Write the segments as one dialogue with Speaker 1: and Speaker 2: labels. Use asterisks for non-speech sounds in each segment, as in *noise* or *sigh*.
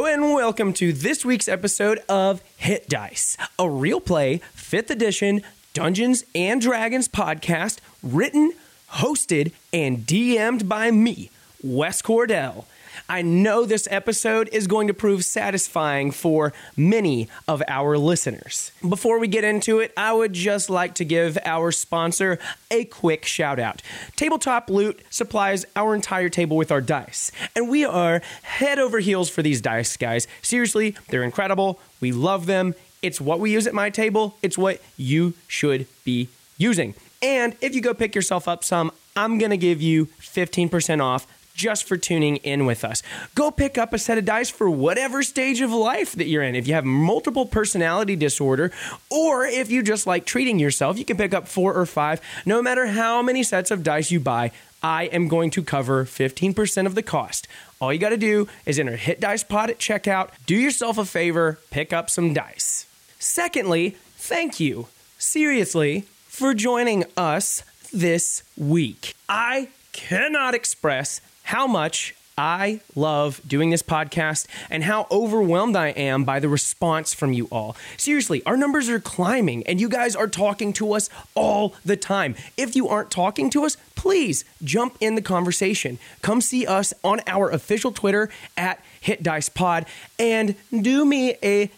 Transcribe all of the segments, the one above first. Speaker 1: welcome to this week's episode of Hit Dice, a real play, 5th edition Dungeons and Dragons podcast written, hosted, and DM'd by me, Wes Cordell. I know this episode is going to prove satisfying for many of our listeners. Before we get into it, I would just like to give our sponsor a quick shout out. Tabletop Loot supplies our entire table with our dice, and we are head over heels for these dice, guys. Seriously, they're incredible. We love them. It's what we use at my table, it's what you should be using. And if you go pick yourself up some, I'm going to give you 15% off just for tuning in with us. Go pick up a set of dice for whatever stage of life that you're in. If you have multiple personality disorder, or if you just like treating yourself, you can pick up four or five. No matter how many sets of dice you buy, I am going to cover 15% of the cost. All you got to do is enter Hit Dice Pod at checkout, do yourself a favor, pick up some dice. Secondly, thank you, seriously, for joining us this week. I cannot express how much I love doing this podcast and how overwhelmed I am by the response from you all. Seriously, our numbers are climbing and you guys are talking to us all the time. If you aren't talking to us, please jump in the conversation. Come see us on our official Twitter at Hit Dice Pod and do me a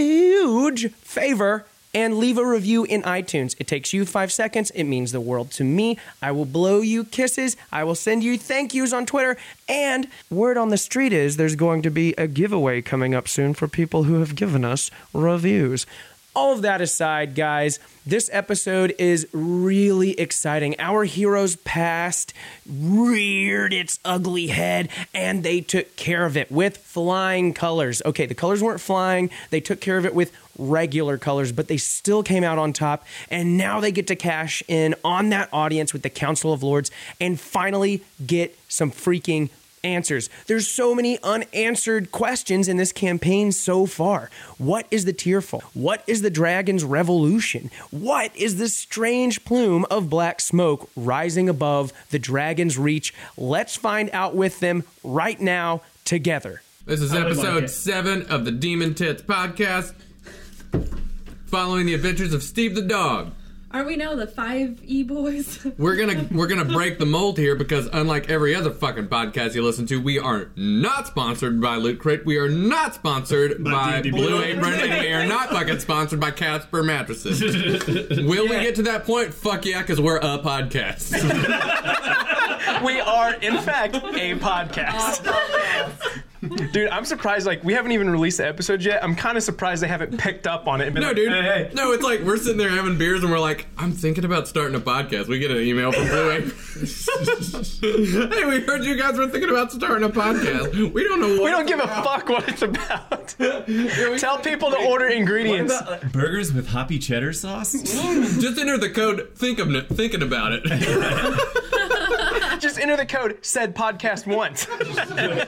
Speaker 1: huge favor and leave a review in iTunes. It takes you five seconds. It means the world to me. I will blow you kisses. I will send you thank yous on Twitter. And word on the street is there's going to be a giveaway coming up soon for people who have given us reviews. All of that aside, guys, this episode is really exciting. Our heroes past reared its ugly head and they took care of it with flying colors. Okay, the colors weren't flying, they took care of it with regular colors, but they still came out on top. And now they get to cash in on that audience with the Council of Lords and finally get some freaking answers. There's so many unanswered questions in this campaign so far. What is the Tearful? What is the Dragon's Revolution? What is this strange plume of black smoke rising above the Dragon's Reach? Let's find out with them right now together.
Speaker 2: This is
Speaker 3: would
Speaker 2: episode
Speaker 3: like it.
Speaker 2: seven of the Demon Tits podcast, following the adventures of Steve the dog.
Speaker 4: Are we now the five e boys?
Speaker 2: We're gonna we're gonna break the mold here because unlike every other fucking podcast you listen to, we are not sponsored by Loot Crate. We are not sponsored by,
Speaker 3: D&D
Speaker 2: Blue
Speaker 3: Blue.
Speaker 2: Apron, and we are not fucking sponsored by Casper *laughs* mattresses. Will we get to that point? Fuck yeah, because we're a podcast.
Speaker 5: we are in fact a podcast dude i'm surprised like we haven't even released the episode yet i'm kind of surprised they haven't picked up on it and been
Speaker 2: No,
Speaker 5: like,
Speaker 2: dude.
Speaker 5: hey, hey.
Speaker 2: No, it's like we're sitting there having beers and we're like, I'm thinking about starting a podcast. We get an email from Blue Apron. *laughs* hey, we heard you guys were thinking about starting a podcast. We don't know what.
Speaker 5: we don't give a
Speaker 2: *laughs*
Speaker 5: fuck what it's about tell people to order ingredients
Speaker 3: Burgers with hoppy cheddar sauce?
Speaker 2: Just enter the code. Think of thinking about it.
Speaker 5: just enter the code said podcast once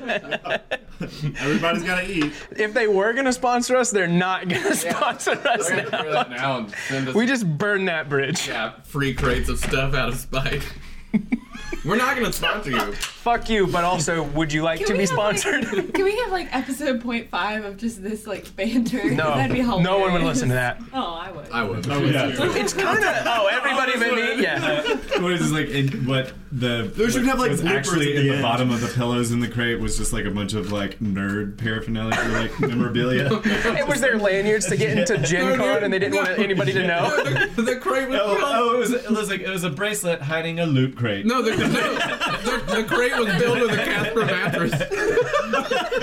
Speaker 5: *laughs*
Speaker 3: Everybody's gotta
Speaker 2: *laughs*
Speaker 3: eat.
Speaker 5: if they were gonna sponsor us they're not gonna sponsor us now.
Speaker 2: now and send us
Speaker 5: we just burned that bridge
Speaker 2: yeah, free crates of stuff out of
Speaker 5: *laughs*
Speaker 2: spite. we're not gonna sponsor you.
Speaker 5: fuck you but also would you like to be sponsored
Speaker 6: *laughs*
Speaker 4: Like, can we have like episode point five of just this like banter? 'Cause
Speaker 6: *laughs*
Speaker 5: no
Speaker 4: that'd be hilarious.
Speaker 5: no one would listen to that
Speaker 4: Oh, I would.
Speaker 2: I would.
Speaker 3: yeah.
Speaker 6: *laughs*
Speaker 5: it's kind of oh everybody but me yeah
Speaker 3: *laughs* what is this like? In, what the
Speaker 2: There should
Speaker 3: what
Speaker 2: have, like,
Speaker 3: was
Speaker 2: bloopers
Speaker 3: actually
Speaker 2: at
Speaker 3: in
Speaker 2: the
Speaker 3: the
Speaker 2: end.
Speaker 3: bottom of the pillows in the crate was just like a bunch of like nerd paraphernalia, or, like memorabilia. oh,
Speaker 5: It was their lanyards to get into Gen Con, and they didn't want
Speaker 2: *laughs*
Speaker 5: anybody to know.
Speaker 2: the, the crate was built.
Speaker 3: oh, it was it was like it was a bracelet hiding a loot crate.
Speaker 2: No, the, no the, the crate was built with a Casper mattress.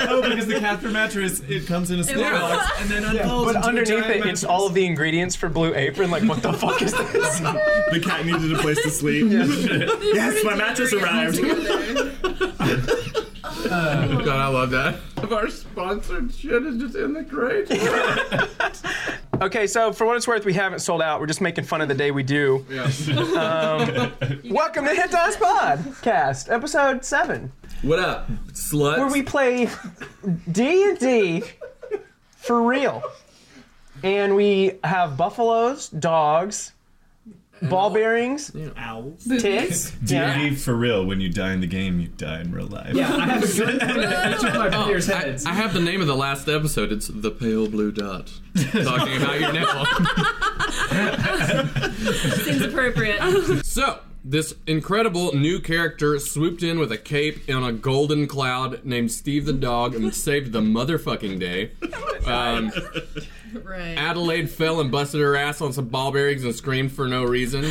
Speaker 3: oh, because the Casper mattress it comes in a small
Speaker 2: Yeah.
Speaker 3: box and then unfolds.
Speaker 5: But
Speaker 3: into a
Speaker 5: underneath
Speaker 3: giant
Speaker 5: it,
Speaker 3: mattress.
Speaker 5: it's all of the ingredients for Blue Apron. Like, what the fuck is this?
Speaker 7: The cat needed a place to
Speaker 5: *laughs*
Speaker 3: *laughs*
Speaker 7: sleep. yes, my mattress arrived.
Speaker 6: *laughs*
Speaker 2: Oh, God, I love that. If our sponsored shit is just in the crate.
Speaker 5: Okay, so for what it's worth, we haven't sold out. We're just making fun of the day we do. Welcome to Hit Dice Podcast, episode seven,
Speaker 2: What up, sluts?
Speaker 5: where we play D and D for real, and we have buffaloes, dogs, ball bearings,
Speaker 8: Owls.
Speaker 5: tits.
Speaker 7: Do *laughs*
Speaker 5: Yeah.
Speaker 7: you leave for real when you die in the game? You die in real life.
Speaker 3: *laughs*
Speaker 1: Yeah, I have certain each of my players'
Speaker 2: I,
Speaker 1: heads.
Speaker 2: I have the name of the last episode. It's the pale blue dot. Talking about your nipple.
Speaker 6: Seems appropriate.
Speaker 7: *laughs*
Speaker 2: So, this incredible new character swooped in with a cape and a golden cloud named Steve the dog and saved the motherfucking day. Um,
Speaker 6: right.
Speaker 2: Adelaide fell and busted her ass on some ball bearings and screamed for no reason.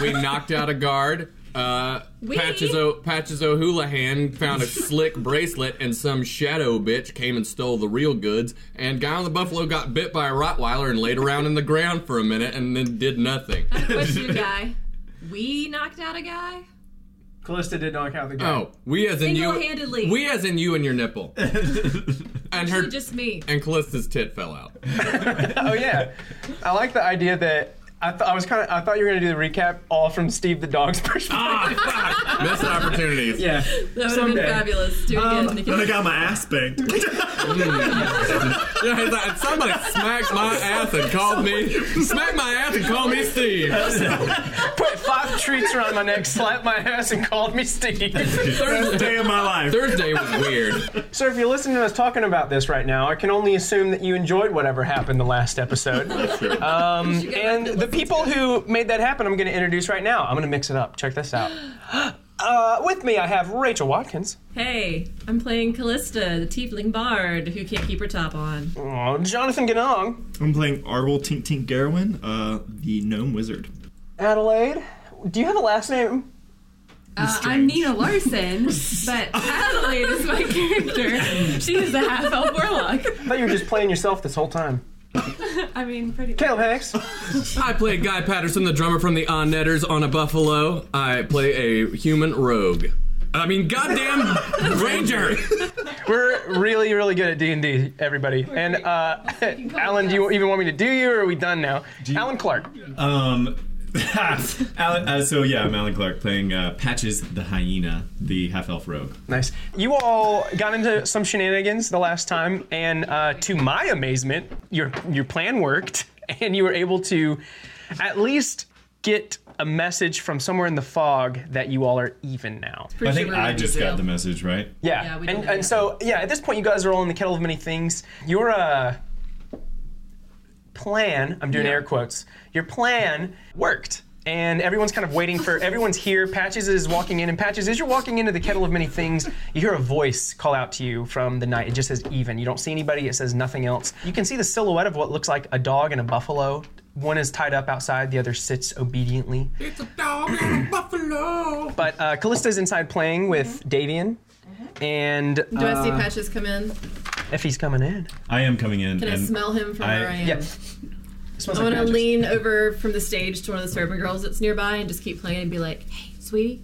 Speaker 2: We knocked out a guard. Uh,
Speaker 6: We?
Speaker 2: Patches, o- Patches O'Houlihan found a slick bracelet, and some shadow bitch came and stole the real goods. And Guy on the Buffalo got bit by a Rottweiler and laid around in the ground for a minute and then did nothing.
Speaker 6: Question guy. We knocked out a guy?
Speaker 5: Callista did knock out the guy.
Speaker 2: Oh, we as in you.
Speaker 6: Single-handedly.
Speaker 2: We as in you and
Speaker 8: *laughs*
Speaker 2: your nipple. and her.
Speaker 6: Actually, just me.
Speaker 2: and Callista's tit
Speaker 8: *laughs*
Speaker 2: fell out.
Speaker 5: Oh yeah, I like the idea that I, th- I was kind of I thought you were gonna do the recap all from Steve the dog's perspective.
Speaker 8: Ah,
Speaker 2: Missed opportunities.
Speaker 1: Yeah.
Speaker 6: That would have been
Speaker 1: Someday.
Speaker 6: fabulous. Do it
Speaker 7: Um,
Speaker 6: again, Nikki.
Speaker 8: Then I got my
Speaker 3: *laughs*
Speaker 8: ass banged.
Speaker 2: Yeah, he's like, somebody smacked my ass and called me.
Speaker 8: *laughs*
Speaker 2: Smack my ass and call me Steve.
Speaker 5: Put five treats around my neck, slapped my ass, and called me Steve.
Speaker 8: Best day of my life.
Speaker 2: Thursday was weird.
Speaker 5: so if you're listening to us talking about this right now, I can only assume that you enjoyed whatever happened the last episode.
Speaker 6: You should go back
Speaker 5: And the people who made that happen, I'm going to introduce right now. I'm going to mix it up. Check this out. Uh, with me, I have Rachel Watkins,
Speaker 6: Hey, I'm playing Callista, the tiefling bard who can't keep her top on. Uh,
Speaker 5: oh, Jonathan Ganong,
Speaker 8: I'm playing Arwol Tink Tink Garwin, uh, the gnome wizard.
Speaker 5: Adelaide. Do you have a last name?
Speaker 9: Uh, I'm Nina
Speaker 5: *laughs*
Speaker 9: Larson, but Adelaide is my character. She is a half elf warlock.
Speaker 5: I thought you were just playing yourself this whole time.
Speaker 9: I mean, pretty.
Speaker 5: Caleb Hicks.
Speaker 2: I play Guy Patterson, the drummer from the On Netters on a Buffalo. I play a human rogue. I mean,
Speaker 8: *laughs*
Speaker 2: goddamn ranger.
Speaker 5: We're really, really good at D and D, everybody. And uh, Alan, do you even want me to do you, or are we done now? Alan Clark.
Speaker 7: Um, *laughs* Alan, uh, so yeah, I'm Alan Clark playing uh, Patches the hyena, the half elf rogue.
Speaker 5: Nice. You all got into some shenanigans the last time, and uh, to my amazement, your your plan worked, *laughs* and you were able to at least get a message from somewhere in the fog that you all are even now.
Speaker 7: I think I just got the message right.
Speaker 5: Yeah.
Speaker 6: Yeah, we did
Speaker 5: and
Speaker 6: that,
Speaker 5: and
Speaker 6: yeah.
Speaker 5: so yeah, at this point, you guys are all in the kettle of many things. Your uh, plan. I'm doing air quotes. Your plan worked. And everyone's kind of waiting for everyone's here. Patches is walking in, and Patches, as you're walking into the kettle of many things, you hear a voice call out to you from the night. It just says even. You don't see anybody, it says nothing else. You can see the silhouette of what looks like a dog and a buffalo. One is tied up outside, the other sits obediently.
Speaker 2: It's a dog and a buffalo.
Speaker 5: But uh, Callista's inside playing with Davian. And
Speaker 6: Mm-hmm. Do I see
Speaker 5: uh,
Speaker 6: Patches come in?
Speaker 5: if he's coming in.
Speaker 7: I am coming in.
Speaker 6: Can I
Speaker 7: and
Speaker 6: smell him from
Speaker 7: I-
Speaker 6: where I am?
Speaker 5: Yeah.
Speaker 6: I want to lean over from the stage to one of the servant girls that's nearby and just keep playing and be like, hey, sweetie,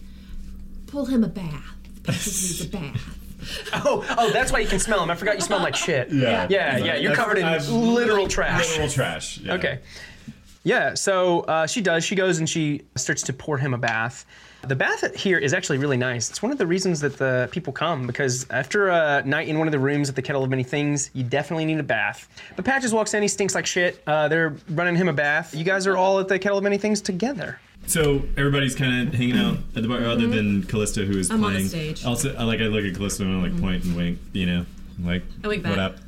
Speaker 6: pull him a bath. Patches needs a bath.
Speaker 5: Oh, oh, that's why you can smell him. I forgot you smelled like shit.
Speaker 7: Yeah.
Speaker 5: Yeah, yeah, you're
Speaker 7: I've-
Speaker 5: covered in
Speaker 7: I've-
Speaker 5: literal trash.
Speaker 7: Literal trash. yeah.
Speaker 5: Okay. Yeah, so uh, she does. She goes and she starts to pour him a bath. The bath here is actually really nice. It's one of the reasons that the people come because after a night in one of the rooms at the Kettle of Many Things, you definitely need a bath. But Patches walks in, he stinks like shit. Uh, they're running him a bath. You guys are all at the Kettle of Many Things together.
Speaker 7: So everybody's kind of hanging out at the bar,
Speaker 5: Mm-hmm.
Speaker 7: other than Callista, who is
Speaker 6: I'm on the
Speaker 7: playing.
Speaker 6: stage. Mm-hmm.
Speaker 7: Also, I, like I look at Callista and I like point and wink, you know, I'm like
Speaker 6: I wink
Speaker 7: what
Speaker 6: back.
Speaker 7: up.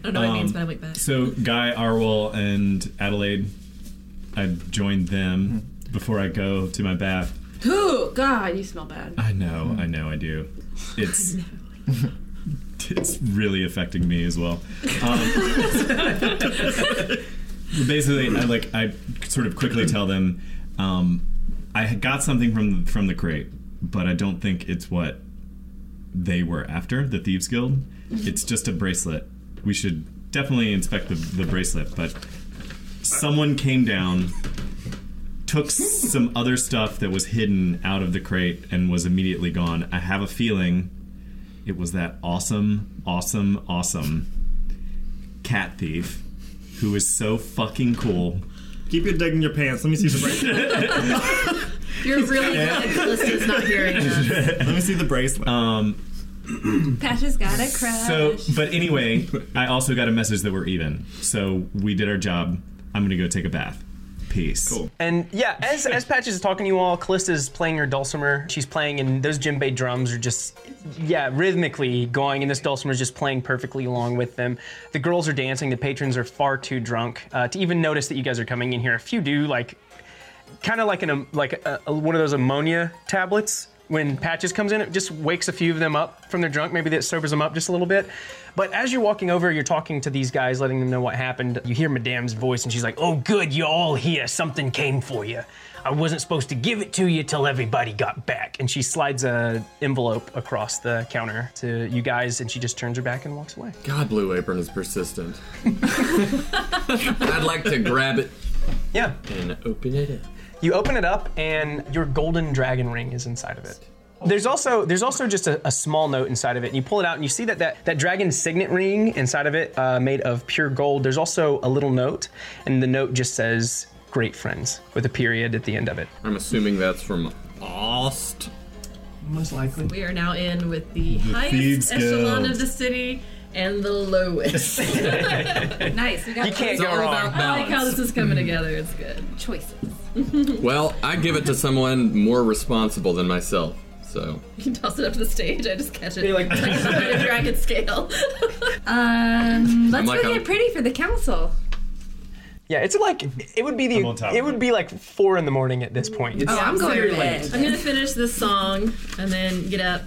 Speaker 6: I don't know what it means,
Speaker 7: Um,
Speaker 6: but I went back.
Speaker 7: So Guy, Arwol, and Adelaide, I joined them before I go to my bath.
Speaker 9: Ooh, God, you smell bad.
Speaker 7: I know, I know, I do. It's *laughs* it's really affecting me as well. Um, *laughs* basically, I like I sort of quickly tell them um, I got something from from the crate, but I don't think it's what they were after. The thieves guild. It's just a bracelet. We should definitely inspect the, the bracelet, but someone came down took some other stuff that was hidden out of the crate and was immediately gone. I have a feeling it was that awesome, awesome, awesome cat thief who is so
Speaker 3: *laughs*
Speaker 7: fucking cool.
Speaker 8: Keep your dick in your pants. Let me see the bracelet.
Speaker 6: You're really glad Callista's not hearing us.
Speaker 8: Let me see the bracelet.
Speaker 7: Um,
Speaker 9: Patches got a crush.
Speaker 7: so, but anyway, I also got a message that we're even. So we did our job. I'm gonna go take a bath.
Speaker 3: Peace.
Speaker 7: Cool.
Speaker 5: And yeah, as as Patches is talking to you all, Callista's playing her dulcimer. She's playing, and those djembe drums are just, yeah, rhythmically going, and this dulcimer is just playing perfectly along with them. The girls are dancing. The patrons are far too drunk uh, to even notice that you guys are coming in here. If you do, like, kind of like an am- like a, a- one of those ammonia tablets. When Patches comes in, it just wakes a few of them up from their drunk. Maybe that sobers them up just a little bit. But as you're walking over, you're talking to these guys, letting them know what happened. You hear Madame's voice, and she's like, "Oh, good, you all here. Something came for you. I wasn't supposed to give it to you till everybody got back." And she slides a envelope across the counter to you guys, and she just turns her back and walks away.
Speaker 2: God, Blue Apron is persistent. *laughs* I'd like to grab it
Speaker 5: Yeah,
Speaker 2: and open it up.
Speaker 5: You open it up, and your golden dragon ring is inside of it. There's also there's also just a, a small note inside of it. And you pull it out, and you see that that, that dragon signet ring inside of it, uh, made of pure gold. There's also a little note, and the note just says "Great friends" with a period at the end of it.
Speaker 2: I'm assuming that's from Ost.
Speaker 10: Most likely.
Speaker 6: We are now in with the, highest
Speaker 3: Thieves
Speaker 6: echelon
Speaker 3: Guild.
Speaker 6: of the city and the lowest. I
Speaker 4: Nice. We got
Speaker 5: You can't
Speaker 4: those
Speaker 5: go wrong.
Speaker 2: about
Speaker 6: like how
Speaker 2: balance.
Speaker 6: this is coming together. It's good.
Speaker 4: choices.
Speaker 2: Well, I give it to someone more responsible than myself. So,
Speaker 6: You can toss it up to the stage. I just catch it.
Speaker 10: Be like-
Speaker 6: *laughs* like a dragon scale.
Speaker 4: Um, let's
Speaker 2: I'm like,
Speaker 4: make
Speaker 2: I'm-
Speaker 4: it pretty for the council.
Speaker 5: Yeah, it's like it would be
Speaker 3: I'm on top
Speaker 5: the
Speaker 3: of
Speaker 5: it would
Speaker 3: it.
Speaker 5: be like four in the morning at this point.
Speaker 4: Oh, I'm going to bed.
Speaker 6: I'm gonna finish this song and then get up,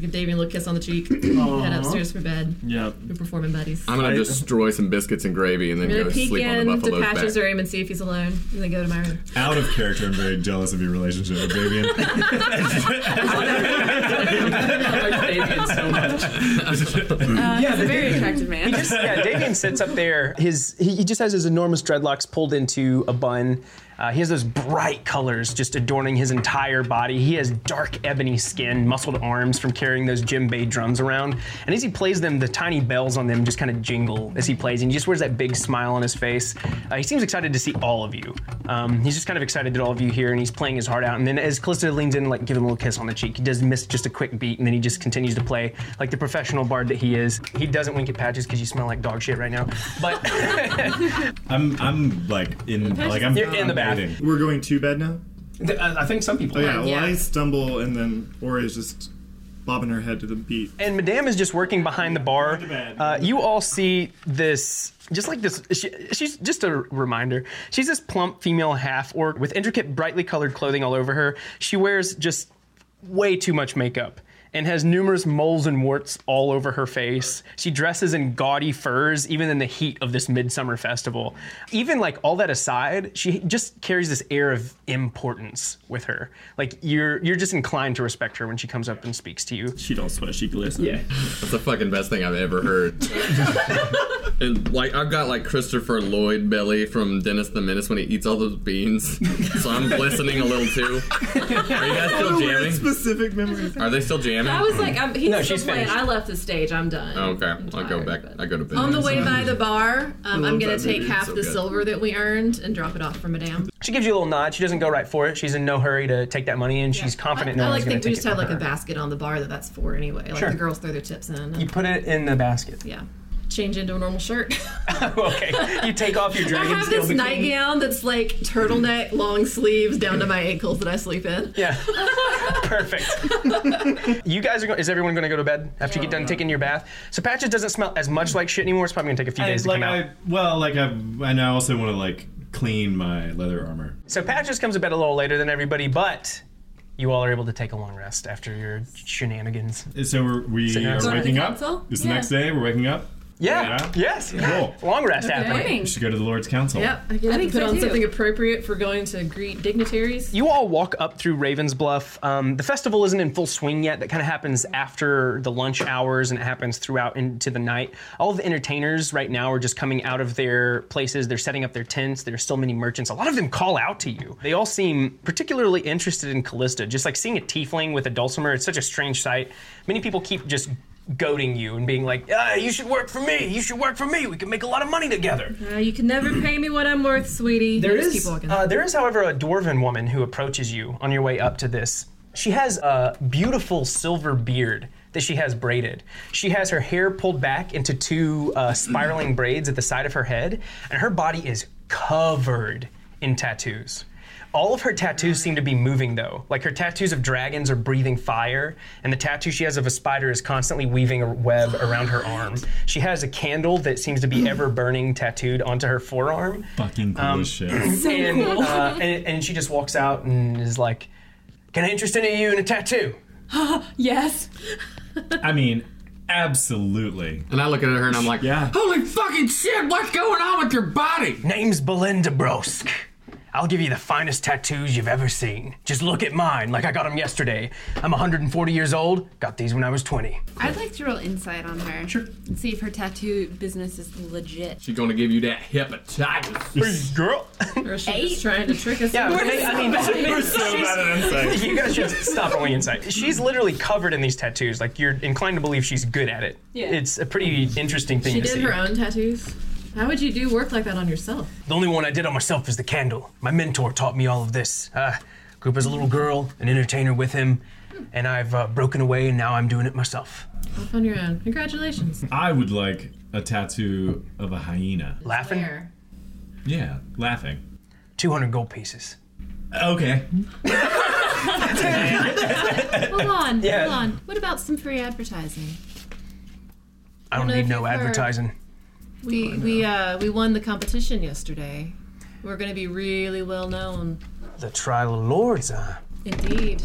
Speaker 6: give Damien a little kiss on the cheek, head upstairs for bed.
Speaker 10: Yeah.
Speaker 6: We're performing buddies.
Speaker 2: I'm gonna destroy some biscuits and gravy and then
Speaker 6: I'm
Speaker 2: go
Speaker 6: gonna peek
Speaker 2: sleep on the
Speaker 6: in to
Speaker 2: buffalo's
Speaker 6: Patches
Speaker 2: back.
Speaker 6: room and see if he's alone, and then go to my room.
Speaker 3: Out of character, I'm very jealous of your relationship with
Speaker 5: *laughs*
Speaker 3: Fabian.
Speaker 10: I like Fabian so much.
Speaker 4: Uh, yeah, he's a very attractive man.
Speaker 5: just- yeah, Damien sits up there. His he, he just has his enormous dreadlocks pulled into a bun. Uh, he has those bright colors just adorning his entire body. He has dark ebony skin, muscled arms from carrying those djembe drums around. And as he plays them, the tiny bells on them just kind of jingle as he plays. And he just wears that big smile on his face. Uh, he seems excited to see all of you. Um, he's just kind of excited that all of you here, and he's playing his heart out. And then as Callista leans in, like give him a little kiss on the cheek, he does miss just a quick beat, and then he just continues to play like the professional bard that he is. He doesn't wink at patches because you smell like dog shit right now. But
Speaker 3: *laughs* I'm, I'm like in, like I'm
Speaker 5: You're in the bath.
Speaker 3: waiting.
Speaker 7: We're going to bed now?
Speaker 10: Th- *laughs* I I think some people.
Speaker 7: Oh, yeah.
Speaker 10: are.
Speaker 7: Well,
Speaker 6: Yeah.
Speaker 7: I stumble, and then Ori is just bobbing her head to the beat.
Speaker 5: and Madame is just working behind the bar. Uh, you all see this, just like this. She, she's just a reminder. She's this plump female half orc with intricate, brightly colored clothing all over her. She wears just way too much makeup and has numerous moles and warts all over her face. She dresses in gaudy furs, even in the heat of this midsummer festival. Even like all that aside, she just carries this air of importance with her. Like you're you're just inclined to respect her when she comes up and speaks to you.
Speaker 7: She don't sweat. She glistens.
Speaker 10: Yeah.
Speaker 2: That's the fucking best thing I've ever heard.
Speaker 6: *laughs*
Speaker 2: and like I've got like Christopher Lloyd belly from Dennis the Menace when he eats all those beans, so I'm glistening a little
Speaker 6: *laughs*
Speaker 2: too. Are you guys still
Speaker 7: Weird
Speaker 2: jamming?
Speaker 7: specific memory.
Speaker 2: Are they still jamming?
Speaker 6: I was like, I'm, he's
Speaker 5: No,
Speaker 6: still
Speaker 5: she's
Speaker 6: playing.
Speaker 5: finished.
Speaker 6: I left the stage. I'm done.
Speaker 2: Oh, Okay,
Speaker 6: I'm
Speaker 2: I'll go
Speaker 6: tired,
Speaker 2: back.
Speaker 6: but-
Speaker 2: I go to bed.
Speaker 6: On the way by the bar, um, I'm
Speaker 7: love
Speaker 6: gonna
Speaker 7: that
Speaker 6: take
Speaker 7: movie.
Speaker 6: half
Speaker 2: So
Speaker 6: the
Speaker 2: good.
Speaker 6: silver that we earned and drop it off for Madame.
Speaker 5: She gives you a little nod. She doesn't go right for it. She's in no hurry to take that money, and she's confident
Speaker 6: I,
Speaker 5: no
Speaker 6: I
Speaker 5: one's
Speaker 6: like
Speaker 5: going
Speaker 6: think
Speaker 5: to
Speaker 6: we
Speaker 5: take
Speaker 6: just
Speaker 5: it.
Speaker 6: have
Speaker 5: from
Speaker 6: like a
Speaker 5: her.
Speaker 6: basket on the bar that that's for anyway. Like
Speaker 5: Sure.
Speaker 6: the girls throw their tips in. and-
Speaker 5: You put it in the basket.
Speaker 6: *laughs* yeah. Change into a normal shirt.
Speaker 5: *laughs*
Speaker 6: *laughs*
Speaker 5: okay. You take off your
Speaker 6: I
Speaker 5: dragon
Speaker 6: have
Speaker 5: scale
Speaker 6: this
Speaker 5: bikini.
Speaker 6: nightgown that's like turtleneck, long sleeves down to my ankles that I sleep in.
Speaker 5: Yeah.
Speaker 6: *laughs*
Speaker 5: Perfect. you guys are going. Is everyone going to go to bed after you get done taking your bath? So Patches doesn't smell as much like shit anymore. It's probably going to take a few
Speaker 3: I,
Speaker 5: days to
Speaker 3: like
Speaker 5: come out.
Speaker 3: I, well, like I, and I also want to like clean my leather armor.
Speaker 5: So Patches comes to bed a little later than everybody, but you all are able to take a long rest after your shenanigans.
Speaker 3: So we're, we
Speaker 5: So you're
Speaker 3: are
Speaker 5: going
Speaker 6: to
Speaker 3: waking
Speaker 6: the
Speaker 3: up.
Speaker 6: council?
Speaker 3: It's
Speaker 6: Yeah.
Speaker 3: the next day. We're waking up.
Speaker 5: Yeah. Yes.
Speaker 3: Cool.
Speaker 5: Long rest
Speaker 6: Okay.
Speaker 5: happening.
Speaker 4: Morning.
Speaker 3: We should go to the Lord's council.
Speaker 6: Yep. I, get
Speaker 4: I
Speaker 6: up
Speaker 4: think
Speaker 6: and put
Speaker 4: so,
Speaker 6: on
Speaker 4: too.
Speaker 6: something appropriate for going to greet dignitaries.
Speaker 5: you all walk up through Ravensbluff. Um, the festival isn't in full swing yet. That kind of happens after the lunch hours and it happens throughout into the night. All the entertainers right now are just coming out of their places. They're setting up their tents. There's still many merchants. A lot of them call out to you. They all seem particularly interested in Callista. Just like seeing a tiefling with a dulcimer, it's such a strange sight. Many people keep just goading you and being like, ah, you should work for me. You should work for me. We can make a lot of money together.
Speaker 6: Uh, you can never pay me what I'm worth, sweetie.
Speaker 10: There
Speaker 6: Just
Speaker 10: is,
Speaker 6: Keep walking.
Speaker 5: Uh, there is, however, a dwarven woman who approaches you on your way up to this. She has a beautiful silver beard that she has braided. She has her hair pulled back into two uh, spiraling braids at the side of her head, and her body is covered in tattoos. All of her tattoos seem to be moving though. Like her tattoos of dragons are breathing fire, and the tattoo she has of a spider is constantly weaving a web around her arm. She has a candle that seems to be ever burning tattooed onto her forearm.
Speaker 3: Fucking cool
Speaker 5: Um,
Speaker 3: as shit.
Speaker 5: and, uh, and and she just walks out and is like, "Can I interest any of you in a tattoo?"
Speaker 4: Yes.
Speaker 3: I mean, absolutely.
Speaker 2: And I look at her and I'm like,
Speaker 3: Yeah.
Speaker 2: holy fucking shit, what's going on with your body?
Speaker 5: Name's Belinda Brosk. I'll give you the finest tattoos you've ever seen. Just look at mine, like I got them yesterday. I'm 140 years old. Got these when I was 20.
Speaker 11: I'd like to roll insight on her. Sure. And see if her tattoo business is legit.
Speaker 2: She's gonna give you that hepatitis.
Speaker 5: Hey, girl.
Speaker 6: Or is she just trying to trick *laughs* us?
Speaker 5: Yeah,
Speaker 6: into
Speaker 5: hey, I mean, *laughs* you guys should stop rolling insight. She's literally covered in these tattoos. Like you're inclined to believe she's good at it.
Speaker 6: Yeah.
Speaker 5: It's a pretty interesting thing
Speaker 6: She
Speaker 5: to
Speaker 6: did
Speaker 5: see.
Speaker 6: her own tattoos. How would you do work like that on yourself?
Speaker 5: The only one I did on myself is the candle. My mentor taught me all of this. Uh, grew up as a little girl, an entertainer with him, and I've uh, broken away and now I'm doing it myself.
Speaker 6: Off on your own. *laughs* Congratulations.
Speaker 3: I would like a tattoo of a hyena.
Speaker 5: Laughing?
Speaker 6: Where?
Speaker 3: Yeah, laughing.
Speaker 5: 200 gold pieces.
Speaker 3: Okay.
Speaker 11: Hold on,
Speaker 5: Yeah.
Speaker 11: hold on. What about some free advertising?
Speaker 5: I don't
Speaker 6: know
Speaker 5: need
Speaker 6: if
Speaker 5: no
Speaker 6: you've heard.
Speaker 5: advertising.
Speaker 6: We we uh we won the competition yesterday. We're gonna be really well known.
Speaker 5: The trial of lords, huh?
Speaker 6: Indeed.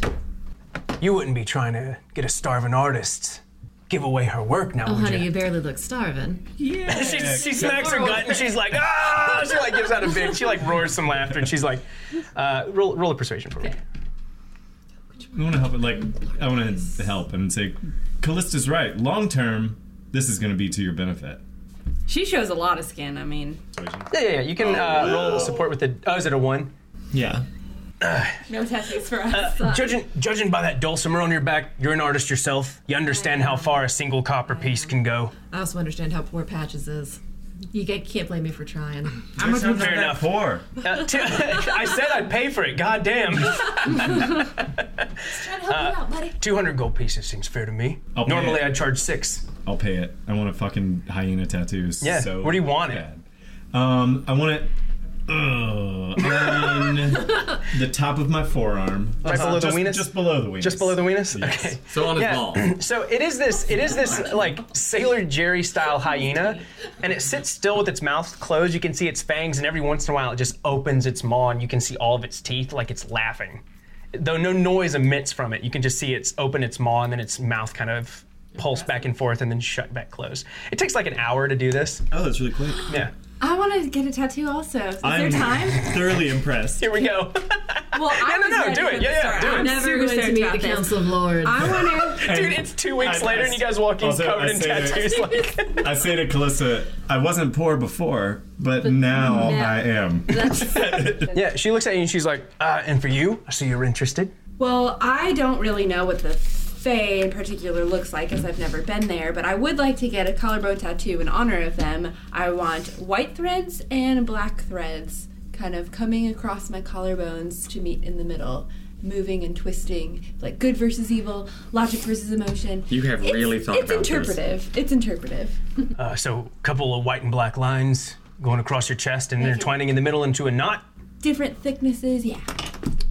Speaker 5: You wouldn't be trying to get a starving artist, give away her work now,
Speaker 6: Oh,
Speaker 5: would
Speaker 6: honey,
Speaker 5: you?
Speaker 6: you barely look starving.
Speaker 5: she, she smacks her gut and she's like, ah! She like gives out a big, she like roars some laughter and she's like, uh, roll, roll a persuasion for me.
Speaker 3: I want to help. Like, I want to help and say, Callista's right. Long term, this is going to be to your benefit.
Speaker 11: She shows a lot of skin. I mean,
Speaker 5: Yeah, yeah, yeah. You can uh, roll support with the, oh, is it a one?
Speaker 7: Yeah.
Speaker 11: no tattoos for us.
Speaker 5: Judging, judging by that dulcimer on your back, you're an artist yourself. You understand how far a single copper piece can go. *laughs*
Speaker 6: I also understand how poor Patches is. You g- can't blame me for trying.
Speaker 3: How much was
Speaker 5: Fair enough.
Speaker 3: Poor.
Speaker 5: Uh, t- I said I'd pay for it. God damn.
Speaker 11: Trying to help you out, buddy.
Speaker 5: 200 Uh, gold pieces seems fair to me.
Speaker 3: I'll pay
Speaker 5: Normally
Speaker 3: it.
Speaker 5: I'd charge six.
Speaker 3: I'll pay it. I want a fucking hyena tattoos.
Speaker 5: Yeah,
Speaker 3: So
Speaker 5: where do you want it?
Speaker 3: bad. Um, I want it. Ugh,
Speaker 6: *laughs*
Speaker 3: on the top of my forearm,
Speaker 5: Right below the
Speaker 3: just,
Speaker 5: weenus?
Speaker 3: just below the weenus.
Speaker 5: Just below the weenus?
Speaker 3: Yes.
Speaker 5: Okay.
Speaker 2: So on his
Speaker 5: Yeah.
Speaker 2: ball.
Speaker 5: *clears throat* So it is this. It is this like Sailor Jerry style hyena, and it sits still with its mouth closed. You can see its fangs, and every once in a while it just opens its maw, and you can see all of its teeth, like it's laughing. Though no noise emits from it, you can just see its open its maw and then its mouth kind of pulse back and forth and then shut back closed. It takes like an hour to do this.
Speaker 7: Oh, that's really
Speaker 5: *laughs*
Speaker 7: quick.
Speaker 5: Yeah.
Speaker 11: I want to get a tattoo also. Is
Speaker 7: I'm
Speaker 11: there time?
Speaker 7: thoroughly impressed.
Speaker 5: Here we
Speaker 3: *laughs*
Speaker 5: go.
Speaker 11: Well, I
Speaker 5: no,
Speaker 11: was
Speaker 5: no,
Speaker 11: ready
Speaker 5: do
Speaker 11: for
Speaker 5: it.
Speaker 11: this.
Speaker 5: Yeah, yeah,
Speaker 11: Sorry,
Speaker 5: do it.
Speaker 11: I'm
Speaker 6: Never
Speaker 11: Never
Speaker 6: going to
Speaker 11: excited
Speaker 6: meet the
Speaker 11: about this.
Speaker 6: Council of Lords.
Speaker 11: I
Speaker 5: *laughs*
Speaker 11: want to.
Speaker 5: Dude, it's two weeks
Speaker 7: I-
Speaker 5: later and you guys walk in
Speaker 3: Also,
Speaker 5: covered
Speaker 3: I
Speaker 5: in
Speaker 3: say that-
Speaker 5: tattoos.
Speaker 3: *laughs*
Speaker 5: Like,
Speaker 3: I say to Calista, I wasn't poor before, but, now I am.
Speaker 5: yeah, she looks at you and she's like, uh, and for you, I see you're interested.
Speaker 11: Well, I don't really know what the Fae in particular looks like, as I've never been there. But I would like to get a collarbone tattoo in honor of them. I want white threads and black threads, kind of coming across my collarbones to meet in the middle. Moving and twisting, like good versus evil, logic versus emotion.
Speaker 2: You have really thought
Speaker 11: it's
Speaker 2: about this.
Speaker 11: interpretive. It's interpretive.
Speaker 5: Uh, so, a couple of white and black lines going across your chest and intertwining in the middle into a knot.
Speaker 11: Different thicknesses, yeah.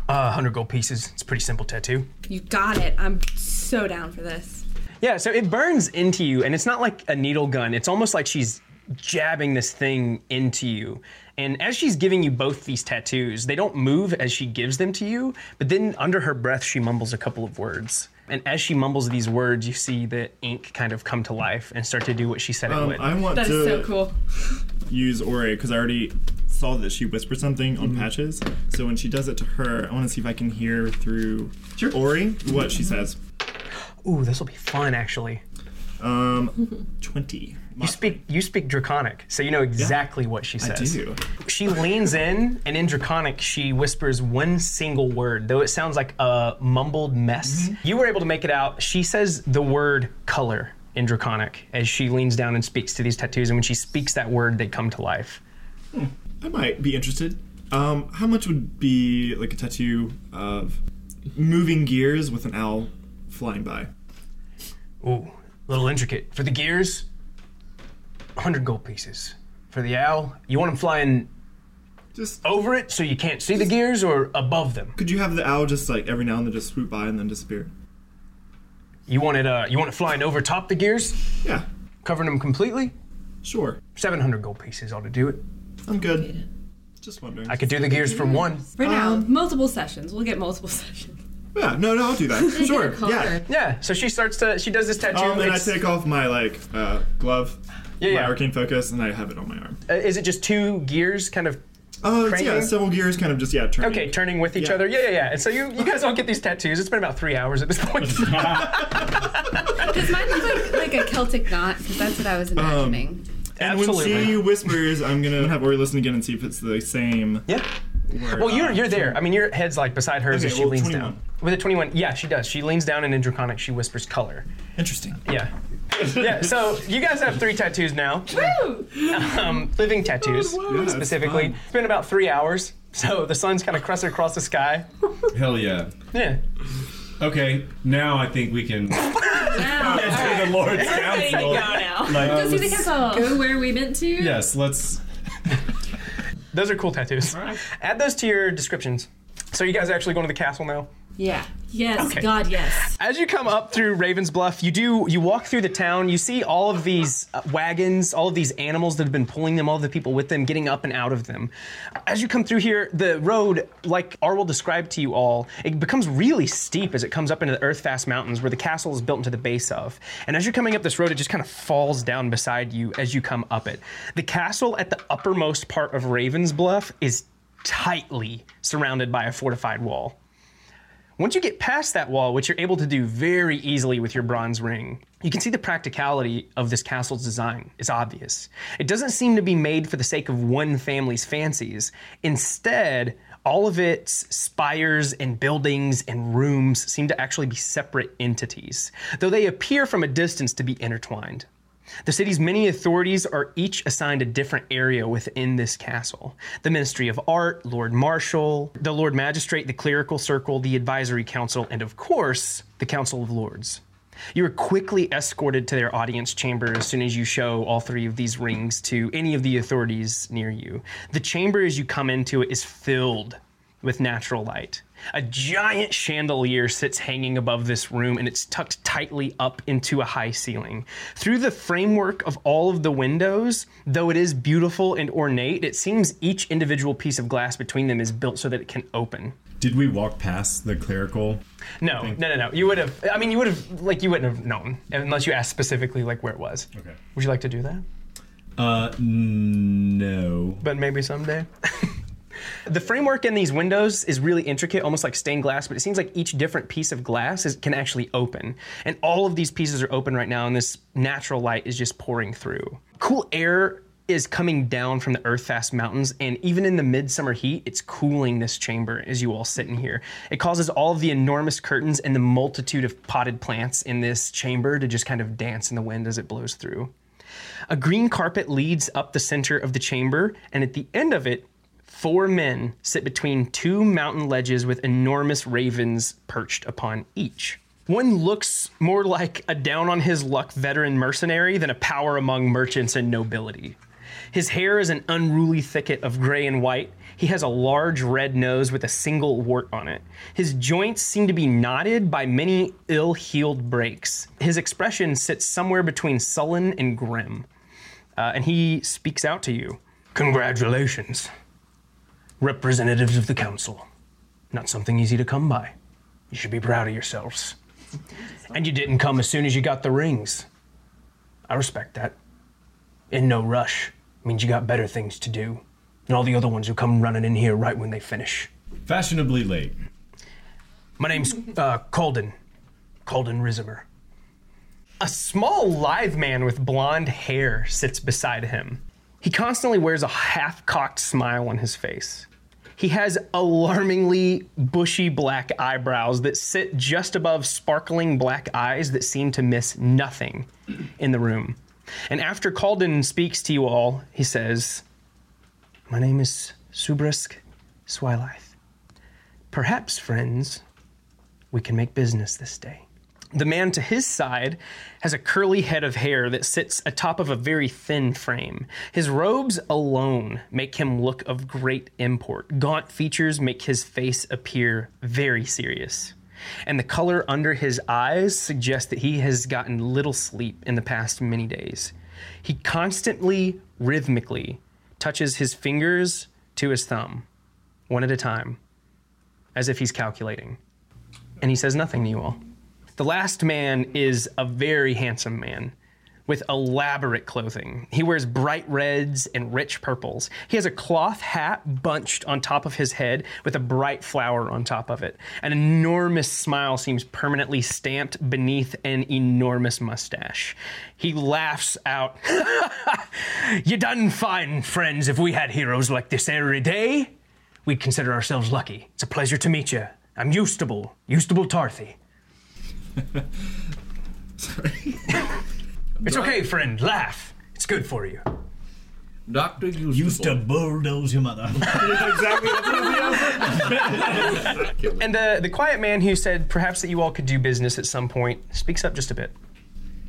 Speaker 5: Uh, 100 gold pieces. It's a pretty simple tattoo.
Speaker 11: You got it. I'm so down for this.
Speaker 5: Yeah, so it burns into you, and it's not like a needle gun. It's almost like she's jabbing this thing into you. And as she's giving you both these tattoos, they don't move as she gives them to you, but then under her breath, she mumbles a couple of words. And as she mumbles these words, you see the ink kind of come to life and start to do what she said it
Speaker 7: Um,
Speaker 5: would.
Speaker 7: I want
Speaker 6: that
Speaker 7: to
Speaker 6: is so cool.
Speaker 7: use Ore because I already saw that she whispered something
Speaker 5: Mm-hmm.
Speaker 7: on patches. So when she does it to her, I want to see if I can hear through Ori what she says.
Speaker 5: Ooh, this will be fun, actually.
Speaker 7: Um, twenty.
Speaker 5: You speak, you speak Draconic, so you know exactly what she
Speaker 7: I
Speaker 5: says.
Speaker 7: do.
Speaker 5: She leans in, and in Draconic, she whispers one single word, though it sounds like a mumbled mess.
Speaker 7: Mm-hmm.
Speaker 5: You were able to make it out. She says the word color in Draconic as she leans down and speaks to these tattoos, and when she speaks that word, they come to life.
Speaker 7: I might be interested. Um, how much would be like a tattoo of moving gears with an owl flying by?
Speaker 5: Ooh, little intricate. For the gears, 100 gold pieces. For the owl, you want them flying
Speaker 7: Just
Speaker 5: over it so you can't see the gears or above them?
Speaker 7: could you have the owl just like every now and then just swoop by and then disappear?
Speaker 5: You want it, uh, you want it flying over top the gears,
Speaker 7: Yeah,
Speaker 5: covering them completely?
Speaker 7: sure.
Speaker 5: 700 gold pieces ought to do it.
Speaker 7: I'm good. Just wondering. Um,
Speaker 5: I could do the gears for one.
Speaker 11: For now, multiple sessions. We'll get multiple *laughs* sessions.
Speaker 7: yeah, no, no, I'll do that. sure.
Speaker 6: Call
Speaker 7: Yeah.
Speaker 6: her.
Speaker 5: Yeah, so she starts to, she does this tattoo.
Speaker 7: Um, and I
Speaker 5: It's-
Speaker 7: take off my like uh, glove,
Speaker 5: Yeah,
Speaker 7: my
Speaker 5: yeah.
Speaker 7: arcane focus, and I have it on my arm.
Speaker 5: uh, is it just two gears kind of
Speaker 7: Oh, it's,
Speaker 5: Cranking?
Speaker 7: yeah, several gears kind of just yeah turning.
Speaker 5: Okay, turning with each
Speaker 7: Yeah.
Speaker 5: other. Yeah, yeah, yeah. And so you, you guys all get these tattoos. It's been about three hours at this point.
Speaker 11: Does mine look like, like a Celtic knot? Because that's what I was imagining.
Speaker 7: *laughs* And
Speaker 5: Absolutely.
Speaker 7: when she whispers, I'm gonna have Ori listen again and see if it's the same.
Speaker 5: yeah.
Speaker 7: Word.
Speaker 5: Well, you're you're there. I mean, your head's like beside hers
Speaker 7: Okay,
Speaker 5: as she
Speaker 7: well,
Speaker 5: leans
Speaker 7: 21.
Speaker 5: down. With a 21, yeah, she does. She leans down and in Draconic she whispers color.
Speaker 7: Interesting.
Speaker 5: Yeah. Yeah, so you guys have three tattoos now. Um, living tattoos,
Speaker 7: Oh, Yeah, that's
Speaker 5: specifically.
Speaker 7: fun.
Speaker 5: It's been about three hours, so the sun's kind of crested across the sky.
Speaker 12: Hell yeah.
Speaker 5: Yeah.
Speaker 12: Okay, now I think
Speaker 11: *laughs*
Speaker 12: we can. Enter the Lord's council. Like,
Speaker 11: Go see the castle.
Speaker 6: Go where we meant to.
Speaker 12: yes, let's.
Speaker 5: Those are cool tattoos. Add those to your descriptions. So you guys are actually going to the castle now?
Speaker 11: Yeah.
Speaker 6: Yes, God, yes.
Speaker 5: As you come up through Raven's Bluff, you do you walk through the town. You see all of these uh, wagons, all of these animals that have been pulling them, all of the people with them getting up and out of them. As you come through here, the road, like Arwell described to you all, it becomes really steep as it comes up into the Earthfast Mountains, where the castle is built into the base of. And as you're coming up this road, it just kind of falls down beside you as you come up it. The castle at the uppermost part of Raven's Bluff is tightly surrounded by a fortified wall. Once you get past that wall, which you're able to do very easily with your bronze ring, you can see the practicality of this castle's design. It's obvious. It doesn't seem to be made for the sake of one family's fancies. Instead, all of its spires and buildings and rooms seem to actually be separate entities, though they appear from a distance to be intertwined. The city's many authorities are each assigned a different area within this castle the Ministry of Art, Lord Marshal, the Lord Magistrate, the Clerical Circle, the Advisory Council, and of course, the Council of Lords. You are quickly escorted to their audience chamber as soon as you show all three of these rings to any of the authorities near you. The chamber, as you come into it, is filled with natural light. A giant chandelier sits hanging above this room and it's tucked tightly up into a high ceiling. Through the framework of all of the windows, though it is beautiful and ornate, it seems each individual piece of glass between them is built so that it can open.
Speaker 12: Did we walk past the clerical?
Speaker 5: No, no, no, no. You would have, I mean, you would have, like, you wouldn't have known unless you asked specifically, like, where it was.
Speaker 12: Okay.
Speaker 5: Would you like to do that?
Speaker 12: Uh, no.
Speaker 5: but maybe someday. the framework in these windows is really intricate, almost like stained glass, but it seems like each different piece of glass is, can actually open. And all of these pieces are open right now, and this natural light is just pouring through. Cool air is coming down from the Earthfast Mountains, and even in the midsummer heat, it's cooling this chamber as you all sit in here. It causes all of the enormous curtains and the multitude of potted plants in this chamber to just kind of dance in the wind as it blows through. A green carpet leads up the center of the chamber, and at the end of it, four men sit between two mountain ledges with enormous ravens perched upon each. One looks more like a down on his luck veteran mercenary than a power among merchants and nobility. His hair is an unruly thicket of gray and white. He has a large red nose with a single wart on it. His joints seem to be knotted by many ill healed breaks. His expression sits somewhere between sullen and grim. Uh, and he speaks out to you Congratulations, representatives of the council. Not something easy to come by. You should be proud of yourselves. And you didn't come as soon as you got the rings. I respect that in no rush means you got better things to do than all the other ones who come running in here right when they finish.
Speaker 12: Fashionably late.
Speaker 5: My name's uh, Colden. Colden Risimer. A small, live man with blonde hair sits beside him. He constantly wears a half cocked smile on his face. He has alarmingly bushy black eyebrows that sit just above sparkling black eyes that seem to miss nothing in the room. And after Calden speaks to you all, he says, My name is Subrisk Swilith. Perhaps, friends, we can make business this day. The man to his side has a curly head of hair that sits atop of a very thin frame. His robes alone make him look of great import. Gaunt features make his face appear very serious. And the color under his eyes suggests that he has gotten little sleep in the past many days. He constantly, rhythmically, touches his fingers to his thumb, one at a time, as if he's calculating. And he says nothing to you all. The last man is a very handsome man with elaborate clothing. He wears bright reds and rich purples. He has a cloth hat bunched on top of his head with a bright flower on top of it. An enormous smile seems permanently stamped beneath an enormous mustache. He laughs out, *laughs* You done fine, friends. If we had heroes like this every day, we'd consider ourselves lucky. It's a pleasure to meet you. I'm Eustable, Eustable Tarthy. *laughs* It's okay, friend. Laugh. It's good for you.
Speaker 2: Doctor Eustable.
Speaker 12: Used to bulldoze your mother.
Speaker 7: exactly.
Speaker 5: and uh, the, the quiet man who said perhaps that you all could do business at some point speaks up just a bit.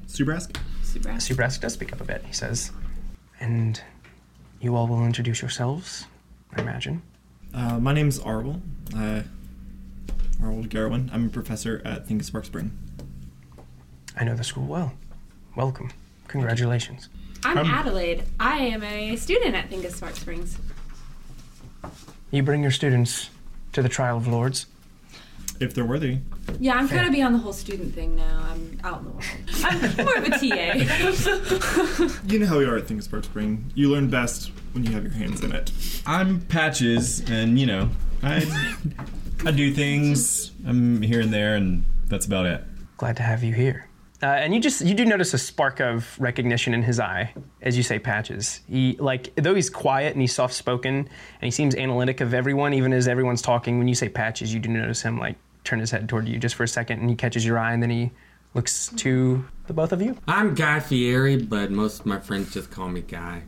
Speaker 7: Subrask?
Speaker 5: Subrask does speak up a bit, he says. And you all will introduce yourselves, I imagine.
Speaker 7: Uh, my name's Arwell. Uh, Arwell Garwin. I'm a professor at Think Spark Spring.
Speaker 5: I know the school well. Welcome. Congratulations.
Speaker 11: I'm
Speaker 5: Um,
Speaker 11: Adelaide. I am a student at Think of Smart Springs.
Speaker 5: You bring your students to the Trial of Lords.
Speaker 7: If they're worthy.
Speaker 11: Yeah, I'm kind of beyond the whole student thing now. I'm out in the world. I'm more of a *laughs* TA.
Speaker 7: You know how we are at Think Spark Spring. You learn best when you have your hands in it.
Speaker 3: I'm patches, and you know, I I do things. I'm here and there, and that's about it.
Speaker 5: Glad to have you here. Uh, and you just you do notice a spark of recognition in his eye as you say patches. He like though he's quiet and he's soft spoken and he seems analytic of everyone, even as everyone's talking. When you say patches, you do notice him like turn his head toward you just for a second, and he catches your eye, and then he looks to the both of you.
Speaker 2: I'm Guy Fieri, but most of my friends just call me Guy.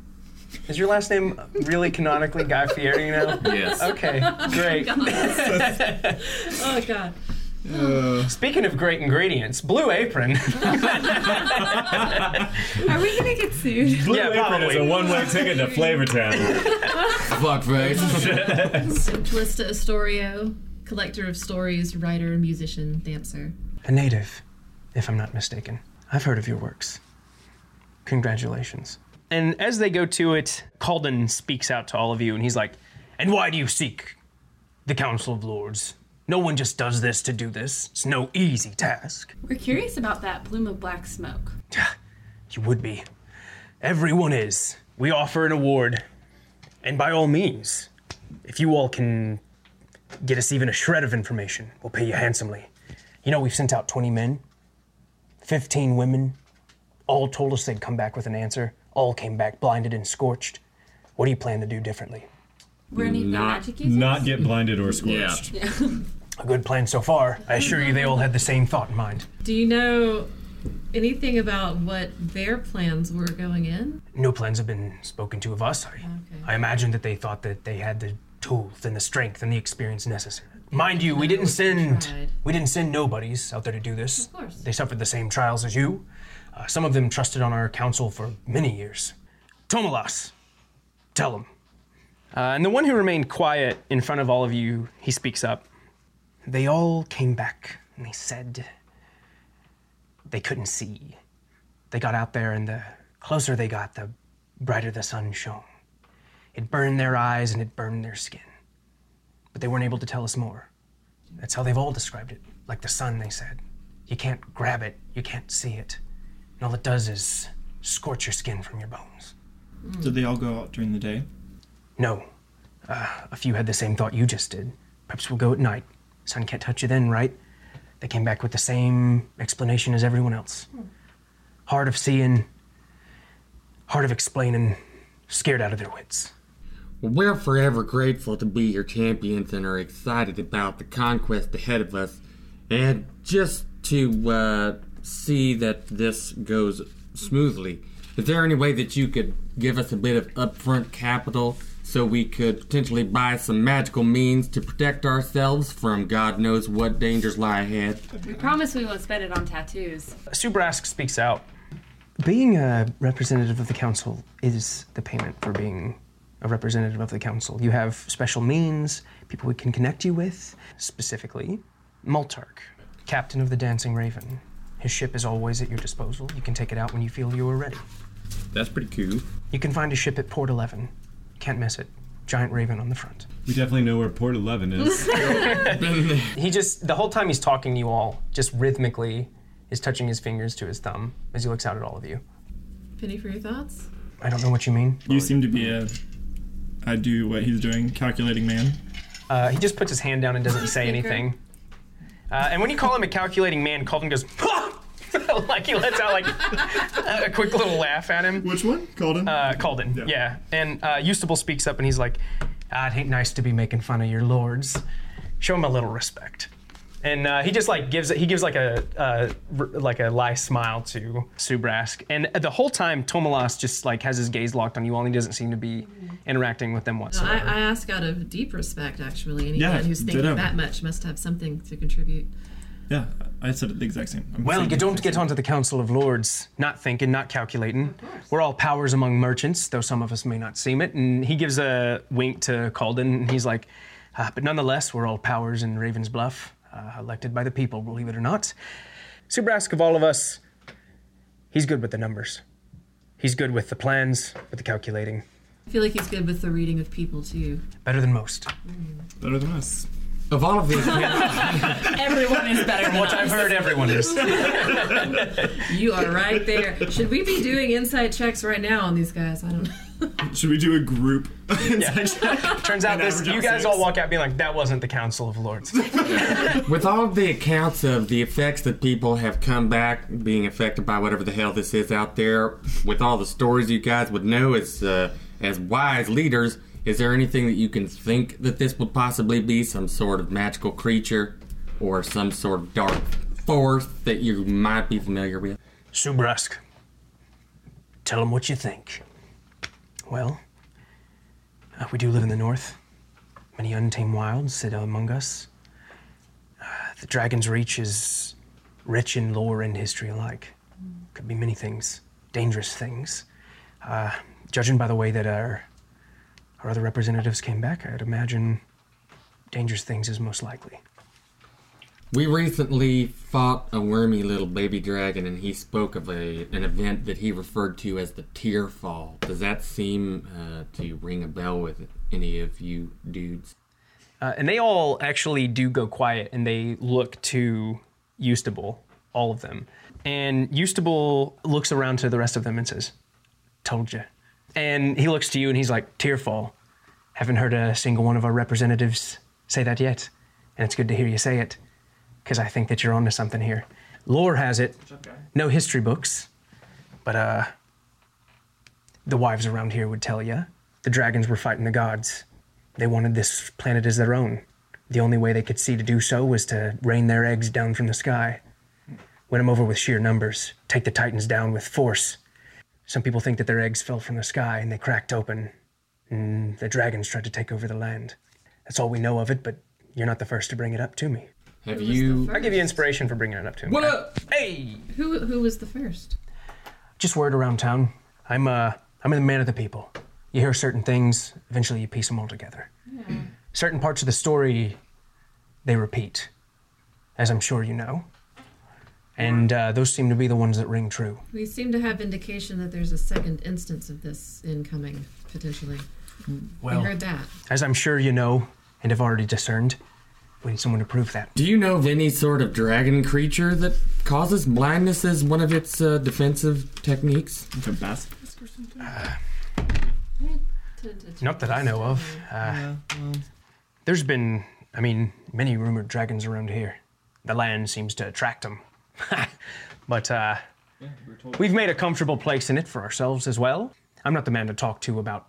Speaker 5: Is your last name really canonically Guy
Speaker 2: *laughs*
Speaker 5: Fieri now?
Speaker 2: Yes.
Speaker 5: Okay, great.
Speaker 6: oh god.
Speaker 7: Uh,
Speaker 5: Speaking of great ingredients, Blue Apron. *laughs*
Speaker 11: Are we gonna get sued?
Speaker 12: Blue
Speaker 5: Yeah,
Speaker 12: Apron is
Speaker 5: probably.
Speaker 12: a one-way ticket to
Speaker 5: *laughs*
Speaker 12: Flavor Town. *laughs*
Speaker 2: Fuckface.
Speaker 6: Calista Astorio, collector of stories, writer, musician, dancer.
Speaker 5: A native, if I'm not mistaken. I've heard of your works. Congratulations. And as they go to it, Calden speaks out to all of you and he's like, And why do you seek the Council of Lords? No one just does this to do this. It's no easy task.
Speaker 11: We're curious about that plume of black smoke.
Speaker 5: You would be. Everyone is. We offer an award. And by all means, if you all can get us even a shred of information, we'll pay you handsomely. You know, we've sent out 20 men, 15 women. All told us they'd come back with an answer. All came back blinded and scorched. What do you plan to do differently?
Speaker 11: We're any
Speaker 2: Not-
Speaker 11: magic users?
Speaker 3: Not get blinded or
Speaker 2: yeah.
Speaker 3: scorched.
Speaker 5: A good plan so far. I assure you they all had the same thought in mind.
Speaker 6: Do you know anything about what their plans were going in?
Speaker 5: No plans have been spoken to of us. I, I imagine that they thought that they had the tools and the strength and the experience necessary. Mind you, we didn't send
Speaker 6: tried.
Speaker 5: we didn't send nobodies out there to do this. Of
Speaker 6: course.
Speaker 5: they suffered the same trials as you. Uh, some of them trusted on our counsel for many years. Tomalas, tell them. Uh, and the one who remained quiet in front of all of you, he speaks up. They all came back and they said they couldn't see. They got out there, and the closer they got, the brighter the sun shone. It burned their eyes and it burned their skin. But they weren't able to tell us more. That's how they've all described it. Like the sun, they said. You can't grab it, you can't see it. And all it does is scorch your skin from your bones.
Speaker 7: Did they all go out during the day?
Speaker 5: No. Uh, a few had the same thought you just did. Perhaps we'll go at night. Sun can't touch you then, right? They came back with the same explanation as everyone else. Hard of seeing, hard of explaining, scared out of their wits.
Speaker 2: We're forever grateful to be your champions and are excited about the conquest ahead of us. And just to uh, see that this goes smoothly, is there any way that you could give us a bit of upfront capital so we could potentially buy some magical means to protect ourselves from God knows what dangers lie ahead.
Speaker 11: We promise we won't spend it on tattoos.
Speaker 5: Sue Brask speaks out. Being a representative of the council is the payment for being a representative of the council. You have special means, people we can connect you with, specifically Multark, captain of the Dancing Raven. His ship is always at your disposal. You can take it out when you feel you are ready.
Speaker 2: That's pretty cool.
Speaker 5: You can find a ship at Port 11. Can't miss it. Giant Raven on the front.
Speaker 12: We definitely know where Port 11
Speaker 2: *laughs*
Speaker 12: is.
Speaker 5: he just, the whole time he's talking to you all, just rhythmically is touching his fingers to his thumb as he looks out at all of you.
Speaker 6: Penny for your thoughts?
Speaker 5: I don't know what you mean.
Speaker 7: You seem to be a. I do what he's doing, calculating man.
Speaker 5: Uh, he just puts his hand down and
Speaker 6: *laughs*
Speaker 5: doesn't say anything. Uh, and when you call him a calculating man, Calvin goes, *laughs* "Ha!" like he lets out like a quick little laugh at him.
Speaker 7: Which one? Calden?
Speaker 5: Uh, Calden, yeah. And uh, Eustable speaks up and he's like, ah, it ain't nice to be making fun of your lords. Show him a little respect. And uh, he just like gives he gives like a uh, r- like a wry smile to Subrask, and the whole time Tomalas just like has his gaze locked on you all, and he doesn't seem to be interacting with them
Speaker 6: No, I,
Speaker 5: whatsoever.
Speaker 6: I ask out of deep respect, actually. Anyone
Speaker 7: Yeah,
Speaker 6: who's thinking
Speaker 7: ditto.
Speaker 6: that much must have something to contribute.
Speaker 7: Yeah, I said it the exact same. I'm
Speaker 5: Well,
Speaker 7: saying
Speaker 5: you
Speaker 7: the
Speaker 5: don't
Speaker 7: exact
Speaker 5: get onto the Council of Lords not thinking, not calculating. We're all powers among merchants, though some of us may not seem it. And he gives a wink to Calden, and he's like, "Ah, but nonetheless, we're all powers in Raven's Bluff, uh, elected by the people, believe it or not. Subrask, of all of us, he's good with the numbers. He's good with the plans, with the calculating.
Speaker 6: I feel like he's good with the reading of people, too.
Speaker 5: Better than most.
Speaker 7: Better than us.
Speaker 2: Of all of these,
Speaker 6: Everyone is better *laughs*
Speaker 5: From what I've heard, everyone is.
Speaker 6: You are right there. Should we be doing inside checks right now on these guys? I don't know.
Speaker 7: Should we do a group? *laughs*
Speaker 5: Turns
Speaker 7: And
Speaker 5: out this,
Speaker 7: average
Speaker 5: you
Speaker 7: out
Speaker 5: guys
Speaker 7: six.
Speaker 5: all walk out being like, that wasn't the Council of Lords.
Speaker 2: With all of the accounts of the effects that people have come back being affected by whatever the hell this is out there, with all the stories you guys would know as uh, as wise leaders, is there anything that you can think that this would possibly be some sort of magical creature or some sort of dark force that you might be familiar with?
Speaker 5: Subrask, tell them what you think. Well, uh, we do live in the north. Many untamed wilds sit among us. Uh, the Dragon's Reach is rich in lore and history alike. Could be many things, dangerous things. Uh, judging by the way that our, our other representatives came back, I'd imagine dangerous things is most likely.
Speaker 2: We recently fought a wormy little baby dragon, and he spoke of a an event that he referred to as the tear fall. Does that seem uh, to ring a bell with any of you dudes?
Speaker 5: Uh, and they all actually do go quiet and they look to Eustable, all of them. And Eustable looks around to the rest of them and says, Told you. And he looks to you and he's like, Tearfall. Haven't heard a single one of our representatives say that yet. And it's good to hear you say it because I think that you're onto something here. Lore has it, no history books, but uh, the wives around here would tell you the dragons were fighting the gods. They wanted this planet as their own. The only way they could see to do so was to rain their eggs down from the sky. Win them over with sheer numbers, take the titans down with force. Some people think that their eggs fell from the sky and they cracked open, and the dragons tried to take over the land. That's all we know of it, but you're not the first to bring it up to me.
Speaker 2: Have you?
Speaker 5: I give you inspiration for bringing it up to me.
Speaker 2: What up?
Speaker 5: uh, Hey!
Speaker 6: Who who was the first?
Speaker 5: Just word around town. I'm uh, I'm the man of the people. You hear certain things, eventually you piece them all together. Certain parts of the story, they repeat, as I'm sure you know. And uh, those seem to be the ones that ring true.
Speaker 6: *laughs* We seem to have indication that there's a second instance of this incoming potentially.
Speaker 5: Well-
Speaker 6: we heard that.
Speaker 5: As I'm sure you know and have already discerned, we need someone to prove that.
Speaker 2: Do you know of any sort of dragon creature that causes blindness as one of its uh, defensive techniques?
Speaker 7: Like a bass.
Speaker 5: Not that I know of. Uh, There's been, I mean, many rumored dragons around here. The land seems to attract them. *laughs* but uh, we've made a comfortable place in it for ourselves as well. I'm not the man to talk to about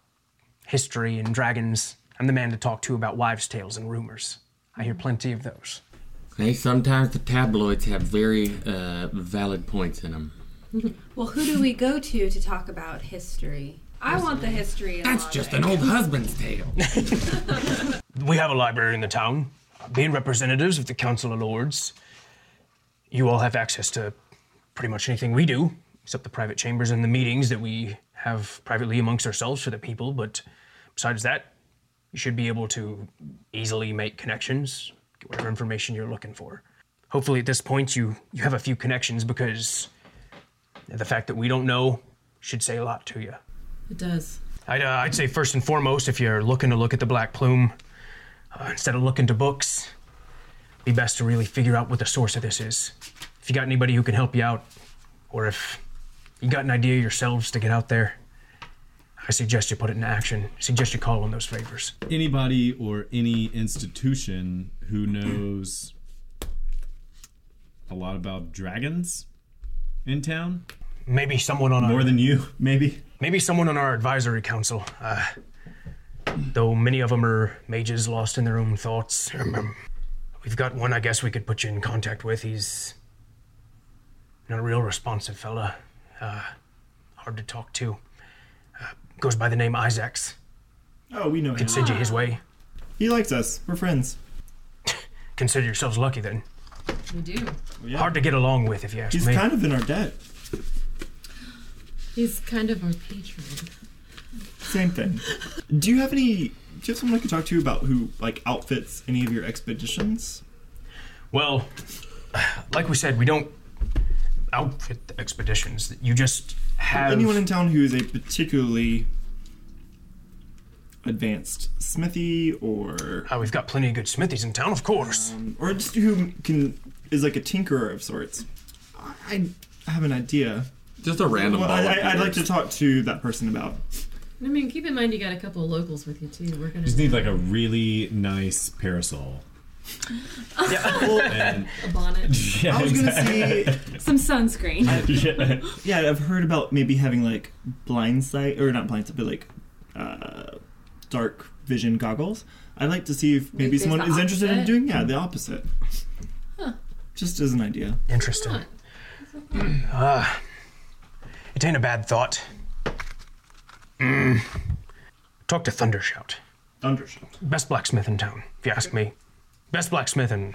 Speaker 5: history and dragons. I'm the man to talk to about wives' tales and rumors. I hear plenty of those.
Speaker 2: Hey, sometimes the tabloids have very uh, valid points in them.
Speaker 11: Well, who do we go to to talk about history? I want the history. And
Speaker 2: That's just an old husband's tale.
Speaker 5: We have a library in the town. Being representatives of the Council of Lords, you all have access to pretty much anything we do, except the private chambers and the meetings that we have privately amongst ourselves for the people. But besides that, you should be able to easily make connections, get whatever information you're looking for. Hopefully, at this point, you, you have a few connections because the fact that we don't know should say a lot to you.
Speaker 6: It does.
Speaker 5: I'd, uh, I'd say first and foremost, if you're looking to look at the Black Plume, uh, instead of looking to books, be best to really figure out what the source of this is. If you got anybody who can help you out, or if you got an idea yourselves to get out there, I suggest you put it into action. I suggest you call on those favors.
Speaker 13: Anybody or any institution who knows a lot about dragons in town?
Speaker 5: Maybe someone on
Speaker 13: More
Speaker 5: our,
Speaker 13: than you, maybe.
Speaker 5: Maybe someone on our advisory council. Uh, though many of them are mages lost in their own thoughts. We've got one I guess we could put you in contact with. He's not a real responsive fella. Uh, hard to talk to. Uh, goes by the name Isaacs.
Speaker 7: Oh, we know him.
Speaker 5: Can send you his way.
Speaker 7: He likes us. We're friends.
Speaker 5: Consider yourselves lucky then.
Speaker 6: We do.
Speaker 5: Hard to get along with if you ask
Speaker 7: Oh, He's
Speaker 5: me.
Speaker 7: kind of in our debt.
Speaker 6: He's kind of our patron.
Speaker 7: Same thing. Do you have any? Do you have someone I could talk to about who like outfits any of your expeditions?
Speaker 5: Well, like we said, we don't outfit the expeditions. You just have
Speaker 7: anyone in town who is a particularly advanced smithy or
Speaker 5: Oh, we've got plenty of good smithies in town, of course.
Speaker 7: or just who can is like a tinkerer of sorts. I I have an idea.
Speaker 2: Just a random
Speaker 7: Well,
Speaker 2: ball
Speaker 7: I,
Speaker 2: up
Speaker 7: I, I'd like
Speaker 2: yours.
Speaker 7: to talk to that person about.
Speaker 6: I mean, keep in mind you got a couple of locals with you too. We're gonna
Speaker 13: Just need like a really nice parasol. And-
Speaker 6: a bonnet.
Speaker 13: *laughs* Yeah,
Speaker 7: I was gonna say
Speaker 13: exactly.
Speaker 11: Some sunscreen.
Speaker 13: yeah.
Speaker 7: yeah, I've heard about maybe having like blind sight or not blind sight, but like uh, dark vision goggles. I'd like to see if maybe
Speaker 6: there's
Speaker 7: someone
Speaker 6: the
Speaker 7: is interested in
Speaker 6: opposite?
Speaker 7: doing yeah the opposite. Just as an idea.
Speaker 5: Interesting. Uh, it ain't a bad thought. Mm. Talk to Thundershout.
Speaker 7: Thundershout.
Speaker 5: Best blacksmith in town, if you ask me. Best blacksmith in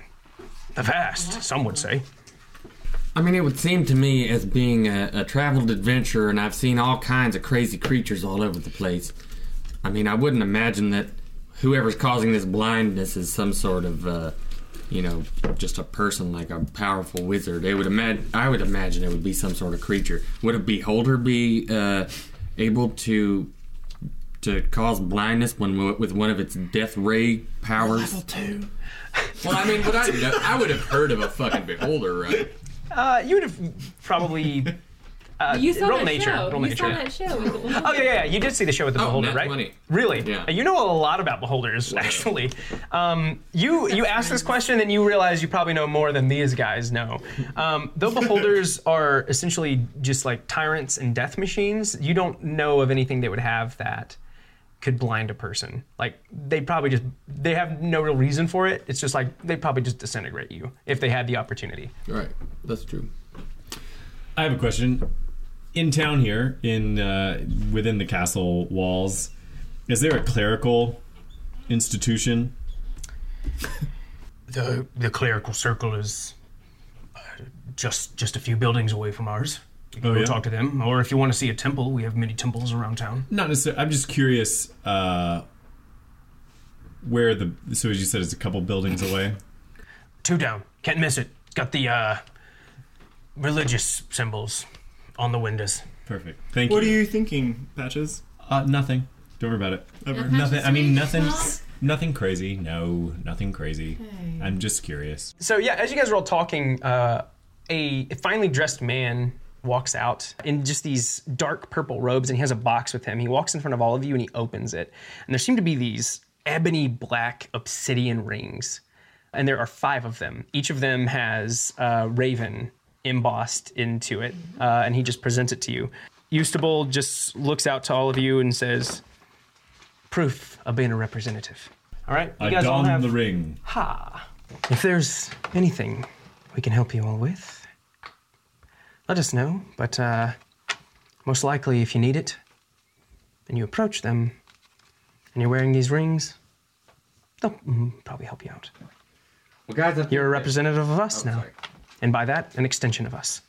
Speaker 5: the vast, some would say.
Speaker 2: I mean, it would seem to me as being a, a traveled adventurer, and I've seen all kinds of crazy creatures all over the place. I mean, I wouldn't imagine that whoever's causing this blindness is some sort of, uh, you know, just a person like a powerful wizard. It would imagine. I would imagine it would be some sort of creature. Would a beholder be uh, able to to cause blindness when with one of its death ray powers? Level
Speaker 7: two.
Speaker 2: Well, I mean, would I? Know? I would have heard of a fucking beholder, right?
Speaker 5: Uh, you would have probably. Uh,
Speaker 11: You saw
Speaker 5: roll
Speaker 11: that
Speaker 5: nature.
Speaker 11: show.
Speaker 5: Roll
Speaker 11: you
Speaker 5: nature.
Speaker 11: saw that show. with the little-
Speaker 5: *laughs* Oh yeah, yeah, yeah. You did see the show with the
Speaker 2: Oh,
Speaker 5: beholder,
Speaker 2: nat
Speaker 5: right?
Speaker 2: 20.
Speaker 5: Really?
Speaker 2: Yeah.
Speaker 5: You know a lot about beholders, actually. Um, you you ask this question and you realize you probably know more than these guys know. Um,
Speaker 2: *laughs*
Speaker 5: though beholders are essentially just like tyrants and death machines, you don't know of anything that would have that could blind a person. Like they probably just they have no real reason for it. It's just like they probably just disintegrate you if they had the opportunity.
Speaker 2: Right. That's true.
Speaker 13: I have a question. In town here, in uh, within the castle walls, is there a clerical institution?
Speaker 5: The the clerical circle is uh, just just a few buildings away from ours. You can
Speaker 13: Oh,
Speaker 5: go
Speaker 13: yeah?
Speaker 5: talk to them, or if you want to see a temple, we have many temples around town.
Speaker 13: Not necessarily. I'm just curious uh, where the. So as you said, it's a couple buildings away.
Speaker 5: Two down, can't miss it. It's got the uh, religious symbols on the windows.
Speaker 13: Perfect. Thank
Speaker 7: What are
Speaker 13: you.
Speaker 7: you thinking, Patches?
Speaker 13: Uh, nothing. Don't worry about it.
Speaker 7: Ever.
Speaker 13: Nothing. I mean, nothing.
Speaker 6: Patches,
Speaker 13: Nothing crazy. No, nothing crazy.
Speaker 6: Okay.
Speaker 13: I'm just curious.
Speaker 5: So yeah, as you guys are all talking, uh, a finely dressed man walks out in just these dark purple robes, and he has a box with him. He walks in front of all of you, and he opens it, and there seem to be these ebony black obsidian rings, and there are five of them. Each of them has uh, raven embossed into it, uh, and he just presents it to you. Eustable just looks out to all of you and says, "Proof of being a representative." All right, you
Speaker 13: I
Speaker 5: guys all
Speaker 13: don
Speaker 5: have
Speaker 13: the ring.
Speaker 5: Ha! If there's anything we can help you all with, let us know. But uh, most likely, if you need it, and you approach them, and you're wearing these rings, they'll mm, probably help you out.
Speaker 12: Well, guys,
Speaker 5: you're a representative of us now, and by that, an extension of us.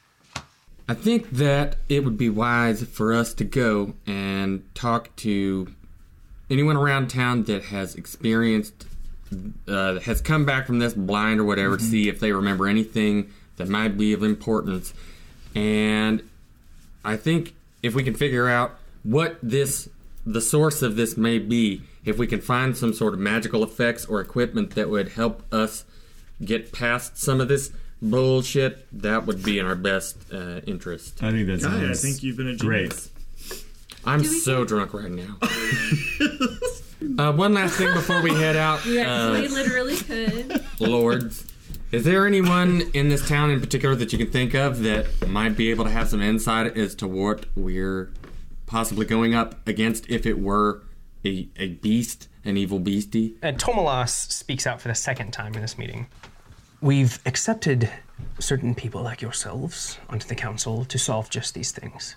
Speaker 12: I think that it would be wise for us to go and talk to anyone around town that has experienced, uh, has come back from this blind or whatever, to
Speaker 14: Mhm.
Speaker 12: see if they remember anything that might be of importance. And I think if we can figure out what this, the source of this may be, if we can find some sort of magical effects or equipment that would help us get past some of this bullshit, that would be in our best uh, interest.
Speaker 15: I think that's
Speaker 7: God, I think you've been a genius.
Speaker 12: I'm so drunk
Speaker 6: *laughs*
Speaker 12: right now. uh, one last thing before we head out,
Speaker 6: You actually
Speaker 12: uh,
Speaker 6: literally could.
Speaker 12: lords. Is there anyone in this town in particular that you can think of that might be able to have some insight as to what we're possibly going up against if it were a, a beast, an evil beastie?
Speaker 5: And Tomalas speaks out for the second time in this meeting. We've accepted certain people like yourselves onto the council to solve just these things.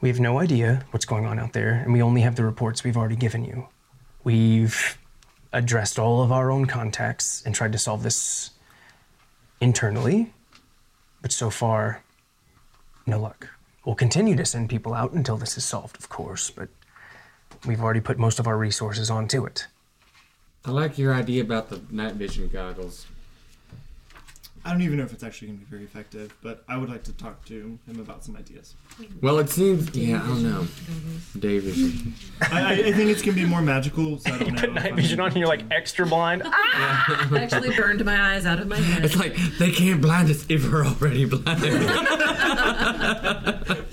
Speaker 5: We have no idea what's going on out there, and we only have the reports we've already given you. We've *laughs* addressed all of our own contacts and tried to solve this internally, but so far, no luck. We'll continue to send people out until this is solved, of course, but we've already put most of our resources onto it.
Speaker 12: I like your idea about the night vision goggles.
Speaker 7: I don't even know if it's actually going to be very effective, but I would like to talk to him about some ideas.
Speaker 12: Well, it seems. Yeah, I don't know. Day vision.
Speaker 7: I, I, I think it's going to be more magical, so I *laughs* don't know.
Speaker 5: night vision on and you're like extra blind.
Speaker 6: actually burned my eyes out of my head.
Speaker 12: It's like they can't blind us if we're
Speaker 6: *laughs*
Speaker 12: already blind.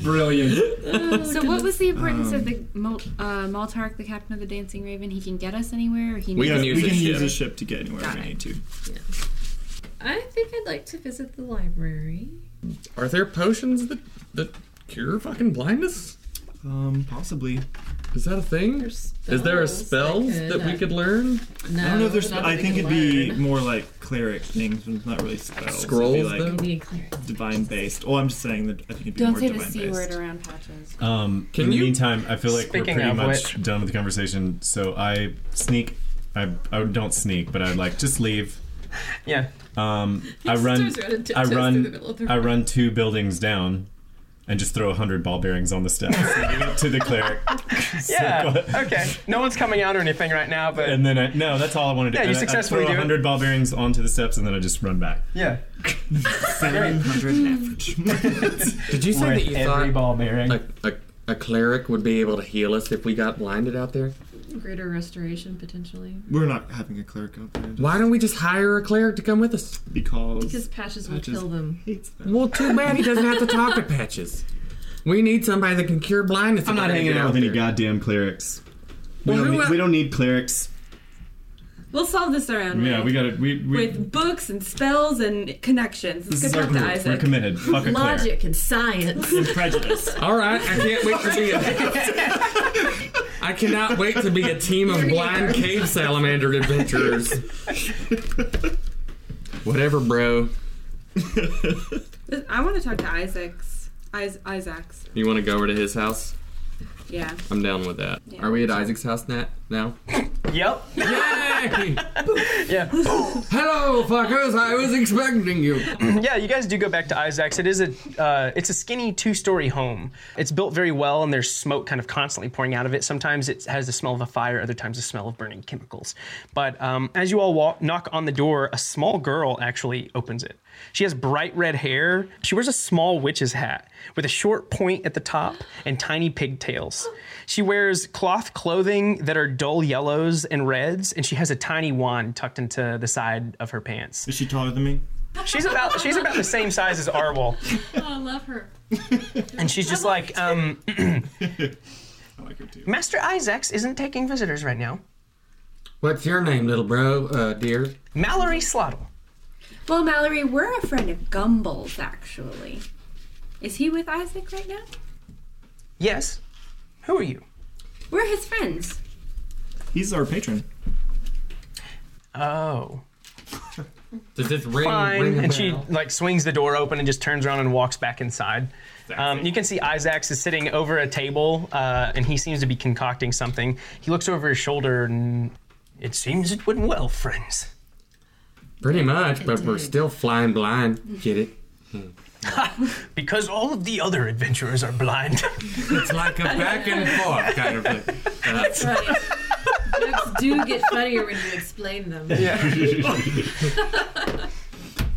Speaker 12: Brilliant.
Speaker 13: Oh,
Speaker 11: so what was the importance
Speaker 13: Um,
Speaker 11: of the Mol- uh, Maltark, the captain of the Dancing Raven? He can get us anywhere. Or he
Speaker 7: We
Speaker 11: knows-
Speaker 7: can, use, we can use his ship to get anywhere
Speaker 11: Got
Speaker 7: we
Speaker 11: it.
Speaker 7: need to.
Speaker 6: I think I'd like to visit the library.
Speaker 12: Are there potions that that cure fucking blindness?
Speaker 7: Um, possibly.
Speaker 12: Is that a thing? Is there a spells
Speaker 7: could,
Speaker 12: that we
Speaker 7: uh,
Speaker 12: could learn?
Speaker 7: I don't know if there's.
Speaker 6: not that
Speaker 7: I
Speaker 6: we
Speaker 7: think
Speaker 6: can
Speaker 7: it'd be more like cleric things, and not really spells. It'd
Speaker 12: Scrolls,
Speaker 7: be like
Speaker 12: though?
Speaker 6: Be a cleric.
Speaker 7: divine based. Well, I'm just saying that I think it'd be
Speaker 11: Don't
Speaker 7: more
Speaker 11: say the
Speaker 7: divine
Speaker 11: c
Speaker 7: based.
Speaker 11: word around patches.
Speaker 13: Um,
Speaker 7: Can
Speaker 13: in the
Speaker 7: you-
Speaker 13: meantime, I feel like we're
Speaker 7: Speaking
Speaker 13: pretty
Speaker 7: of
Speaker 13: much done with the conversation. So I sneak. I, I don't sneak, but I like just leave.
Speaker 5: Yeah.
Speaker 13: Um, I
Speaker 6: Just
Speaker 13: run.
Speaker 6: throws her out of t-
Speaker 13: I
Speaker 6: just through the
Speaker 13: run.
Speaker 6: middle of the
Speaker 13: I
Speaker 6: room.
Speaker 13: run two buildings down, and just throw a hundred ball bearings on
Speaker 5: *laughs*
Speaker 13: the steps leading up to the cleric.
Speaker 5: Yeah. okay. No one's coming out or anything right now, but
Speaker 13: And then I, no, that's all I want to do.
Speaker 5: Yeah, you
Speaker 13: And I-
Speaker 5: successfully
Speaker 13: I throw
Speaker 5: do it.
Speaker 13: hundred ball bearings onto the steps, and then I just run back.
Speaker 5: yeah.
Speaker 7: Seven hundred average.
Speaker 12: Did you say
Speaker 7: We're
Speaker 12: that
Speaker 7: at
Speaker 12: you
Speaker 7: every
Speaker 12: thought
Speaker 7: ball bearing.
Speaker 12: A, a, a cleric would be able to heal us if we got blinded out there?
Speaker 6: Greater restoration potentially.
Speaker 7: We're not having a cleric out there.
Speaker 12: Why don't we just hire a cleric to come with us?
Speaker 7: Because
Speaker 6: Because patches will
Speaker 12: Patches
Speaker 6: kill them.
Speaker 12: Well, too bad he doesn't have to talk to Patches. We need somebody that can cure blindness.
Speaker 15: I'm
Speaker 12: if
Speaker 15: not
Speaker 12: we're gonna
Speaker 15: hanging
Speaker 12: get
Speaker 15: out with any
Speaker 12: there.
Speaker 15: goddamn clerics. We,
Speaker 11: Well,
Speaker 15: don't,
Speaker 11: who
Speaker 15: need,
Speaker 11: el-
Speaker 15: we don't need clerics.
Speaker 11: We'll solve this around.
Speaker 15: Yeah, we
Speaker 13: gotta. We,
Speaker 11: with books and spells and connections. Let's
Speaker 13: This is
Speaker 11: go
Speaker 13: our
Speaker 11: talk to
Speaker 13: group.
Speaker 11: Isaac.
Speaker 13: We're committed. Fuck a cleric.
Speaker 6: Logic and science.
Speaker 7: prejudice.
Speaker 12: All right, I can't wait to be a. I cannot wait to be a team of blind cave salamander adventurers. Whatever, bro.
Speaker 11: This- *laughs* I want to talk to Isaac's. Is- Isaac's.
Speaker 12: You want to go over to his house?
Speaker 11: Yeah.
Speaker 12: I'm down with that.
Speaker 11: Yeah.
Speaker 12: Are we at Isaac's house na- now?
Speaker 5: Yep.
Speaker 1: *laughs*
Speaker 12: Yay!
Speaker 5: yeah.
Speaker 12: Hello, fuckers. I was expecting you.
Speaker 5: yeah, you guys do go back to Isaac's. It is a uh, it's a skinny two story home. It's built very well, and there's smoke kind of constantly pouring out of it. Sometimes it has the smell of a fire, other times the smell of burning chemicals. But um, as you all walk, knock on the door, a small girl actually opens it. She has bright red hair. She wears a small witch's hat with a short point at the top and tiny pigtails. She wears cloth clothing that are dull yellows and reds, and she has a tiny wand tucked into the side of her pants.
Speaker 7: Is she taller than me?
Speaker 5: She's about she's about the same size as Arwol,
Speaker 6: Oh, I love her.
Speaker 5: and she's just like, um,
Speaker 7: like her too.
Speaker 5: Master Isaacs isn't taking visitors right now.
Speaker 12: What's your name, little bro, uh, dear?
Speaker 5: Mallory Slottle.
Speaker 11: Well, Mallory, we're a friend of Gumble's actually. Is he with Isaac right now?
Speaker 5: Yes. Who are you?
Speaker 11: We're his friends.
Speaker 7: He's our patron.
Speaker 5: Oh.
Speaker 2: Does this ring?
Speaker 1: fine.
Speaker 2: ring a
Speaker 1: and she
Speaker 2: bell?
Speaker 1: like swings the door open and just turns around and walks back inside. Um, you can see Isaacs is sitting over a table, uh, and he seems to be concocting something. He looks over his shoulder, and it seems it went well, friends.
Speaker 2: Pretty much, but we're still flying blind. Get it?
Speaker 1: Because all of the other adventurers are blind.
Speaker 2: it's like a back and forth kind of thing. Uh,
Speaker 6: *laughs* That's right. Jokes do get funnier when you explain them.
Speaker 12: *laughs*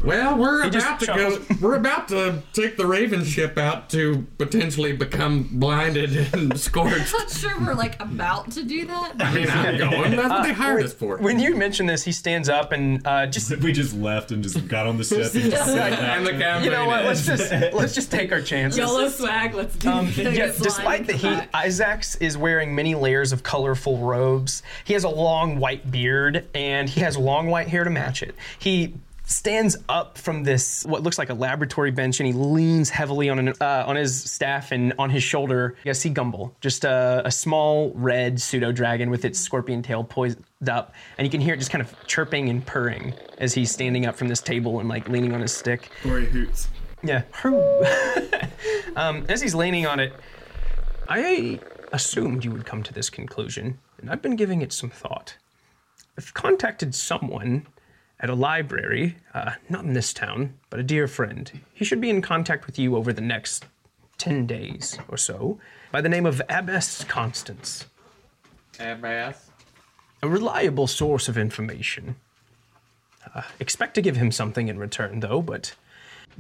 Speaker 2: well, we're
Speaker 6: He just
Speaker 2: about to go. We're about to take the Raven ship out to potentially become blinded and *laughs*
Speaker 11: I'm
Speaker 2: scorched.
Speaker 11: not sure we're like about to do that.
Speaker 2: I
Speaker 1: *laughs*
Speaker 2: mean, I'm going. That's what they hired us for.
Speaker 1: Uh, When you mention this, he stands up and uh, just
Speaker 13: *laughs* we just left and just got on the
Speaker 1: step.
Speaker 13: and just sat back.
Speaker 1: You know what? Let's just let's just take our chances.
Speaker 11: Yellow swag. Let's do
Speaker 1: Um,
Speaker 11: this.
Speaker 1: yeah, despite the heat, Isaacs is wearing many layers of colorful robes. He has a long white beard and he has long white hair to match it. He stands up from this what looks like a laboratory bench and he leans heavily on an, uh, on his staff and on his shoulder. You guys see Gumball, just a, a small red pseudo dragon with its scorpion tail poised up, and you can hear it just kind of chirping and purring as he's standing up from this table and like leaning on his stick.
Speaker 7: Ori hoots.
Speaker 1: Yeah. *laughs* um, as he's leaning on it, I assumed you would come to this conclusion, and I've been giving it some thought. I've contacted someone at a library, uh, not in this town, but a dear friend. He should be in contact with you over the next 10 days or so, by the name of Abbess Constance,
Speaker 2: Ass.
Speaker 1: a reliable source of information. Uh, expect to give him something in return, though, but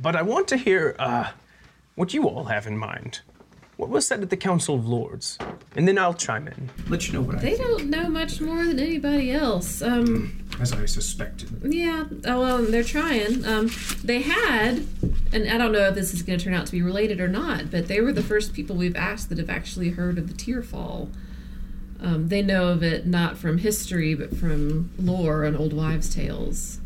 Speaker 1: but I want to hear uh, what you all have in mind. What was said at the Council of Lords, and then I'll chime in.
Speaker 16: Let you know what
Speaker 6: They don't know much more than anybody else. Um,
Speaker 16: As I suspected.
Speaker 6: yeah, oh, well, they're trying. Um, they had, and I don't know if this is going to turn out to be related or not, but they were the first people we've asked that have actually heard of the Tearfall. Um, they know of it not from history, but from lore and old wives' tales.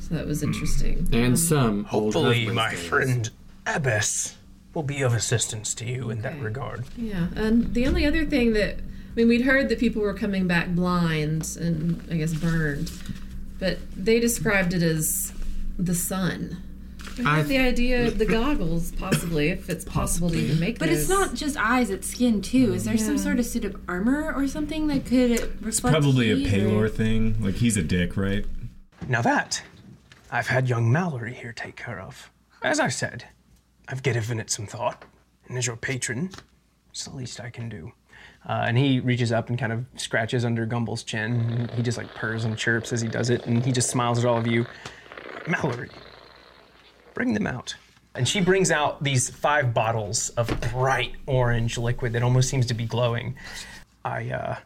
Speaker 6: So that was interesting. Um,
Speaker 2: And some. old
Speaker 1: Hopefully, my
Speaker 2: husband's
Speaker 1: friend Abbess will be of assistance to you in that regard.
Speaker 6: Yeah, and the only other thing that I mean, we'd heard that people were coming back blind and I guess burned, but they described it as the sun. I
Speaker 11: I-
Speaker 6: had the idea of the goggles, possibly, if it's possible to even make
Speaker 11: But it's
Speaker 6: those.
Speaker 11: not just eyes; it's skin too. Is there some
Speaker 6: Yeah.
Speaker 11: sort of suit of armor or something that could reflect?
Speaker 13: Probably a
Speaker 11: heat or-
Speaker 13: Palor thing. Like he's a dick, right?
Speaker 1: Now that I've had young Mallory here take care of, as I said, I've given it some thought, and as your patron, it's the least I can do. Uh, and he reaches up and kind of scratches under Gumble's chin. He just like purrs and chirps as he does it, and he just smiles at all of you. Mallory, bring them out. And she brings out these five bottles of bright orange liquid that almost seems to be glowing. I, uh,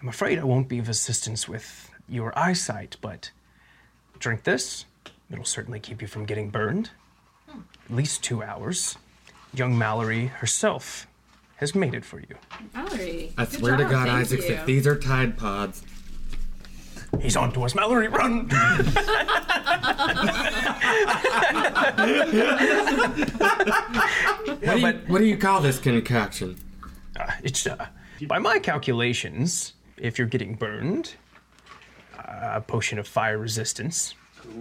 Speaker 1: I'm afraid I won't be of assistance with your eyesight, but drink this. It'll certainly keep you from getting burned. At least two hours. Young Mallory herself has made it for you.
Speaker 11: Mallory.
Speaker 2: I
Speaker 11: good
Speaker 2: swear to
Speaker 11: job,
Speaker 2: God,
Speaker 11: thank
Speaker 2: Isaac,
Speaker 11: you.
Speaker 2: if these are Tide Pods,
Speaker 1: he's on to us. Mallory, run!
Speaker 2: what, do you, what do you call this concoction?
Speaker 1: Uh, *laughs* it's uh, by my calculations, if you're getting burned, uh, a potion of fire resistance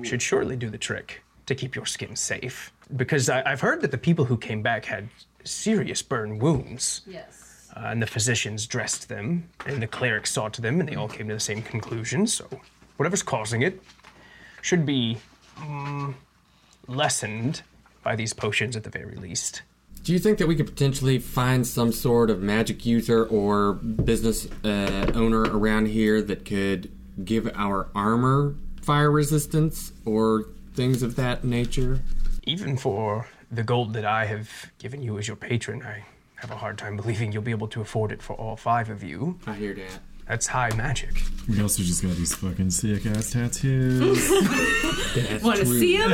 Speaker 1: should surely do the trick to keep your skin safe. Because I, I've heard that the people who came back had serious burn wounds.
Speaker 6: Yes.
Speaker 1: Uh, and the physicians dressed them, and the clerics saw to them, and they all came to the same conclusion. So, whatever's causing it should be mm, lessened by these potions at the very least.
Speaker 2: Do you think that we could potentially find some sort of magic user or business uh, owner around here that could give our armor fire resistance or things of that nature?
Speaker 1: Even for the gold that I have given you as your patron, I have a hard time believing you'll be able to afford it for all five of you.
Speaker 2: I hear that.
Speaker 1: That's high magic.
Speaker 13: We also just got these fucking sick ass tattoos.
Speaker 11: Want to
Speaker 13: true.
Speaker 11: see him?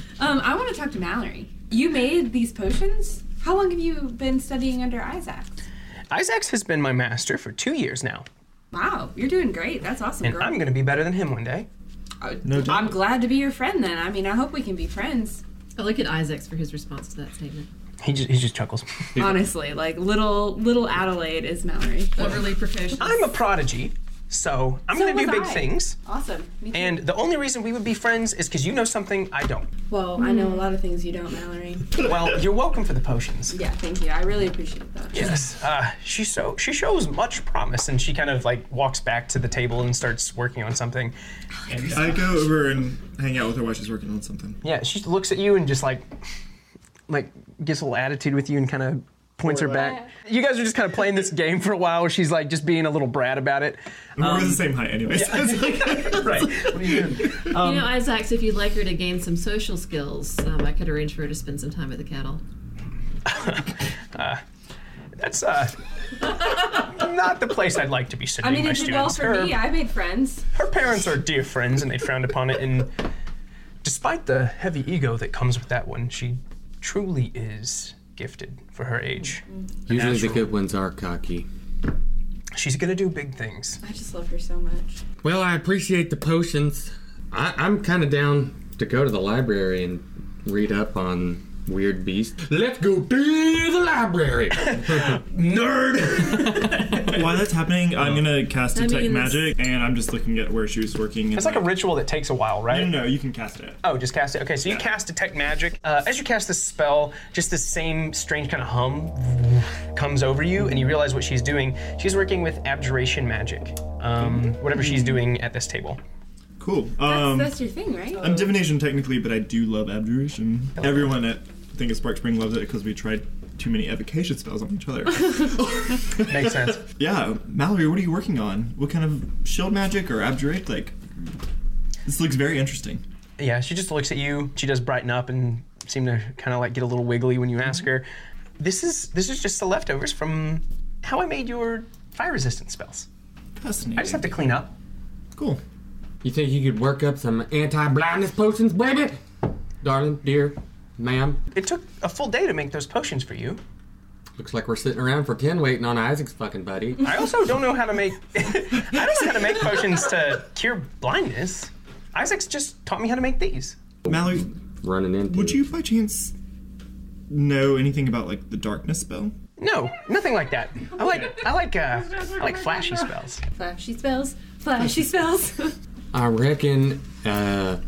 Speaker 7: *laughs*
Speaker 11: um, I want to talk to Mallory. You made these potions. How long have you been studying under Isaac?
Speaker 1: Isaacs has been my master for two years now,
Speaker 11: Wow, you're doing great. That's awesome,
Speaker 1: and
Speaker 11: girl.
Speaker 1: I'm going to be better than him one day.
Speaker 7: No doubt.
Speaker 11: I'm glad to be your friend then. I mean, I hope we can be friends.
Speaker 6: I look at Isaacs for his response to that statement.
Speaker 1: He just, he just chuckles. *laughs*
Speaker 11: Honestly, like little little Adelaide is Mallory.
Speaker 6: Overly professional.
Speaker 1: I'm a prodigy.
Speaker 5: So I'm
Speaker 11: So
Speaker 5: going to do
Speaker 11: was
Speaker 5: big
Speaker 11: I.
Speaker 5: things.
Speaker 11: Awesome. Me too.
Speaker 5: And the only reason we would be friends is because you know something I don't.
Speaker 11: well, I know a lot of things you don't, Mallory.
Speaker 5: Well, you're welcome for the potions.
Speaker 11: Yeah, thank you. I really appreciate that.
Speaker 5: Yes. Uh, she so she shows much promise, and she kind of like walks back to the table and starts working on something. And,
Speaker 7: I go over and hang out with her while she's working on something.
Speaker 5: yeah, she looks at you and just like like gets a little attitude with you and kind of points her back. You guys are just kind of playing this game for a while. Where she's like just being a little brat about it.
Speaker 7: We're the same height, anyways.
Speaker 5: *laughs*
Speaker 13: *laughs*
Speaker 5: right. What are you doing?
Speaker 6: you know, Isaac, if you'd like her to gain some social skills, um, I could arrange for her to spend some time at the cattle.
Speaker 5: Uh, that's uh, *laughs* not the place I'd like to be
Speaker 11: I
Speaker 5: sending
Speaker 11: mean,
Speaker 5: my
Speaker 11: it did well
Speaker 5: students.
Speaker 11: for me. I made friends.
Speaker 5: Her parents are dear friends, and they frowned upon it. And despite the heavy ego that comes with that one, she truly is gifted for her age.
Speaker 2: Usually
Speaker 5: Natural.
Speaker 2: the good ones are cocky.
Speaker 5: She's gonna do big things.
Speaker 11: I just love her so much.
Speaker 2: Well, I appreciate the potions. I, I'm kind of down to go to the library and read up on weird beasts. Let's go to the
Speaker 5: *laughs*
Speaker 2: library. Nerd.
Speaker 7: While that's happening, I'm gonna cast
Speaker 5: I
Speaker 7: detect
Speaker 5: mean, it's-
Speaker 7: magic, and I'm just looking at where she was working.
Speaker 5: It's like a ritual that takes a while, right?
Speaker 7: No, no, you can cast it.
Speaker 5: Oh, just cast it. Okay, so you cast Detect Magic. Uh, as you cast this spell, just this same strange kind of hum comes over you, and you realize what she's doing. She's working with abjuration magic, um, whatever she's doing at this table.
Speaker 7: Cool. Um,
Speaker 11: That's your thing, right?
Speaker 7: I'm divination technically, but I do love abjuration. Everyone at I think at Spark Spring loves it because we tried too many evocation spells on each other.
Speaker 11: *laughs*
Speaker 5: Makes sense.
Speaker 7: Yeah, Mallory, what are you working on? What kind of shield magic or abjurate? Like, this looks very interesting.
Speaker 5: Yeah, she just looks at you. She does brighten up and seem to kind of like get a little wiggly when you ask her. This is this is just the leftovers from how I made your fire resistant spells.
Speaker 7: Fascinating.
Speaker 5: I just have to clean up.
Speaker 7: Cool.
Speaker 2: You think you could work up some anti-blindness potions, baby? Darling, dear, ma'am.
Speaker 5: It took a full day to make those potions for you.
Speaker 2: Looks like we're sitting around for ten waiting on Isaac's fucking buddy.
Speaker 5: I also don't know how to make. *laughs* I don't know how to make potions to cure blindness. Isaac's just taught me how to make these.
Speaker 7: Mallory,
Speaker 2: running into.
Speaker 7: Would you by chance know anything about like the darkness spell?
Speaker 5: No, nothing like that. I like I like uh, I like flashy spells.
Speaker 11: Flashy spells. Flashy spells.
Speaker 2: I reckon. Uh,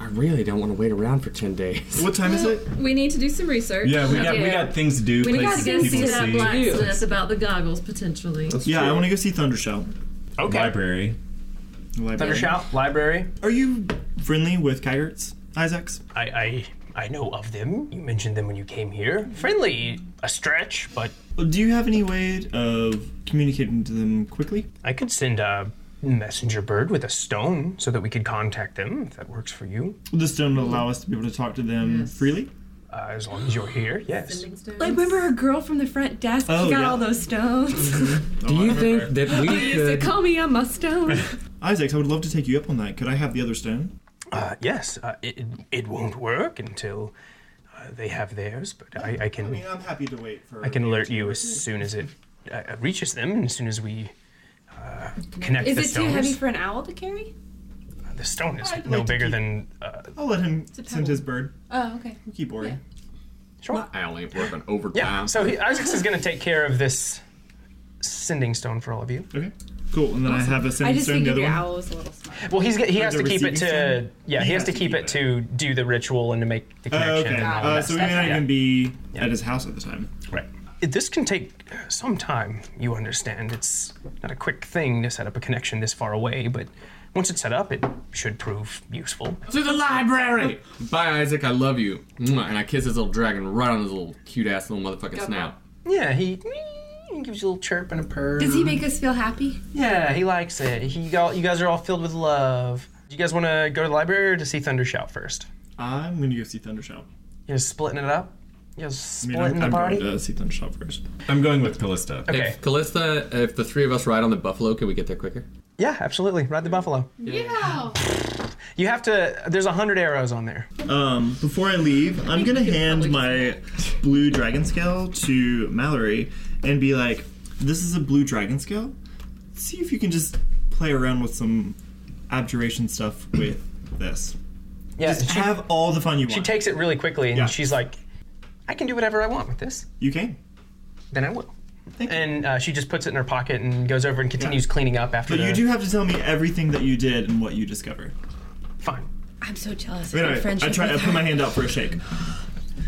Speaker 2: I really don't want to wait around for ten days.
Speaker 7: What time is it?
Speaker 6: We need to do some research.
Speaker 2: Yeah, we got- we got
Speaker 13: things to do.
Speaker 6: We need to go see that black
Speaker 13: see.
Speaker 6: list about the goggles potentially.
Speaker 7: yeah, I want to go see Thundershout.
Speaker 5: Okay.
Speaker 13: Library.
Speaker 7: Library.
Speaker 5: Thundershout library.
Speaker 7: Are you friendly with Kygerts, Isaacs?
Speaker 5: I I I know of them. You mentioned them when you came here. Friendly, a stretch, but
Speaker 7: Do you have any way of communicating to them quickly?
Speaker 5: I could send a messenger bird with a stone so that we could contact them if that works for you.
Speaker 7: Will this stone allow us to be able to talk to them freely?
Speaker 5: Uh, as long as you're
Speaker 11: *gasps*
Speaker 5: here, yes.
Speaker 11: Like, remember her girl from the front desk? She
Speaker 7: Oh,
Speaker 11: got
Speaker 7: yeah.
Speaker 11: all those
Speaker 7: *laughs*
Speaker 11: stones.
Speaker 2: Do you think that
Speaker 11: you used to call me on my stone.
Speaker 7: Isaacs, I would love to take you up on that. Could I have the other stone?
Speaker 5: Uh, yes, uh, it, it won't work until uh, they have theirs, but I, I can.
Speaker 7: I'm happy to wait for.
Speaker 5: I can alert you as soon as it uh, reaches them, and as soon as we uh, connect
Speaker 11: Is
Speaker 5: the
Speaker 11: it too
Speaker 5: stones.
Speaker 11: heavy for an owl to carry?
Speaker 5: The stone is
Speaker 11: I'd
Speaker 5: no
Speaker 11: like to
Speaker 5: bigger
Speaker 7: keep-
Speaker 5: than. Uh,
Speaker 7: I'll let him
Speaker 11: a
Speaker 7: send his bird.
Speaker 11: Oh, okay.
Speaker 7: We'll keep worrying.
Speaker 5: Sure.
Speaker 2: I only work on overtime.
Speaker 5: yeah. So he, Isaac is going to take care of this sending stone for all of you.
Speaker 7: Okay. Cool. And then I have a
Speaker 11: I
Speaker 7: sending
Speaker 11: just
Speaker 7: stone. The
Speaker 11: figured
Speaker 7: other
Speaker 11: your
Speaker 7: one.
Speaker 11: owl was a little small.
Speaker 5: Well, he's g- he
Speaker 7: Or
Speaker 5: has
Speaker 7: the
Speaker 5: to keep it
Speaker 7: receiving
Speaker 5: to
Speaker 7: stone?
Speaker 5: yeah he, has, to keep, it, to do the ritual and to make the
Speaker 7: Oh,
Speaker 5: connection.
Speaker 7: okay.
Speaker 5: and all
Speaker 7: Uh,
Speaker 5: that
Speaker 7: so we
Speaker 5: stuff.
Speaker 7: may not
Speaker 5: Yeah.
Speaker 7: even be at his house at the time.
Speaker 5: Right. This can take some time, you understand. It's not a quick thing to set up a connection this far away, but once it's set up, it should prove useful.
Speaker 2: To the library. Bye, Isaac. I love you. Mwah. And I kiss his little dragon right on his little cute ass little motherfucking snout.
Speaker 5: Yeah, he, he gives you a little chirp and a purr.
Speaker 11: Does he make us feel happy?
Speaker 5: Yeah, he likes it. He got, you guys are all filled with love. Do you guys want to go to the library or to see Thundershout first?
Speaker 7: I'm gonna go see Thundershout.
Speaker 5: You guys splitting it up? You guys
Speaker 7: I mean,
Speaker 5: splitting
Speaker 7: I'm,
Speaker 5: the
Speaker 7: I'm
Speaker 5: party?
Speaker 7: going to see Thundershout first.
Speaker 13: I'm going with Callista.
Speaker 5: Okay.
Speaker 2: If Callista, if the three of us ride on the buffalo, can we get there quicker?
Speaker 5: Yeah, absolutely. Ride the buffalo.
Speaker 11: Yeah.
Speaker 5: You have to. There's a hundred arrows on there.
Speaker 7: Um, before I leave, I'm
Speaker 11: *laughs*
Speaker 7: gonna hand my blue dragon scale to Mallory and be like, "This is a blue dragon scale. See if you can just play around with some abjuration stuff with this.
Speaker 5: Yeah,
Speaker 7: just
Speaker 5: she-
Speaker 7: have all the fun you
Speaker 5: She
Speaker 7: want.
Speaker 5: takes it really quickly, and
Speaker 7: Yeah.
Speaker 5: she's like, "I can do whatever I want with this."
Speaker 7: you can.
Speaker 5: Then I will.
Speaker 1: and uh, she just puts it in her pocket and goes over and continues cleaning up after.
Speaker 7: But
Speaker 1: the,
Speaker 7: you do have to tell me everything that you did and what you discovered.
Speaker 1: Fine.
Speaker 11: I'm so jealous
Speaker 7: Wait,
Speaker 11: of your
Speaker 7: wait, I
Speaker 11: friendship.
Speaker 7: try. I
Speaker 11: with
Speaker 7: put my
Speaker 11: her.
Speaker 7: hand out for a shake.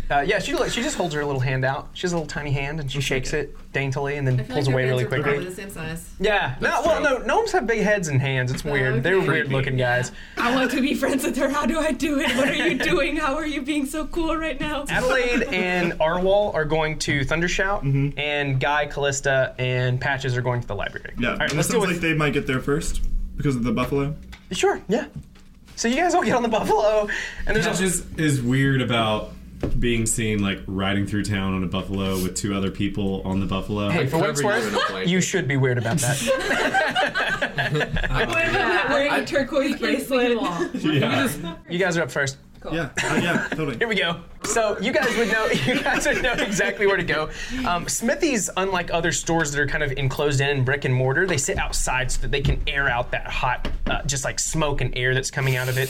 Speaker 1: Uh, yeah, she like, she just holds her little hand out. She has a little tiny hand and she shakes it daintily and then
Speaker 6: I feel
Speaker 1: pulls
Speaker 6: like
Speaker 1: away
Speaker 6: your
Speaker 1: really
Speaker 6: hands are probably
Speaker 1: quickly.
Speaker 6: the same size.
Speaker 1: Yeah. No, well, no. Gnomes have big heads and hands. It's weird. They're
Speaker 6: okay.
Speaker 1: weird looking *laughs* guys.
Speaker 11: I want to be friends with her. How do I do it? What are you doing? How are you being so cool
Speaker 7: *laughs*
Speaker 11: right now?
Speaker 1: Adelaide and Arwal are going to Thundershout, and Guy, Callista, and Patches are going to the library.
Speaker 7: Yeah.
Speaker 1: All right,
Speaker 7: and
Speaker 1: let's
Speaker 7: it
Speaker 1: deal
Speaker 7: sounds
Speaker 1: with.
Speaker 7: like they might get there first because of the buffalo.
Speaker 1: Sure. Yeah. So you guys all get on the *laughs* buffalo, and there's a,
Speaker 13: Patches is weird about being seen like riding through town on a buffalo with two other people on the buffalo.
Speaker 1: Hey, for what it's worth, you should be weird about that.
Speaker 11: What about wearing
Speaker 1: *laughs*
Speaker 11: a turquoise bracelet?
Speaker 1: You guys are up first.
Speaker 7: Yeah,
Speaker 13: Oh,
Speaker 7: uh, yeah, totally.
Speaker 1: Here we go. So you guys would know. *laughs* You guys would know exactly where to go. Um, Smithies, unlike other stores that are kind of enclosed in and brick and mortar, they sit outside so that they can air out that hot, uh, just like smoke and air that's coming out of it.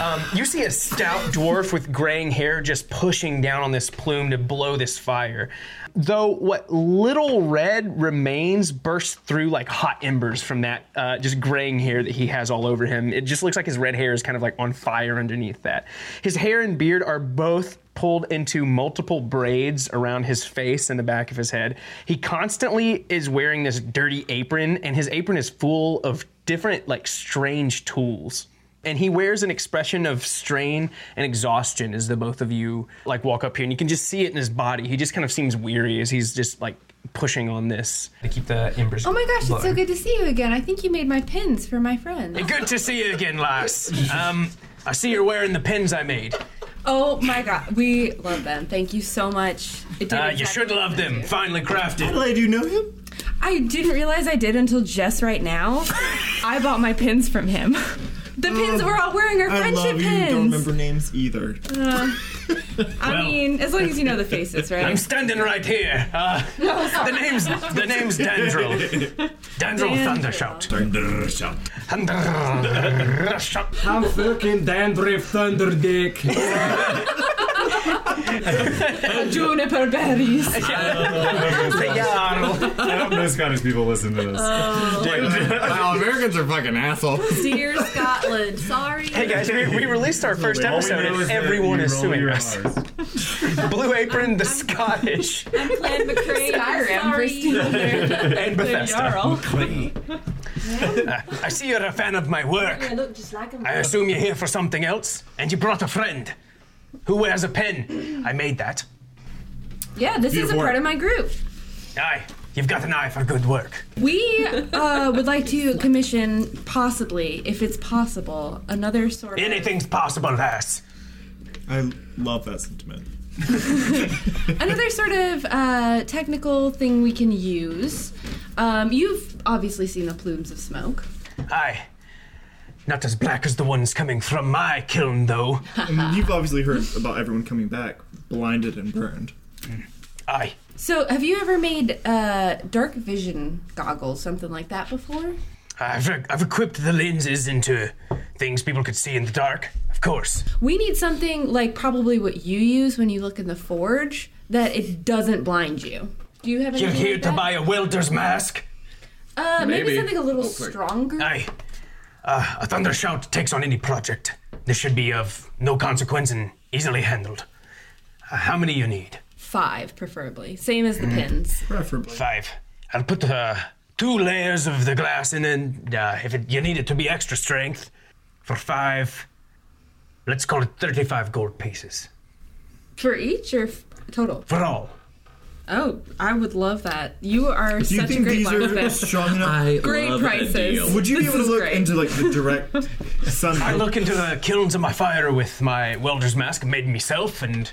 Speaker 1: Um, you see a stout dwarf with graying hair just pushing down on this plume to blow this fire. Though what little red remains bursts through like hot embers from that uh, just graying hair that he has all over him. It just looks like his red hair is kind of like on fire underneath that. His hair and beard are both pulled into multiple braids around his face and the back of his head. He constantly is wearing this dirty apron, and his apron is full of different, like, strange tools. And he wears an expression of strain and exhaustion as the both of you like walk up here, and you can just see it in his body. He just kind of seems weary as he's just like pushing on this to keep the embers.
Speaker 11: Oh my gosh, it's so
Speaker 1: glowing.
Speaker 11: good to see you again. I think you made my pins for my friends.
Speaker 1: Good to see you again, Lars. Um, I see you're wearing the pins I made. Uh,
Speaker 11: Oh my god, we love them. Thank you so much. It did
Speaker 1: Uh, you
Speaker 11: exactly-
Speaker 1: should love them. Finely crafted.
Speaker 7: Adelaide, do you know him?
Speaker 11: I didn't realize I did until just
Speaker 7: *laughs*
Speaker 11: right now. I bought my pins from him. The pins we're all wearing are
Speaker 7: I
Speaker 11: friendship
Speaker 7: love you.
Speaker 11: pins.
Speaker 7: Don't remember names either.
Speaker 11: *laughs* Uh, I mean, as long as you know the faces, right?
Speaker 1: I'm standing right here. Uh, the name's the name's Dandrel. Dandrel Thundershout.
Speaker 12: Thundershot.
Speaker 1: Thundershout.
Speaker 12: I'm fucking
Speaker 7: *laughs*
Speaker 12: Dandruff Thunderdick.
Speaker 11: Juniper berries.
Speaker 13: I don't know Scottish people listen to this.
Speaker 11: Oh.
Speaker 2: wow, Americans are fucking assholes.
Speaker 6: Dear Scotland, sorry.
Speaker 1: Hey guys, we, we released our first episode and everyone is suing us. Blue Apron, the *laughs* Scottish,
Speaker 6: I'm playing McCree.
Speaker 11: Skyrim for Steven
Speaker 1: and Bethesda.
Speaker 11: Jarl.
Speaker 1: *laughs* I see you're a fan of my work.
Speaker 17: I look just like him.
Speaker 1: I assume you're here for something else, and you brought a friend. Who wears a pen? I made that.
Speaker 11: Yeah, this is a
Speaker 7: Beautiful
Speaker 11: part
Speaker 7: work.
Speaker 11: of my group.
Speaker 1: Aye, you've got an eye for good work.
Speaker 11: We uh, would like to commission, possibly, if it's possible, another sort of
Speaker 1: Anything's possible, lass.
Speaker 7: I love that sentiment.
Speaker 11: another sort of uh, technical thing we can use. Um, you've obviously seen the plumes of smoke.
Speaker 1: Aye. Not as black as the ones coming from my kiln, though.
Speaker 7: I mean, you've obviously heard about everyone coming back blinded and burned.
Speaker 1: Aye.
Speaker 11: So, have you ever made uh, dark vision goggles, something like that, before?
Speaker 1: I've, I've equipped the lenses into things people could see in the dark, of course.
Speaker 11: We need something like probably what you use when you look in the forge that it doesn't blind you. Do you have
Speaker 1: You're
Speaker 11: anything
Speaker 1: here
Speaker 11: like
Speaker 1: to
Speaker 11: that?
Speaker 1: buy a welder's mask?
Speaker 11: Uh, maybe,
Speaker 2: Maybe. Oh,
Speaker 11: something a little
Speaker 2: Looks like-
Speaker 11: stronger.
Speaker 1: Aye. Uh, a thunder shout takes on any project. This should be of no consequence and easily handled. Uh, how many you need?
Speaker 11: Five, preferably. Same as the
Speaker 2: Mm.
Speaker 11: pins.
Speaker 7: Preferably.
Speaker 1: Five. I'll put uh, two layers of the glass in, and uh, if it, you need it to be extra strength, for five, let's call it 35 gold pieces.
Speaker 11: For each or f- total?
Speaker 1: For all.
Speaker 11: Oh, I would love that. You are
Speaker 7: Do you
Speaker 11: such a
Speaker 7: think
Speaker 11: great
Speaker 2: *laughs*
Speaker 7: these are
Speaker 11: blacksmith.
Speaker 7: strong enough?
Speaker 11: *laughs* Great prices.
Speaker 7: Would you be
Speaker 11: This
Speaker 7: able to
Speaker 11: is
Speaker 7: look
Speaker 11: great.
Speaker 7: into like the direct
Speaker 1: I
Speaker 7: sunlight?
Speaker 1: look into the kilns of my fire with my welder's mask made myself, and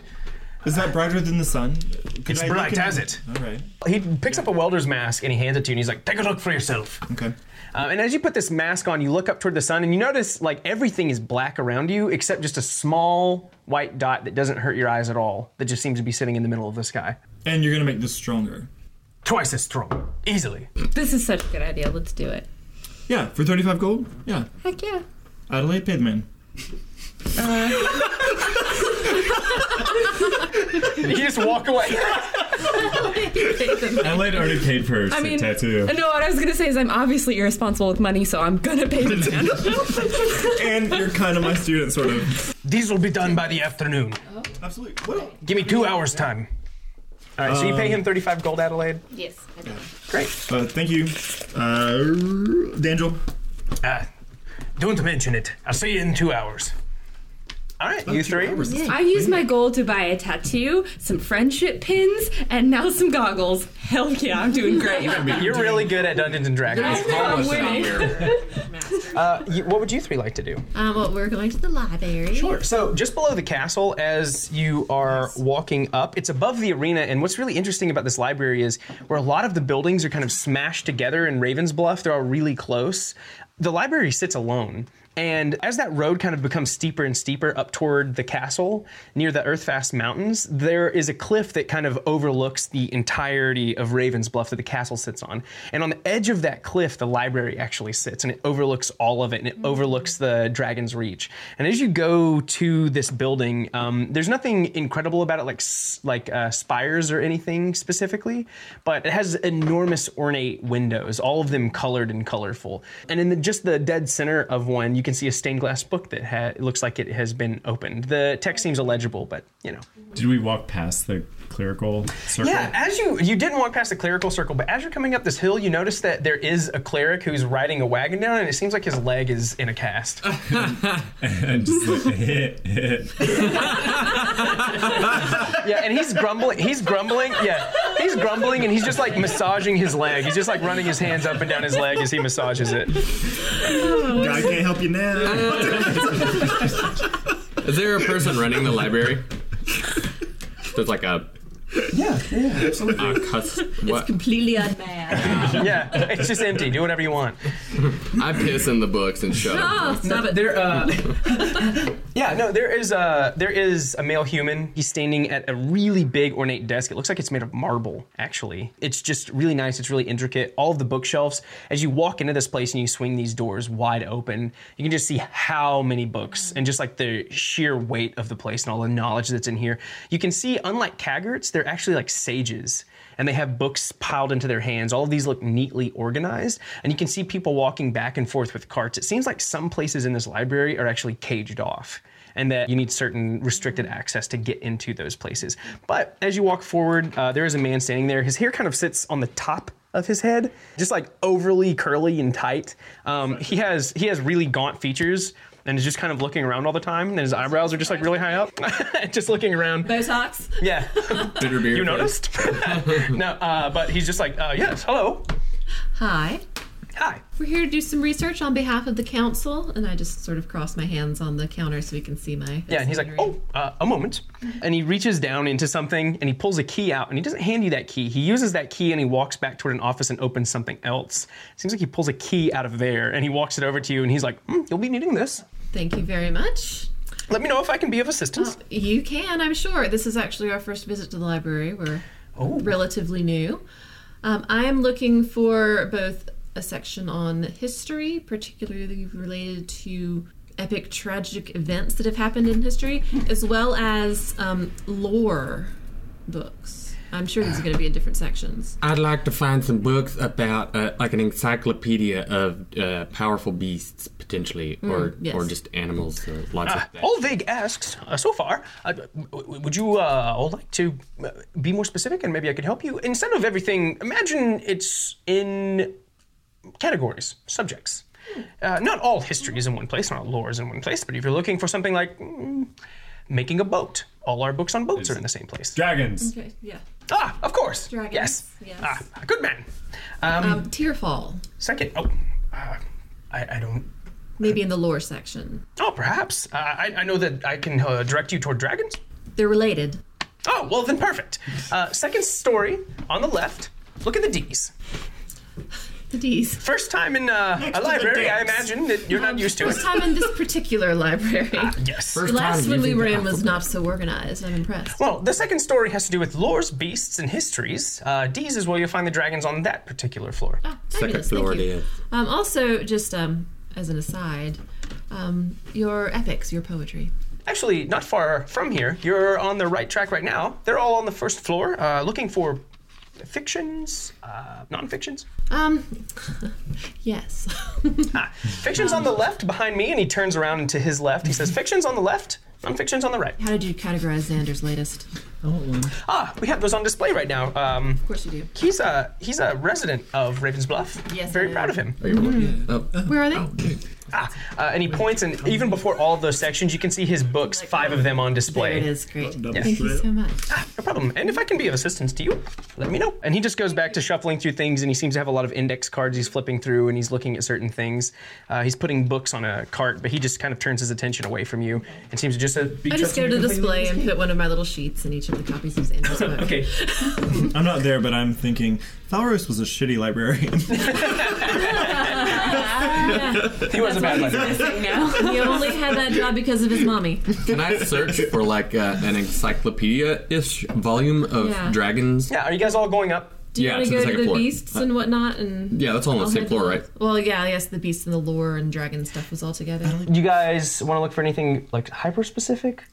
Speaker 7: Is that brighter than the sun? Could
Speaker 1: It's
Speaker 7: I look
Speaker 1: bright
Speaker 7: in-
Speaker 1: as it.
Speaker 7: All right.
Speaker 1: he picks up a welder's mask and he hands it to you, and he's like, "Take a look for yourself."
Speaker 7: Okay.
Speaker 1: Um, and as you put this mask on, you look up toward the sun and you notice like everything is black around you except just a small white dot that doesn't hurt your eyes at all that just seems to be sitting in the middle of the sky.
Speaker 7: And you're gonna make this stronger.
Speaker 1: Twice as strong, easily.
Speaker 11: This is such a good idea. Let's do it.
Speaker 7: Yeah, for 35 gold. Yeah.
Speaker 11: Heck yeah.
Speaker 7: Adelaide paid the man.
Speaker 1: you just walk away. *laughs*
Speaker 18: Adelaide already paid for her
Speaker 11: I mean,
Speaker 18: tattoo.
Speaker 11: no, what I was gonna say is I'm obviously irresponsible with money, so I'm gonna
Speaker 2: *laughs*
Speaker 11: pay the town.
Speaker 7: and you're kind of my student, sort of.
Speaker 1: These will be done by the afternoon.
Speaker 7: Absolutely.
Speaker 1: Give me two hours time. All right, so you pay
Speaker 7: Um,
Speaker 1: him 35 gold, Adelaide?
Speaker 19: Yes.
Speaker 1: Great.
Speaker 7: Uh, thank you. Uh, Dangel.
Speaker 1: Uh, don't mention it. I'll see you in two hours. All right, you three.
Speaker 11: I've used my gold to buy a tattoo, some friendship pins, and now some goggles. Hell yeah, I'm doing great.
Speaker 1: You're really good at Dungeons and Dragons.
Speaker 11: I know, I'm Homeless out winning.
Speaker 1: Uh, you- what would you three like to do?
Speaker 6: Um, well, we're going to the library.
Speaker 1: Sure. So, just below the castle, as you are walking up, it's above the arena. And what's really interesting about this library is where a lot of the buildings are kind of smashed together in Raven's Bluff, they're all really close. The library sits alone. And as that road kind of becomes steeper and steeper up toward the castle near the Earthfast Mountains, there is a cliff that kind of overlooks the entirety of Raven's Bluff that the castle sits on. And on the edge of that cliff, the library actually sits and it overlooks all of it and it overlooks the Dragon's Reach. And as you go to this building, um, there's nothing incredible about it, like s- like uh, spires or anything specifically, but it has enormous ornate windows, all of them colored and colorful. And in the, just the dead center of one, you can see a stained glass book that ha- it looks like it has been opened. The text seems illegible, but you know.
Speaker 13: Did we walk past the clerical circle?
Speaker 1: Yeah, as you you didn't walk past the clerical circle, but as you're coming up this hill, you notice that there is a cleric who's riding a wagon down, and it seems like his leg is in a cast.
Speaker 13: *laughs* and just like, hit, hit.
Speaker 1: yeah, and he's grumbling. He's grumbling. Yeah, he's grumbling, and he's just like massaging his leg. He's just like running his hands up and down his leg as he massages it.
Speaker 7: I can't help you now.
Speaker 2: Is there a person running the library? There's like a
Speaker 1: yeah, yeah,
Speaker 2: a cuss. What?
Speaker 20: Completely unmanned.
Speaker 1: *laughs* yeah, it's just empty. Do whatever you want.
Speaker 2: I piss in the books and shut up.
Speaker 6: Oh,
Speaker 20: stop it.
Speaker 1: There, uh, yeah, no, there is a there is a male human. He's standing at a really big ornate desk. It looks like it's made of marble, actually. It's just really nice. It's really intricate. All of the bookshelves. As you walk into this place and you swing these doors wide open, you can just see how many books and just like the sheer weight of the place and all the knowledge that's in here. You can see, unlike Kaggerts, they're actually like sages and they have books piled into their hands. All of these look neatly organized, and you can see people walking back and forth with carts. It seems like some places in this library are actually caged off. And that you need certain restricted access to get into those places. But as you walk forward, uh, there is a man standing there. His hair kind of sits on the top of his head, just like overly curly and tight. Um, he has he has really gaunt features and is just kind of looking around all the time. And his eyebrows are just like really high up, *laughs* just looking around.
Speaker 20: Botox.
Speaker 1: Yeah.
Speaker 2: Bitter beer.
Speaker 1: You noticed? *laughs* no, uh, but he's just like, uh, yes, hello.
Speaker 6: Hi.
Speaker 1: Hi.
Speaker 6: We're here to do some research on behalf of the council, and I just sort of cross my hands on the counter so we can see my.
Speaker 1: Yeah, and he's like, oh, uh, a moment. And he reaches down into something and he pulls a key out and he doesn't hand you that key. He uses that key and he walks back toward an office and opens something else. Seems like he pulls a key out of there and he walks it over to you and he's like, hmm, you'll be needing this.
Speaker 6: Thank you very much.
Speaker 1: Let me know if I can be of assistance.
Speaker 6: You can, I'm sure. This is actually our first visit to the library. We're relatively new. Um, I am looking for both a section on history, particularly related to epic tragic events that have happened in history, as well as um, lore books. I'm sure these are going to be in different sections.
Speaker 2: I'd like to find some books about, uh, like, an encyclopedia of uh, powerful beasts, potentially,
Speaker 11: Hmm.
Speaker 2: or
Speaker 6: Mm, yes.
Speaker 2: or just animals. Uh, lots
Speaker 1: Uh,
Speaker 2: of that.
Speaker 1: Olvig asks, uh, so far, uh, w- w- would you uh, all like to uh, be more specific and maybe I could help you? Instead of everything, imagine it's in categories, subjects. Uh, not all history is in one place, not all lore is in one place, but if you're looking for something like mm, making a boat, all our books on boats are in the same place.
Speaker 13: Dragons.
Speaker 6: Okay, yeah.
Speaker 1: Ah, of course.
Speaker 6: Dragons.
Speaker 1: Yes.
Speaker 6: Yes.
Speaker 1: Ah, good man. Um,
Speaker 6: Um, Tearfall,
Speaker 1: second, oh, uh, I, I don't
Speaker 6: maybe in the lore section.
Speaker 1: Oh, perhaps. Uh, I, I know that I can uh, direct you toward dragons.
Speaker 6: They're related.
Speaker 1: Oh, well, then perfect. Uh, second story on the left. Look at the D's.
Speaker 6: The D's.
Speaker 1: First time in uh,
Speaker 6: Next
Speaker 1: a
Speaker 6: to the
Speaker 1: library, I
Speaker 6: dicks.
Speaker 1: imagine that you're not used to it.
Speaker 6: First time in this particular library.
Speaker 1: yes.
Speaker 6: the last one we were in was not so organized. I'm impressed.
Speaker 1: Well, the second story has to do with lores, beasts, and histories. Uh, D's is where you'll find the dragons on that
Speaker 6: Ah,
Speaker 1: particular floor.
Speaker 6: Fabulous, thank you. Um, also, just um, as an aside, um, your epics, your poetry.
Speaker 5: Actually, not far from here. You're on the right track right now. They're all on the first floor, uh, looking for fictions, uh, non-fictions.
Speaker 6: Um, *laughs* yes. *laughs*
Speaker 5: Fiction's on the left behind me, and he turns around and to his left. He says, "Fiction's on the left, non-fiction's on the right."
Speaker 6: How did you categorize Xander's latest?
Speaker 5: I want one. Ah, we have those on display right now. Um, of
Speaker 6: course you do.
Speaker 5: He's a he's a resident of Ravensbluff. Yes, very proud of him.
Speaker 6: Where are they?
Speaker 5: Ah, uh, and he points, and even before all of those sections, you can see his books, five of them on display.
Speaker 6: There it is. Great.
Speaker 5: Yeah.
Speaker 6: Thank you so much.
Speaker 5: No problem. And if I can be of assistance to you, let me know. And he just goes back to shuffling through things, and he seems to have a lot of index cards he's flipping through, and he's looking at certain things. Uh, he's putting books on a cart, but he just kind of turns his attention away from you and seems to just uh, be
Speaker 6: I just
Speaker 5: trusting
Speaker 6: go to
Speaker 5: you
Speaker 6: the
Speaker 5: completely.
Speaker 6: display and put one of my little sheets in each of the copies of Xander's book.
Speaker 5: okay.
Speaker 7: I'm not there, but I'm thinking Falros was a shitty librarian.
Speaker 5: he was a bad
Speaker 6: *laughs* he only had that job because of his mommy.
Speaker 2: Can I search for like uh, an encyclopedia-ish volume of
Speaker 6: Yeah.
Speaker 2: dragons?
Speaker 5: Yeah, are you guys all going up?
Speaker 6: Do you want to go to the beasts and whatnot? And
Speaker 2: yeah, that's all on the
Speaker 6: I'll
Speaker 2: same
Speaker 6: head
Speaker 2: floor,
Speaker 6: to-
Speaker 2: right?
Speaker 6: Well, yeah, yes, the beasts and the lore and dragon stuff was
Speaker 2: *laughs*
Speaker 6: all together.
Speaker 5: You guys want to look for anything like hyper specific?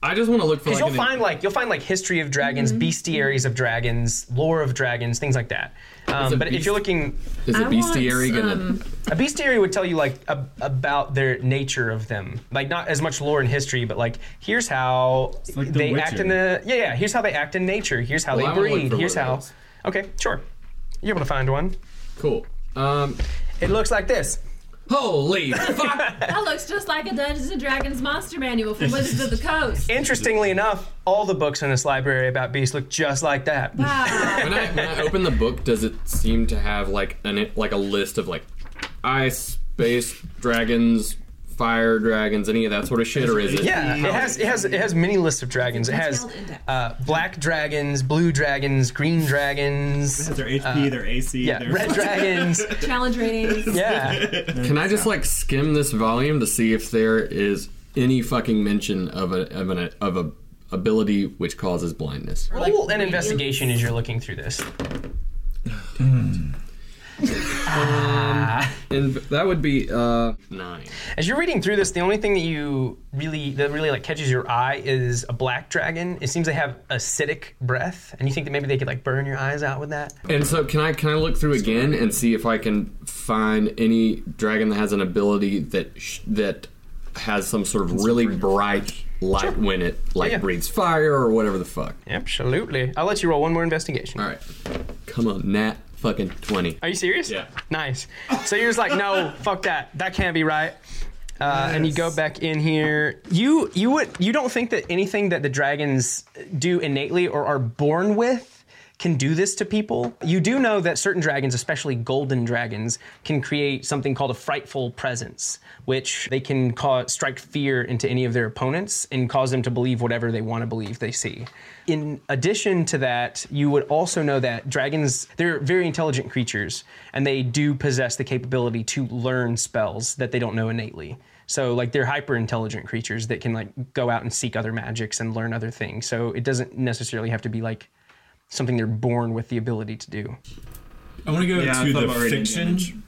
Speaker 2: I just want to look for
Speaker 5: Because
Speaker 2: like
Speaker 5: you'll
Speaker 2: an
Speaker 5: find like you'll find like history of dragons,
Speaker 2: Mm-hmm.
Speaker 5: bestiaries of dragons, lore of dragons, things like that.
Speaker 2: Is a
Speaker 5: Um, but if
Speaker 2: beast-
Speaker 5: you're looking,
Speaker 2: is a I bestiary want, gonna- um,
Speaker 5: A bestiary would tell you like ab- about their nature of them, like not as much lore and history, but like here's how
Speaker 2: like The
Speaker 5: they act in the yeah yeah. Here's how they act in nature. Here's how
Speaker 2: Well, I
Speaker 5: they
Speaker 2: wanna look
Speaker 5: breed.
Speaker 2: for
Speaker 5: Here's
Speaker 2: one of
Speaker 5: how.
Speaker 2: those.
Speaker 5: Okay, sure. You're able to find one.
Speaker 2: Cool. Um,
Speaker 5: it looks like this.
Speaker 2: Holy
Speaker 21: That looks just like a Dungeons and Dragons monster manual from Wizards of the Coast.
Speaker 5: Interestingly enough, all the books in this library about beasts look just like that.
Speaker 6: Ah,
Speaker 2: *laughs* when I when I open the book, does it seem to have like an like a list of like ice, space dragons, fire dragons, any of that sort of shit, or is it?
Speaker 5: Yeah, it has it has it has many lists of dragons. It has uh, black dragons, blue dragons, green dragons.
Speaker 7: It has their HP,
Speaker 1: Uh,
Speaker 7: their AC,
Speaker 5: yeah,
Speaker 7: their-
Speaker 5: red *laughs* dragons.
Speaker 21: Challenge ratings.
Speaker 5: Yeah.
Speaker 2: Can I just like skim this volume to see if there is any fucking mention of a of an of a ability which causes blindness?
Speaker 5: Roll an investigation as you're looking through this.
Speaker 2: Um, and that would be uh, nine.
Speaker 5: As you're reading through this, the only thing that you really that really like catches your eye is a black dragon. It seems they have acidic breath, and you think that maybe they could like burn your eyes out with that.
Speaker 2: And so, can I can I look through again and see if I can find any dragon that has an ability that sh- that has some sort of really bright light when it like
Speaker 5: Yeah.
Speaker 2: breathes fire or whatever the fuck?
Speaker 5: Absolutely. I'll let you roll one more investigation.
Speaker 2: All right, come on, Nat, fucking twenty.
Speaker 5: Are you serious? Yeah. Nice. So you're just like, no, fuck that. That can't be right. Uh, And you go back in here. You you would you don't think that anything that the dragons do innately or are born with can do this to people. You do know that certain dragons, especially golden dragons, can create something called a frightful presence, which they can cause, strike fear into any of their opponents and cause them to believe whatever they want to believe they see. In addition to that, you would also know that dragons, they're very intelligent creatures and they do possess the capability to learn spells that they don't know innately. So like they're hyper intelligent creatures that can like go out and seek other magics and learn other things. So it doesn't necessarily have to be like something they're born with the ability to do.
Speaker 13: I want to go
Speaker 5: Yeah, I
Speaker 13: to
Speaker 5: thought
Speaker 13: the
Speaker 5: about rating
Speaker 13: fiction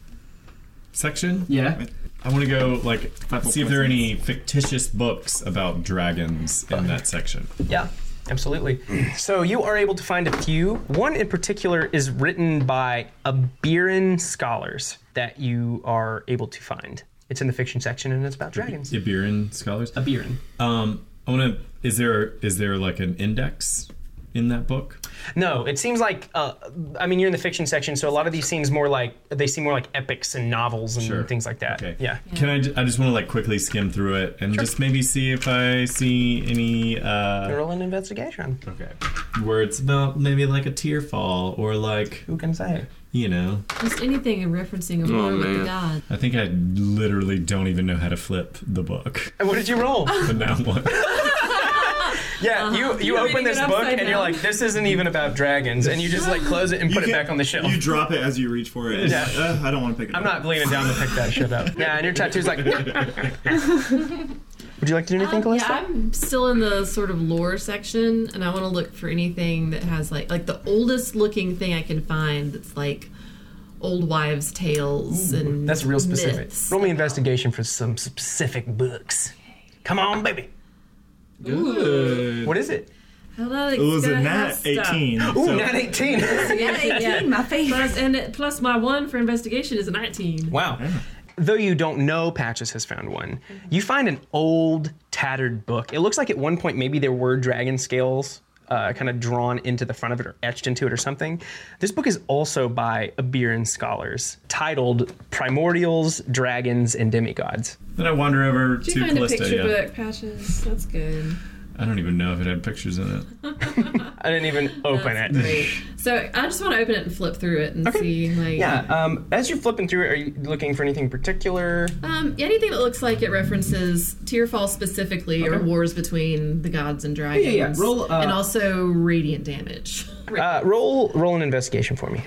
Speaker 13: section.
Speaker 5: Yeah.
Speaker 13: I want to go like see if there are any fictitious books about dragons in that section.
Speaker 5: Yeah, absolutely. *clears throat* so you are able to find a few. One in particular is written by Abiran scholars that you are able to find. It's in the fiction section and it's about dragons.
Speaker 13: Ibiran scholars.
Speaker 5: Ibiran.
Speaker 13: Um, I want to. Is there is there like an index in that book?
Speaker 5: No, it seems like uh, I mean you're in the fiction section, so a lot of these seems more like they seem more like epics and novels and
Speaker 13: Sure.
Speaker 5: things like that.
Speaker 13: Okay.
Speaker 5: Yeah.
Speaker 13: Can I? ju- I just want to like quickly skim through it and just maybe see if I see any uh,
Speaker 5: Roll an investigation.
Speaker 13: Okay. words about maybe like a tear fall or like who
Speaker 5: can say?
Speaker 13: You know.
Speaker 6: Just anything in referencing
Speaker 2: Oh,
Speaker 6: a war with the gods.
Speaker 13: I think I literally don't even know how to flip the book. *laughs*
Speaker 5: And what did you *laughs* roll?
Speaker 13: But now what?
Speaker 5: Yeah, you Uh-huh. you
Speaker 13: You're
Speaker 5: open
Speaker 13: reading
Speaker 5: this
Speaker 13: it
Speaker 5: book
Speaker 13: upside
Speaker 5: and you're
Speaker 13: down.
Speaker 5: like, this isn't even about dragons, and you just like close it and
Speaker 7: You
Speaker 5: put it
Speaker 7: can-
Speaker 5: back on the shelf.
Speaker 7: You drop it as you reach for it.
Speaker 5: Yeah.
Speaker 7: Uh, I don't want to pick it
Speaker 5: I'm
Speaker 7: up.
Speaker 5: not leaning down to pick that shit up. Yeah, and your tattoo's like. Would you like to do anything,
Speaker 6: Um,
Speaker 5: Calista?
Speaker 6: yeah, I'm still in the sort of lore section, and I want to look for anything that has like like the oldest looking thing I can find that's like old wives' tales and
Speaker 5: That's real specific.
Speaker 6: myths.
Speaker 5: Roll me investigation for some specific books. Come on, baby.
Speaker 6: Good.
Speaker 5: What is it?
Speaker 6: It
Speaker 5: Ooh, nat *laughs* 18.
Speaker 6: my favorite. And it, plus, my one for investigation is a 19.
Speaker 5: Wow. Though you don't know, Patches has found one. You find an old, tattered book. It looks like at one point maybe there were dragon scales uh, kind of drawn into the front of it or etched into it or something. This book is also by Abiran scholars, titled Primordials, Dragons, and Demigods.
Speaker 3: Then I wander over to
Speaker 6: Did you find a
Speaker 3: Callista.
Speaker 6: picture
Speaker 3: yeah.
Speaker 6: book, Patches? That's good.
Speaker 3: I don't even know if it had pictures in it.
Speaker 6: *laughs*
Speaker 5: I didn't even open it.
Speaker 6: So I just want to open it and flip through it and see, like,
Speaker 5: Yeah. Um, as you're flipping through it, are you looking for anything particular?
Speaker 6: Um, anything that looks like it references Tearfall specifically, or
Speaker 5: Okay.
Speaker 6: wars between the gods and dragons,
Speaker 5: yeah, yeah. Roll, uh,
Speaker 6: and also radiant damage.
Speaker 5: Uh, roll, roll an investigation for me.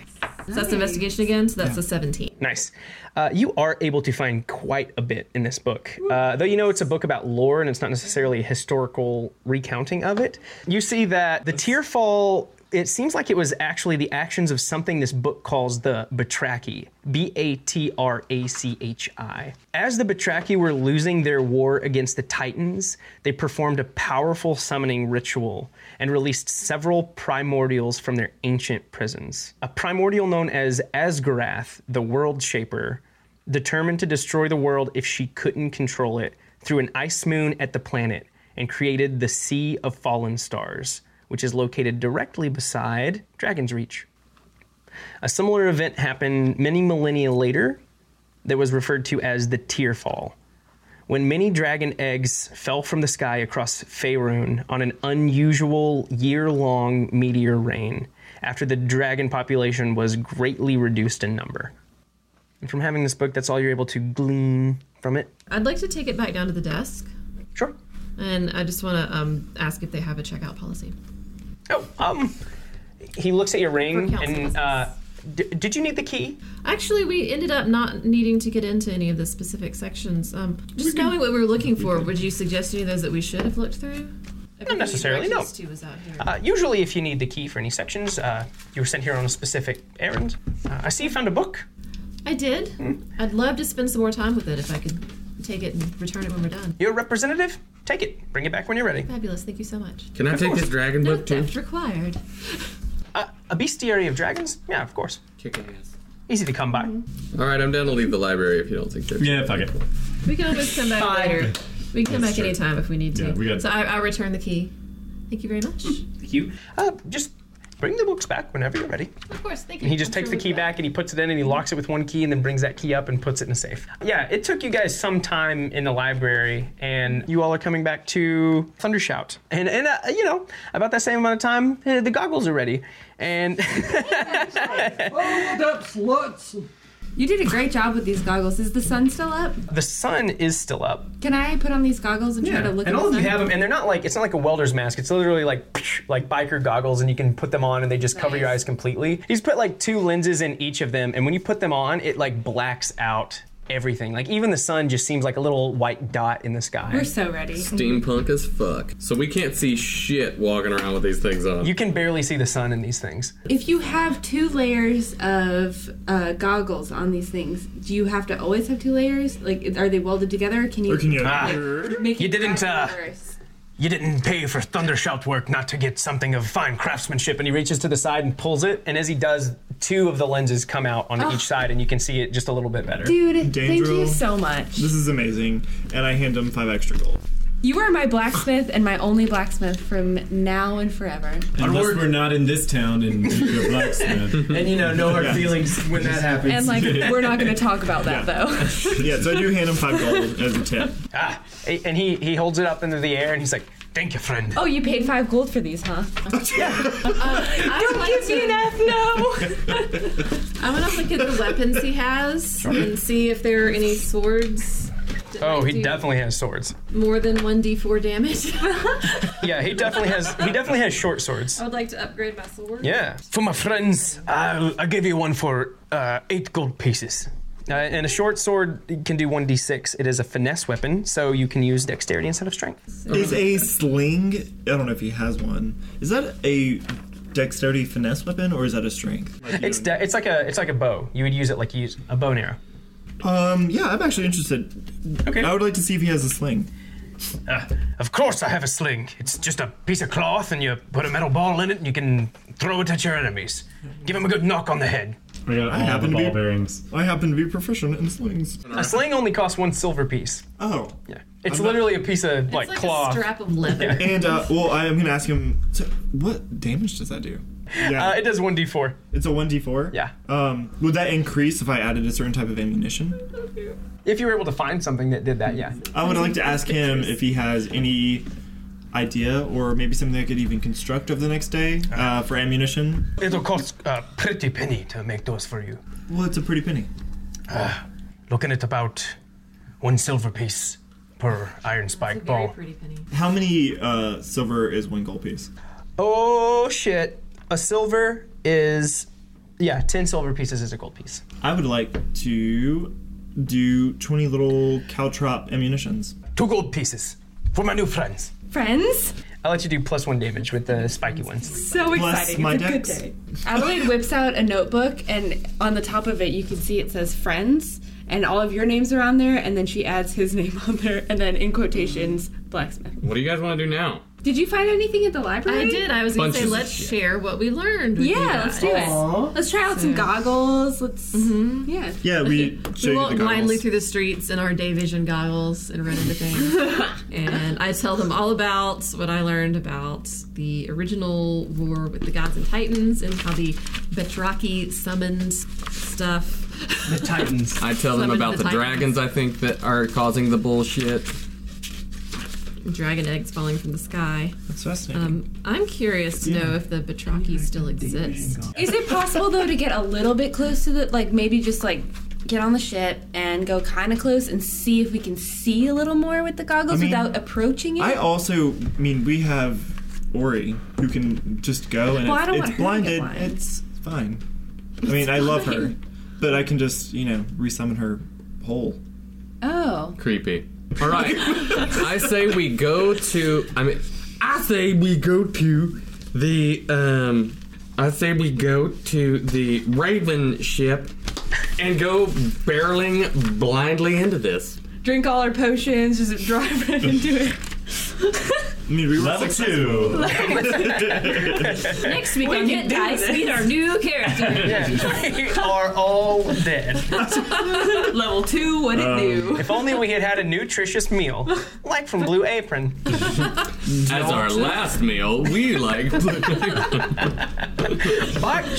Speaker 6: So that's investigation again. So that's a seventeen.
Speaker 5: Nice. Uh, you are able to find quite a bit in this book. Uh, though you know it's a book about lore and it's not necessarily a historical recounting of it. You see that the Tearfall, it seems like it was actually the actions of something this book calls the Batraki. B A T R A C H I. As the Batraki were losing their war against the Titans, they performed a powerful summoning ritual and released several primordials from their ancient prisons. A primordial known as Asgarath, the World Shaper, determined to destroy the world if she couldn't control it, threw an ice moon at the planet and created the Sea of Fallen Stars, which is located directly beside Dragon's Reach. A similar event happened many millennia later that was referred to as the Tearfall, when many dragon eggs fell from the sky across Faerun on an unusual year long meteor rain after the dragon population was greatly reduced in number. And from having this book, that's all you're able to glean from it.
Speaker 6: I'd like to take it back down to the desk.
Speaker 5: Sure.
Speaker 6: And I just want to um, ask if they have a checkout policy.
Speaker 5: Oh, um, he looks at your ring
Speaker 6: For council
Speaker 5: and uh, d- did you need the key?
Speaker 6: Actually, we ended up not needing to get into any of the specific sections. Um, just knowing what we were looking for, would you suggest any of those that we should have looked through? Everything
Speaker 5: necessarily,
Speaker 6: You
Speaker 5: no.
Speaker 6: directed us to was out here.
Speaker 5: Uh, usually, if you need the key for any sections, uh, you were sent here on a specific errand. Uh, I see you found a book.
Speaker 6: I did. I'd love to spend some more time with it if I could take it and return it when we're done.
Speaker 5: You're a representative. Take it. Bring it back when you're ready.
Speaker 6: Fabulous. Thank you so much.
Speaker 2: Can I
Speaker 5: Of
Speaker 2: take
Speaker 5: course.
Speaker 2: this dragon book too?
Speaker 6: Theft required.
Speaker 5: A bestiary of dragons? Yeah, of course. Kicking ass. Easy to come by.
Speaker 2: All right, I'm down to leave the library if you don't think there's. Yeah,
Speaker 3: fuck it.
Speaker 6: We can always come back later. We can come back
Speaker 2: That's true.
Speaker 6: anytime if we need to.
Speaker 2: Yeah, we got-
Speaker 6: so I, I'll return the key. Thank you very much.
Speaker 5: Thank you. Uh, just bring the books back whenever you're ready.
Speaker 6: Of course, thank you.
Speaker 5: And he just
Speaker 6: I'm
Speaker 5: takes
Speaker 6: sure
Speaker 5: the key back and he puts it in and he locks it with one key and then brings that key up and puts it in a safe. Yeah, it took you guys some time in the library and you all are coming back to Thundershout. And, and uh, you know, about that same amount of time, uh, the goggles are ready. And *laughs*
Speaker 11: Hold up, sluts! You did a great job with these goggles. Is the sun still up?
Speaker 5: the sun is still up.
Speaker 11: Can I put on these goggles and try to look
Speaker 5: and
Speaker 11: at
Speaker 5: all
Speaker 11: the
Speaker 5: of you
Speaker 11: sun?
Speaker 5: have them, and they're not like it's not like a welder's mask. It's literally like like biker goggles, and you can put them on, and they just cover your eyes completely. He's put like two lenses in each of them, and when you put them on, it like blacks out everything. Like even the sun just seems like a little white dot in the sky.
Speaker 11: We're so ready.
Speaker 2: Steampunk as fuck. So we can't see shit walking around with these things on.
Speaker 5: You can barely see the sun in these things.
Speaker 11: If you have two layers of uh, goggles on these things, do you have to always have two layers? Like, are they welded together? Can you?
Speaker 5: Ah,
Speaker 11: Make
Speaker 5: you didn't. Uh,
Speaker 11: worse.
Speaker 5: you didn't pay for thundershout work not to get something of fine craftsmanship. And he reaches to the side and pulls it, and as he does, two of the lenses come out on
Speaker 11: Oh.
Speaker 5: each side, and you can see it just a little bit better.
Speaker 11: Dude, thank
Speaker 7: Dandruel.
Speaker 11: you so much.
Speaker 7: This is amazing, and I hand him five extra gold.
Speaker 11: You are my blacksmith and my only blacksmith from now and forever.
Speaker 3: Unless we're not in this town
Speaker 7: *laughs*
Speaker 3: and you're a blacksmith.
Speaker 10: And, you know, no hard
Speaker 3: Yeah.
Speaker 10: feelings when that happens.
Speaker 11: And *laughs* like, we're not going to talk about that though. *laughs*
Speaker 7: yeah, so I do hand him five gold as a tip.
Speaker 5: Ah, and he he holds it up into the air, and he's like, "Thank you, friend."
Speaker 11: Oh, you paid five gold for these, huh?
Speaker 6: Don't give me enough,
Speaker 11: no!
Speaker 6: *laughs* I'm gonna look at the weapons he has
Speaker 5: Sure.
Speaker 6: and see if there are any swords.
Speaker 5: Oh, he definitely has swords.
Speaker 6: More than 1d4 *laughs* damage.
Speaker 5: Yeah, he definitely has. He definitely has short swords.
Speaker 6: I would like to upgrade my sword.
Speaker 5: Yeah. For my friends, I'll, I'll give you one for uh, eight gold pieces. Uh, and a short sword can do 1d6. It is a finesse weapon, so you can use dexterity instead of strength.
Speaker 7: Is a sling? I don't know if he has one. Is that a dexterity finesse weapon, or is that a strength?
Speaker 5: It's de- it's like a it's like a bow. You would use it like you use a bow and arrow.
Speaker 7: Um, yeah, I'm actually interested. Okay. I would like to see if he has a sling.
Speaker 5: Uh, of course, I have a sling. It's just a piece of cloth, and you put a metal ball in it, and you can throw it at your enemies. Give them a good knock on the head.
Speaker 13: I got
Speaker 5: all the ball
Speaker 13: bearings.
Speaker 7: I happen to be proficient in slings.
Speaker 5: A sling only costs one silver piece.
Speaker 7: Oh.
Speaker 5: Yeah. It's
Speaker 7: I'm not-
Speaker 5: literally a piece of like, cloth.
Speaker 6: of leather.
Speaker 7: And uh, well, I'm gonna ask him. So what damage does that do? Yeah.
Speaker 5: Uh, it does one d four.
Speaker 7: It's a one d four.
Speaker 5: Yeah.
Speaker 7: Um, would that increase if I added a certain type of ammunition?
Speaker 5: If you were able to find something that did that, yeah.
Speaker 7: I would like to ask him if he has any idea or maybe something I could even construct over the next day
Speaker 5: Uh-huh.
Speaker 7: uh, for ammunition.
Speaker 5: It'll cost a pretty penny to make those for you.
Speaker 7: Well, it's a pretty penny.
Speaker 5: Uh, looking at about one silver piece per iron spike ball.
Speaker 7: How many uh, silver is one gold piece?
Speaker 5: Oh shit! A silver is yeah, ten silver pieces is a gold piece.
Speaker 7: I would like to do 20 little caltrop ammunitions.
Speaker 5: Two gold pieces for my new friends.
Speaker 21: Friends?
Speaker 5: I'll let you do plus one damage with the spiky ones.
Speaker 21: So
Speaker 5: Bless
Speaker 21: exciting.
Speaker 5: my
Speaker 21: It's a good
Speaker 5: decks.
Speaker 21: day.
Speaker 11: Adelaide whips out a notebook, and on the top of it, you can see it says friends, and all of your names are on there, and then she adds his *laughs* name on there, and then in quotations, blacksmith.
Speaker 2: What do you guys want to do now?
Speaker 11: Did you find anything at the library?
Speaker 6: I did. I was going to say,
Speaker 2: Bunches of
Speaker 6: let's share what we learned. With
Speaker 11: Yeah,
Speaker 6: you
Speaker 11: let's do
Speaker 6: guys.
Speaker 11: it. Let's try out some goggles. Let's.
Speaker 6: Mm-hmm.
Speaker 11: Yeah.
Speaker 7: Yeah, we show
Speaker 6: We
Speaker 7: you the
Speaker 6: walk blindly
Speaker 7: goggles.
Speaker 6: through the streets in our day vision goggles and run into things. *laughs* and I tell them all about what I learned about the original war with the gods and titans and how the Betraki summoned stuff.
Speaker 5: The Titans.
Speaker 2: I tell them
Speaker 6: Summon
Speaker 2: about
Speaker 6: the
Speaker 2: the,
Speaker 6: titans.
Speaker 2: dragons I think that are causing the bullshit.
Speaker 6: Dragon eggs falling from the sky.
Speaker 7: That's fascinating.
Speaker 6: Um, I'm curious to know if the Batraki still exist.
Speaker 11: Is it possible though to get a little bit close to the like maybe just like get on the ship and go kind of close and see if we can see a little more with the goggles
Speaker 7: I mean,
Speaker 11: without approaching it?
Speaker 7: I also I mean, we have Ori who can just go and
Speaker 11: Well,
Speaker 7: if
Speaker 11: I don't
Speaker 7: it's
Speaker 11: want her to get
Speaker 7: blinded.
Speaker 11: blind.
Speaker 7: It's fine. I mean, I love her, but I can just, you know, resummon her whole.
Speaker 11: Oh.
Speaker 2: Creepy. All
Speaker 6: *laughs*
Speaker 2: right. I say we go to. I mean, I say we go to the. Um, I say we go to the Raven ship and go barreling blindly into this.
Speaker 21: Drink all our potions, just drive right into it.
Speaker 7: I mean, we were
Speaker 13: Level
Speaker 7: successful.
Speaker 6: *laughs*
Speaker 21: Next week
Speaker 11: We
Speaker 21: on Hit
Speaker 11: can do
Speaker 21: Dice,
Speaker 11: this.
Speaker 21: meet our new character.
Speaker 5: *laughs*
Speaker 11: *laughs*
Speaker 5: we are all dead.
Speaker 21: Level two, what
Speaker 7: Um,
Speaker 21: it do?
Speaker 5: If only we had had a nutritious meal, like from Blue Apron.
Speaker 2: As our last meal, we
Speaker 5: *laughs*
Speaker 2: like.
Speaker 5: Bok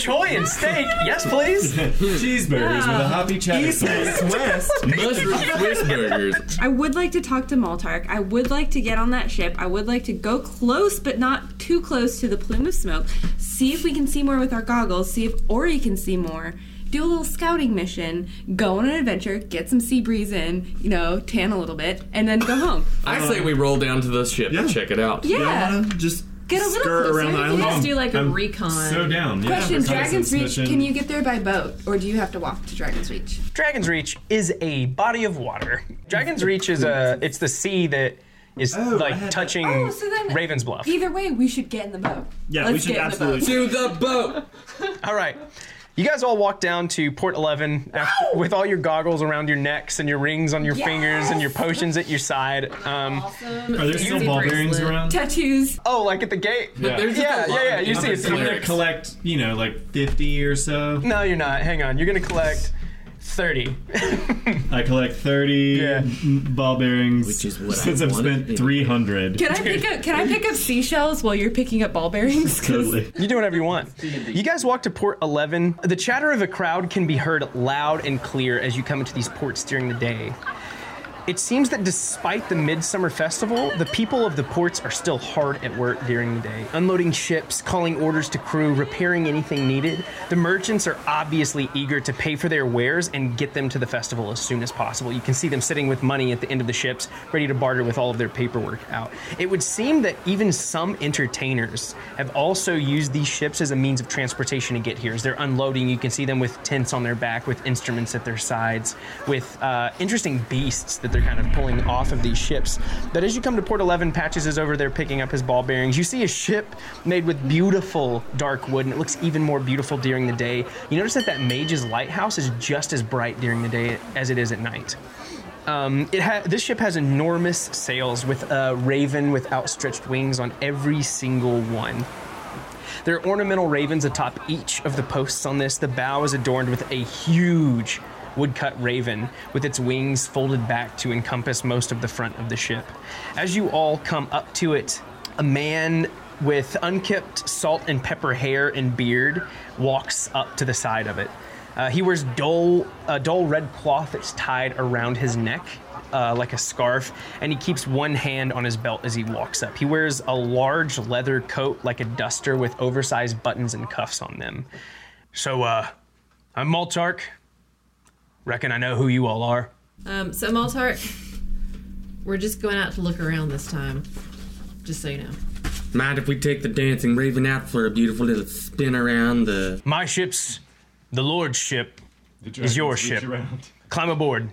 Speaker 5: choy and steak, yes please.
Speaker 12: Cheeseburgers with a hoppy cheddar
Speaker 5: East
Speaker 12: sauce.
Speaker 5: west.
Speaker 2: Mushroom Swiss burgers.
Speaker 11: I would like to talk to Maltark. I would like to get on that ship. I would like to go close, but not too close to the plume of smoke. See if we can see more with our goggles. See if Ori can see more. Do a little scouting mission. Go on an adventure. Get some sea breeze in. You know, tan a little bit, and then go home.
Speaker 2: I say we roll down to this ship and check it out.
Speaker 11: Yeah.
Speaker 7: I wanna just
Speaker 11: Get a little
Speaker 7: skirt
Speaker 11: closer.
Speaker 7: around the island.
Speaker 6: Let's do like a
Speaker 13: Um,
Speaker 7: I'm
Speaker 6: recon.
Speaker 7: so down. Yeah,
Speaker 11: Question:
Speaker 7: reconnaissance
Speaker 11: Dragon's Reach.
Speaker 7: mission.
Speaker 11: Can you get there by boat, or do you have to walk to Dragon's Reach?
Speaker 5: Dragon's Reach is a body of water. Dragon's Reach is a it's the sea that is like touching
Speaker 11: Oh, so then-
Speaker 5: Raven's Bluff.
Speaker 11: Either way, we should get in the boat. Let's get in the boat.
Speaker 2: To the boat.
Speaker 5: all right. You guys all walk down to Port 11 after, with all your goggles around your necks and your rings on your fingers and your potions at your side. Um,
Speaker 13: Are there still ball bearings around?
Speaker 11: Tattoos.
Speaker 5: Oh, like at the gate?
Speaker 13: Yeah.
Speaker 5: yeah, yeah, yeah, You
Speaker 13: I'm
Speaker 5: see, it's
Speaker 13: gonna- I'm gonna collect, Mm. you know, like fifty or so.
Speaker 5: No, you're not. Hang on. You're gonna collect thirty.
Speaker 13: I collect thirty m- ball bearings, which
Speaker 2: is what
Speaker 13: since
Speaker 2: I
Speaker 13: have
Speaker 2: wanted
Speaker 13: spent three hundred.
Speaker 11: Can I pick up? Can I pick up seashells while you're picking up ball bearings? 'Cause
Speaker 13: Totally.
Speaker 5: You do whatever you want. You guys walk to Port 11. The chatter of a crowd can be heard loud and clear as you come into these ports during the day. It seems that despite the Midsummer Festival, the people of the ports are still hard at work during the day, unloading ships, calling orders to crew, repairing anything needed. The merchants are obviously eager to pay for their wares and get them to the festival as soon as possible. You can see them sitting with money at the end of the ships, ready to barter with all of their paperwork out. It would seem that even some entertainers have also used these ships as a means of transportation to get here. As they're unloading, you can see them with tents on their back, with instruments at their sides, with uh, interesting beasts that they're kind of pulling off of these ships. But as you come to Port 11, Patches is over there picking up his ball bearings. You see a ship made with beautiful dark wood, and it looks even more beautiful during the day. You notice that that Mage's Lighthouse is just as bright during the day as it is at night. Um, it ha- this ship has enormous sails with a raven with outstretched wings on every single one. There are ornamental ravens atop each of the posts on this. The bow is adorned with a huge woodcut raven with its wings folded back to encompass most of the front of the ship. As you all come up to it, a man with unkempt salt and pepper hair and beard walks up to the side of it. Uh, he wears dull, a dull red cloth that's tied around his neck uh, like a scarf, and he keeps one hand on his belt as he walks up. He wears a large leather coat like a duster with oversized buttons and cuffs on them. So, uh, I'm Maltark. Reckon I know who you all are.
Speaker 6: *laughs* Um, so Maltark, we're just going out to look around this time, just so you know.
Speaker 2: Mind if we take the dancing raven out for a beautiful little spin around the?
Speaker 1: My ship's the Lord's ship is your
Speaker 2: dragons reach
Speaker 1: ship. Climb aboard.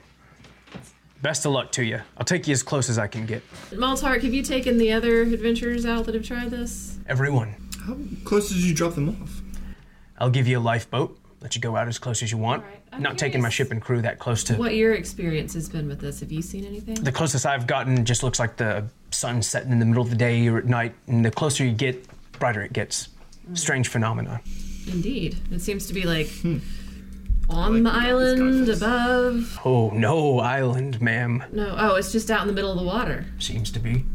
Speaker 1: Best of luck to you. I'll take you as close as I can get.
Speaker 6: Maltark, have you taken the other adventurers out that have tried this?
Speaker 1: Everyone. How close did you drop them off? I'll give you a lifeboat. Let you go out as close as you want. Not taking my ship and crew that close to.
Speaker 6: What your experience has been with this? Have you seen anything?
Speaker 1: The closest I've gotten just looks like the sun setting in the middle of the day or at night, and the closer you get, brighter it gets. Strange phenomena.
Speaker 6: Indeed, it seems to be like
Speaker 13: Hmm.
Speaker 6: on the island above.
Speaker 1: Oh no, island, ma'am.
Speaker 6: No, oh, it's just out in the middle of the water.
Speaker 1: Seems to be.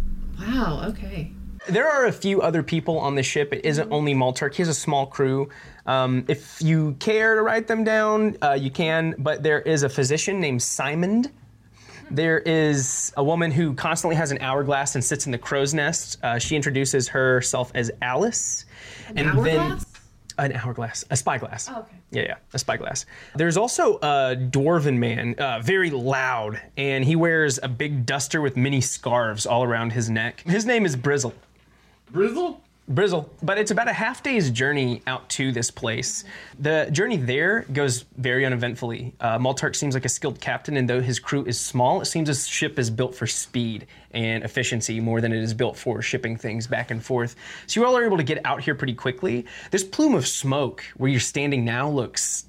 Speaker 6: Wow. Okay.
Speaker 1: There are a few other people on the ship. It isn't only Malturk. He has a small crew. Um, if you care to write them down, uh, you can. But there is a physician named Simon. There is a woman who constantly has an hourglass and sits in the crow's nest. Uh, she introduces herself as Alice,
Speaker 6: An hourglass?
Speaker 1: an hourglass, a spyglass.
Speaker 6: Oh, okay.
Speaker 1: Yeah, yeah, a spyglass. There's also a dwarven man, uh, very loud, and he wears a big duster with many scarves all around his neck. His name is Brizzle.
Speaker 2: Brizzle?
Speaker 1: Brizzle. But it's about a half day's journey out to this place. The journey there goes very uneventfully. Uh, Maltark seems like a skilled captain, and though his crew is small, it seems his ship is built for speed and efficiency more than it is built for shipping things back and forth. So you all are able to get out here pretty quickly. This plume of smoke where you're standing now looks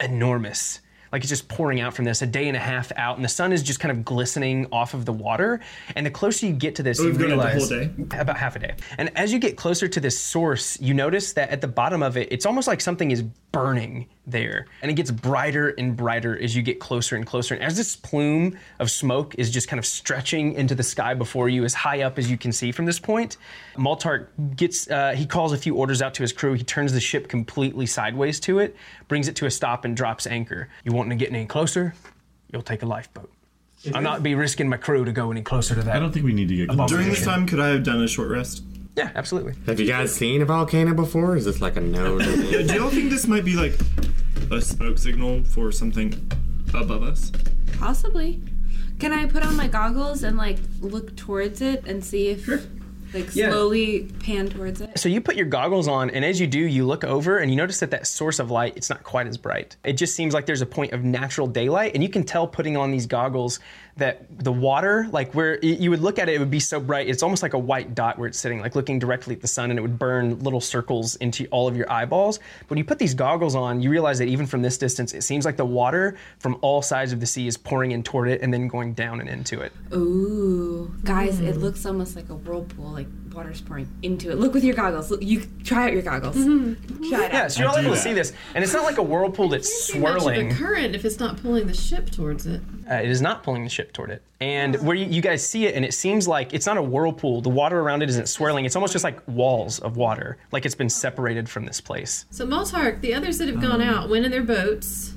Speaker 1: enormous. Like it's just pouring out from this, a day and a half out, and the sun is just kind of glistening off of the water. And the closer you get to this,
Speaker 7: Oh,
Speaker 1: you
Speaker 7: we've gone out the
Speaker 1: realize
Speaker 7: whole day?
Speaker 1: about half a day. And as you get closer to this source, you notice that at the bottom of it, it's almost like something is burning there. And it gets brighter and brighter as you get closer and closer. And as this plume of smoke is just kind of stretching into the sky before you, as high up as you can see from this point, Maltark gets, uh, he calls a few orders out to his crew. He turns the ship completely sideways to it, brings it to a stop, and drops anchor. You wanting to get any closer? You'll take a lifeboat. I'll not be risking my crew to go any closer to that.
Speaker 3: I don't think we need to get
Speaker 7: During this time, could I have done a short rest?
Speaker 1: Yeah, absolutely.
Speaker 2: Have you guys seen a volcano before? Is this like a no?
Speaker 7: Yeah, do y'all think this might be like a smoke signal for something above us?
Speaker 11: Possibly. Can I put on my goggles and like look towards it and see if like
Speaker 1: Yeah.
Speaker 11: slowly pan towards it?
Speaker 1: So you put your goggles on, and as you do, you look over and you notice that that source of light, it's not quite as bright. It just seems like there's a point of natural daylight, and you can tell putting on these goggles that the water, like where y- you would look at it, it would be so bright. It's almost like a white dot where it's sitting, like looking directly at the sun, and it would burn little circles into all of your eyeballs. But when you put these goggles on, you realize that even from this distance, it seems like the water from all sides of the sea is pouring in toward it and then going down and into it.
Speaker 11: Ooh, guys, it looks almost like a whirlpool. Like water's pouring into it. Look with your goggles. Look, you try out your goggles. Try it out.
Speaker 1: Yeah, so you're all able to see this, and it's not like a whirlpool that's swirling.
Speaker 6: Much of a current if it's not pulling the ship towards it.
Speaker 1: Uh, it is not pulling the ship toward it. And where you, you guys see it, and it seems like it's not a whirlpool. The water around it isn't swirling. It's almost just like walls of water, like it's been separated from this place.
Speaker 6: So Maltark, the others that have gone
Speaker 5: Um.
Speaker 6: out went in their boats,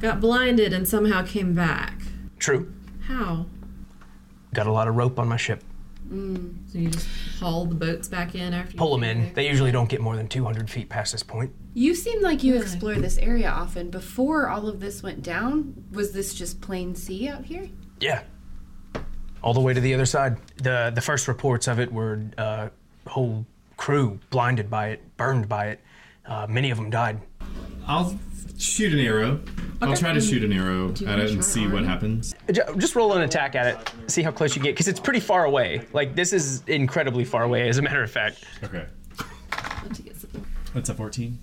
Speaker 6: got blinded, and somehow came back.
Speaker 1: True.
Speaker 6: How?
Speaker 1: Got a lot of rope on my ship.
Speaker 6: Mm. So you just haul the boats back in after you
Speaker 1: Pull them in. They usually don't get more than 200 feet past this point.
Speaker 11: You seem like you explore this area often. Before all of this went down, was this just plain sea out here?
Speaker 1: Yeah. All the way to the other side. The the first reports of it were uh, whole crew blinded by it, burned by it. Uh, many of them died.
Speaker 13: I'll shoot an arrow
Speaker 3: I'll
Speaker 5: Okay.
Speaker 3: try to shoot an arrow
Speaker 5: Do you
Speaker 3: at
Speaker 5: wanna
Speaker 3: it and see what happens.
Speaker 5: Ju- Just roll an attack at it. See how close you get, because it's pretty far away. Like this is incredibly far away, as a matter of fact.
Speaker 13: Okay. That's a 14.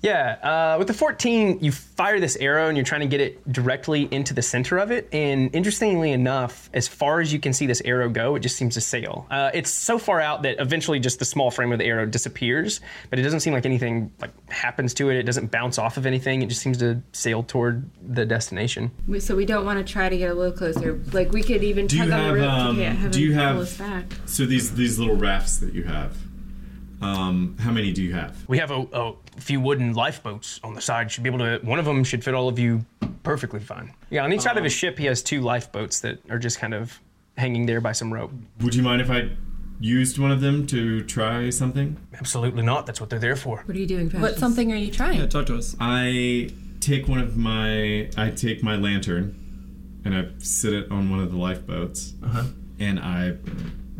Speaker 5: Yeah, uh, with the 14, you fire this arrow and you're trying to get it directly into the center of it. And interestingly enough, as far as you can see this arrow go, it just seems to sail. Uh, it's so far out that eventually just the small frame of the arrow disappears, but it doesn't seem like anything like happens to it. It doesn't bounce off of anything. It just seems to sail toward the destination.
Speaker 11: We, so we don't want to try to get a little closer. Like we could even
Speaker 3: Do you
Speaker 11: tug on
Speaker 3: have,
Speaker 11: the rope
Speaker 3: um,
Speaker 11: to get, have
Speaker 3: do
Speaker 11: him
Speaker 3: you
Speaker 11: pull us
Speaker 3: have
Speaker 11: back.
Speaker 3: so these these little rafts that you have? Um, how many do you have?
Speaker 5: We have a, a few wooden lifeboats on the side. Should be able to. One of them should fit all of you perfectly fine. Yeah, on each side of his ship, he has two lifeboats that are just kind of hanging there by some rope.
Speaker 3: Would you mind if I used one of them to try something?
Speaker 5: Absolutely not. That's what they're there for.
Speaker 6: What are you doing, Patches?
Speaker 11: What something are you trying?
Speaker 3: talk to us. I take one of my I take my lantern and I sit it on one of the lifeboats. Uh-huh. And I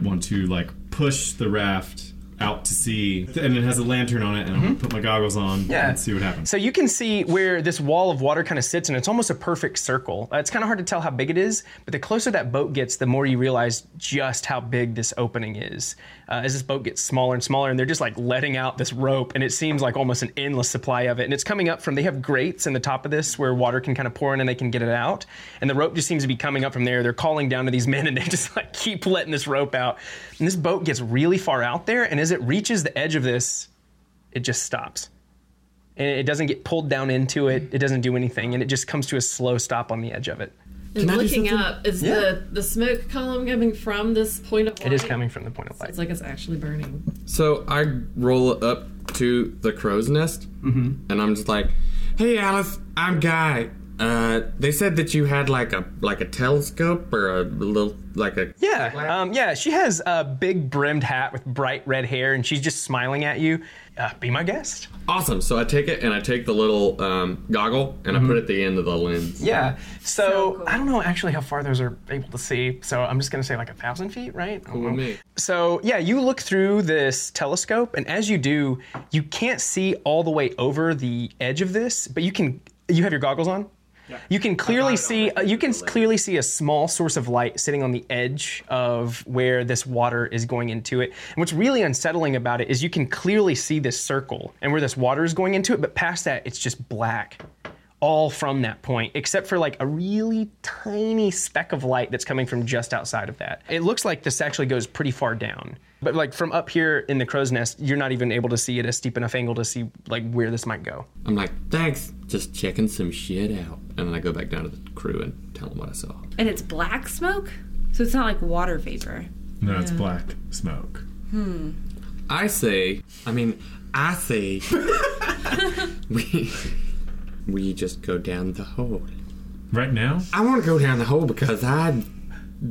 Speaker 3: want to like push the raft out to sea. And it has a lantern on it and I want to put my goggles on
Speaker 5: Yeah.
Speaker 3: and see what happens.
Speaker 5: So you can see where this wall of water kind of sits, and it's almost a perfect circle. Uh, It's kind of hard to tell how big it is, but the closer that boat gets, the more you realize just how big this opening is. Uh, as this boat gets smaller and smaller, and they're just like letting out this rope, and it seems like almost an endless supply of it. And it's coming up from, they have grates in the top of this where water can kind of pour in and they can get it out. And the rope just seems to be coming up from there. They're calling down to these *laughs* men, and they just like keep letting this rope out. And this boat gets really far out there, and as it reaches the edge of this, it just stops and it doesn't get pulled down into
Speaker 2: Mm-hmm.
Speaker 5: it. It doesn't do anything, and it just comes to a slow stop on the edge of it.
Speaker 6: And looking up, is the, the smoke column coming from this point of light?
Speaker 5: It is coming from the point of light.
Speaker 6: It's like it's actually burning.
Speaker 5: *laughs*
Speaker 2: So I roll up to the crow's nest, and I'm just like, "Hey, Alice, I'm Guy. Uh, they said that you had like a like a telescope or a little like a
Speaker 5: Yeah, um, yeah. She has a big brimmed hat with bright red hair, and she's just smiling at you. Uh, be my guest.
Speaker 2: awesome." So I take it and I take the little um, goggle and I put it at the end of the lens.
Speaker 5: Yeah. So, I don't know actually how far those are able to see. So I'm just gonna say like a thousand feet, right?
Speaker 2: Cool with me.
Speaker 5: So yeah, you look through this telescope, and as you do, you can't see all the way over the edge of this, but you can. You have your goggles on. You can clearly see uh, you can clearly see a small source of light sitting on the edge of where this water is going into it. And what's really unsettling about it is you can clearly see this circle and where this water is going into it, but past that it's just black all from that point, except for like a really tiny speck of light that's coming from just outside of that. It looks like this actually goes pretty far down. But like from up here in the crow's nest, you're not even able to see at a steep enough angle to see like where this might go.
Speaker 2: I'm like, "Thanks, just checking some shit out," and then I go back down to the crew and tell them what I saw.
Speaker 11: And it's black smoke, so it's not like water vapor.
Speaker 2: No,
Speaker 11: it's Yeah.
Speaker 2: black smoke.
Speaker 11: Hmm.
Speaker 2: I say, I mean, I say, we we just go down the hole.
Speaker 13: Right now?
Speaker 2: I want to go down the hole because I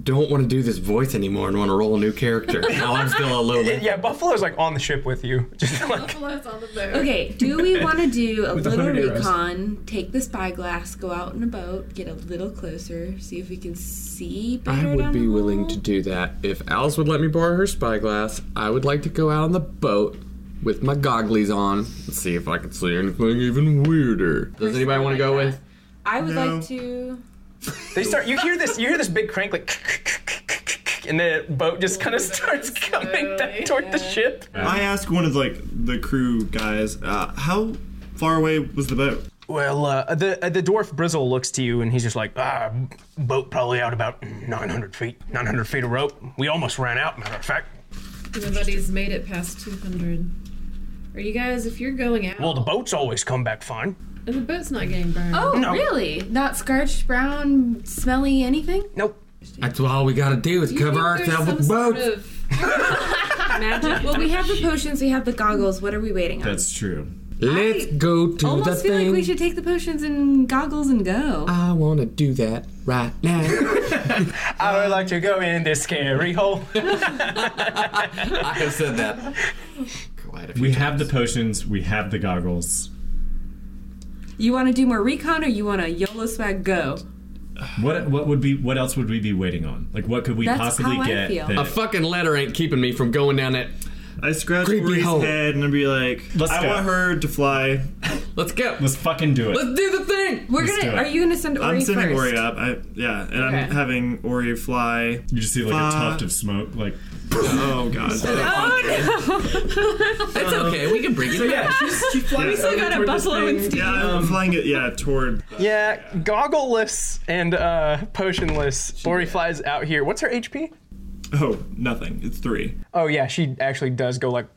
Speaker 2: don't want to do this voice anymore and want to roll a new
Speaker 11: *laughs*
Speaker 2: character. While I'm still a little.
Speaker 5: yeah, Buffalo's like on the ship with you. *laughs* Just like
Speaker 11: Okay, do we want to do a
Speaker 5: With a
Speaker 11: little
Speaker 5: hundred arrows.
Speaker 11: recon, take the spyglass, go out in a boat, get a little closer, see if we can see better
Speaker 2: I would
Speaker 11: down
Speaker 2: be
Speaker 11: the-
Speaker 2: willing to do that if Alice would let me borrow her spyglass. I would like to go out on the boat with my gogglies on and see if I can see anything even weirder. Does anybody want to go with?
Speaker 11: I would
Speaker 2: No.
Speaker 11: like to.
Speaker 5: they start you hear this you hear this big crank like and the boat just kind of starts coming back toward the ship.
Speaker 7: I asked one of like the crew guys, uh, how far away was the boat?
Speaker 5: Well, uh, the uh, the dwarf Brizzle looks to you and he's just like, ah, boat probably out about 900 feet. 900 feet of rope. We almost ran out, matter of fact.
Speaker 6: Nobody's made it past 200. Are you guys, if you're going out,
Speaker 5: Well, the boats always come back fine.
Speaker 6: and the boat's not getting burned.
Speaker 11: Oh,
Speaker 5: No.
Speaker 11: really? Not scorched, brown, smelly, anything?
Speaker 5: Nope.
Speaker 2: That's all we gotta do is cover ourselves with boats.
Speaker 11: Well, we have the potions, we have the goggles. What are we waiting on?
Speaker 3: That's true.
Speaker 2: Let's go to the Uh,
Speaker 11: Almost feel
Speaker 2: thing.
Speaker 11: like we should take the potions and goggles and go.
Speaker 2: I want to do that right
Speaker 11: *laughs*
Speaker 2: now.
Speaker 5: I would like to go in this scary hole.
Speaker 2: I have said that.
Speaker 3: We have the potions, we have the goggles.
Speaker 11: You want to do more recon or you want to YOLO swag go?
Speaker 3: What what would be what else would we be waiting on? Like what could we
Speaker 11: That's
Speaker 3: possibly
Speaker 11: how I
Speaker 3: get?
Speaker 11: feel.
Speaker 3: that-
Speaker 2: A fucking letter ain't keeping me from going down that
Speaker 7: I scratch Corey's head and I'd be like,
Speaker 3: Let's
Speaker 7: I
Speaker 3: go.
Speaker 7: want her to fly.
Speaker 2: Let's go.
Speaker 3: Let's fucking do
Speaker 2: Let's do the thing.
Speaker 21: We're gonna. Are you gonna send Ori
Speaker 7: I'm sending
Speaker 21: first?
Speaker 7: Ori up. I, yeah, and I'm
Speaker 21: Okay.
Speaker 7: having Ori fly. You just see
Speaker 3: like, a tuft of smoke, like.
Speaker 7: oh god.
Speaker 21: Oh
Speaker 2: It's okay. We can bring it
Speaker 7: So yeah,
Speaker 2: back.
Speaker 7: she's, she flies.
Speaker 21: We still
Speaker 7: over
Speaker 21: got a
Speaker 7: toward this
Speaker 21: buffalo
Speaker 7: thing.
Speaker 21: and Steve.
Speaker 7: Yeah,
Speaker 3: Um,
Speaker 7: I'm flying it. Yeah, toward.
Speaker 5: Yeah, goggle lifts and uh, potionless. Ori flies out here. What's her HP?
Speaker 7: Oh, nothing. It's three.
Speaker 5: Oh yeah, she actually does go like.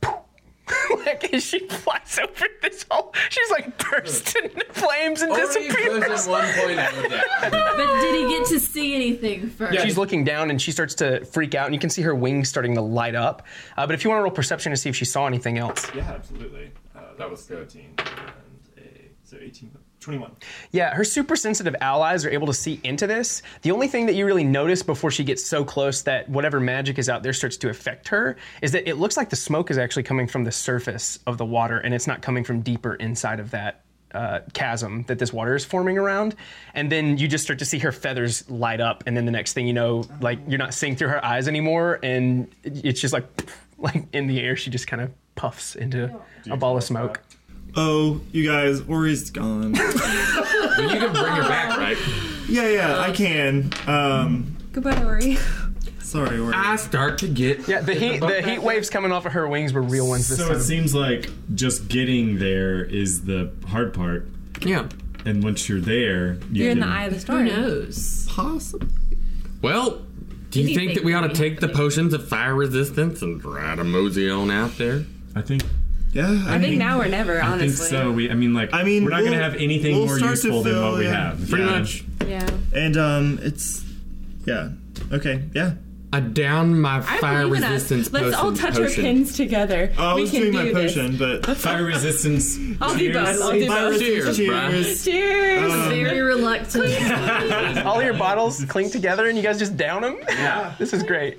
Speaker 5: *laughs* like as she flies *laughs* over this hole, she's like bursts into flames and
Speaker 2: Ori
Speaker 5: disappears.
Speaker 2: goes at one point over there.
Speaker 21: But did he get to see anything first?
Speaker 5: She's looking down and she starts to freak out, and you can see her wings starting to light up. Uh, but if you want to roll perception to see if she saw anything else.
Speaker 7: Yeah, absolutely. Uh, that was 13 and a so 18, 21.
Speaker 5: Yeah, her super sensitive allies are able to see into this. The only thing that you really notice before she gets so close that whatever magic is out there starts to affect her is that it looks like the smoke is actually coming from the surface of the water and it's not coming from deeper inside of that. Uh, chasm that this water is forming around, and then you just start to see her feathers light up, and then the next thing you know, like you're not seeing through her eyes anymore, and it- it's just like, *laughs* like in the air, she just kind of puffs into a ball of smoke.
Speaker 7: Oh, you guys, Ori's
Speaker 21: *laughs*
Speaker 7: gone.
Speaker 2: But you can bring her back,
Speaker 11: *laughs*
Speaker 2: right?
Speaker 7: Yeah, yeah, I can. Um,
Speaker 21: Goodbye, Ori.
Speaker 7: sorry, Ori.
Speaker 2: I start to get.
Speaker 5: Yeah, the heat, the heat waves coming off of her wings were real ones this
Speaker 13: so
Speaker 5: time.
Speaker 13: it seems like just getting there is the hard part.
Speaker 2: Yeah.
Speaker 13: And once you're there, you
Speaker 21: You're in
Speaker 13: can,
Speaker 21: the eye of the storm.
Speaker 2: Who
Speaker 21: knows?
Speaker 7: Possibly.
Speaker 2: Well, do you think that we ought to take the potions of fire resistance and try to mosey on out there?
Speaker 13: I think.
Speaker 7: Yeah,
Speaker 21: I think now or never,
Speaker 13: I
Speaker 21: honestly.
Speaker 13: think so. We, I mean, like, I mean, we're not
Speaker 7: we'll-
Speaker 13: gonna have anything
Speaker 7: we'll
Speaker 13: more
Speaker 7: start to
Speaker 13: useful than
Speaker 7: fill,
Speaker 13: what we
Speaker 7: yeah.
Speaker 13: have.
Speaker 7: Pretty
Speaker 13: Yeah.
Speaker 2: much.
Speaker 21: Yeah.
Speaker 7: And um, it's yeah. Okay, yeah.
Speaker 2: I down my
Speaker 21: I believe in us. Let's all touch our pins together.
Speaker 7: Oh, I
Speaker 21: we
Speaker 7: was
Speaker 21: can
Speaker 7: doing
Speaker 21: do
Speaker 7: my
Speaker 21: this.
Speaker 7: potion, but
Speaker 13: fire resistance.
Speaker 21: I'll do both. I'll do
Speaker 7: Fire
Speaker 21: both.
Speaker 7: resistance,
Speaker 21: Cheers.
Speaker 7: cheers.
Speaker 5: *laughs*
Speaker 21: Cheers.
Speaker 5: Um,
Speaker 21: Very reluctant.
Speaker 5: All your bottles clink together and you guys just down them? Yeah. this
Speaker 2: *laughs*
Speaker 5: is great.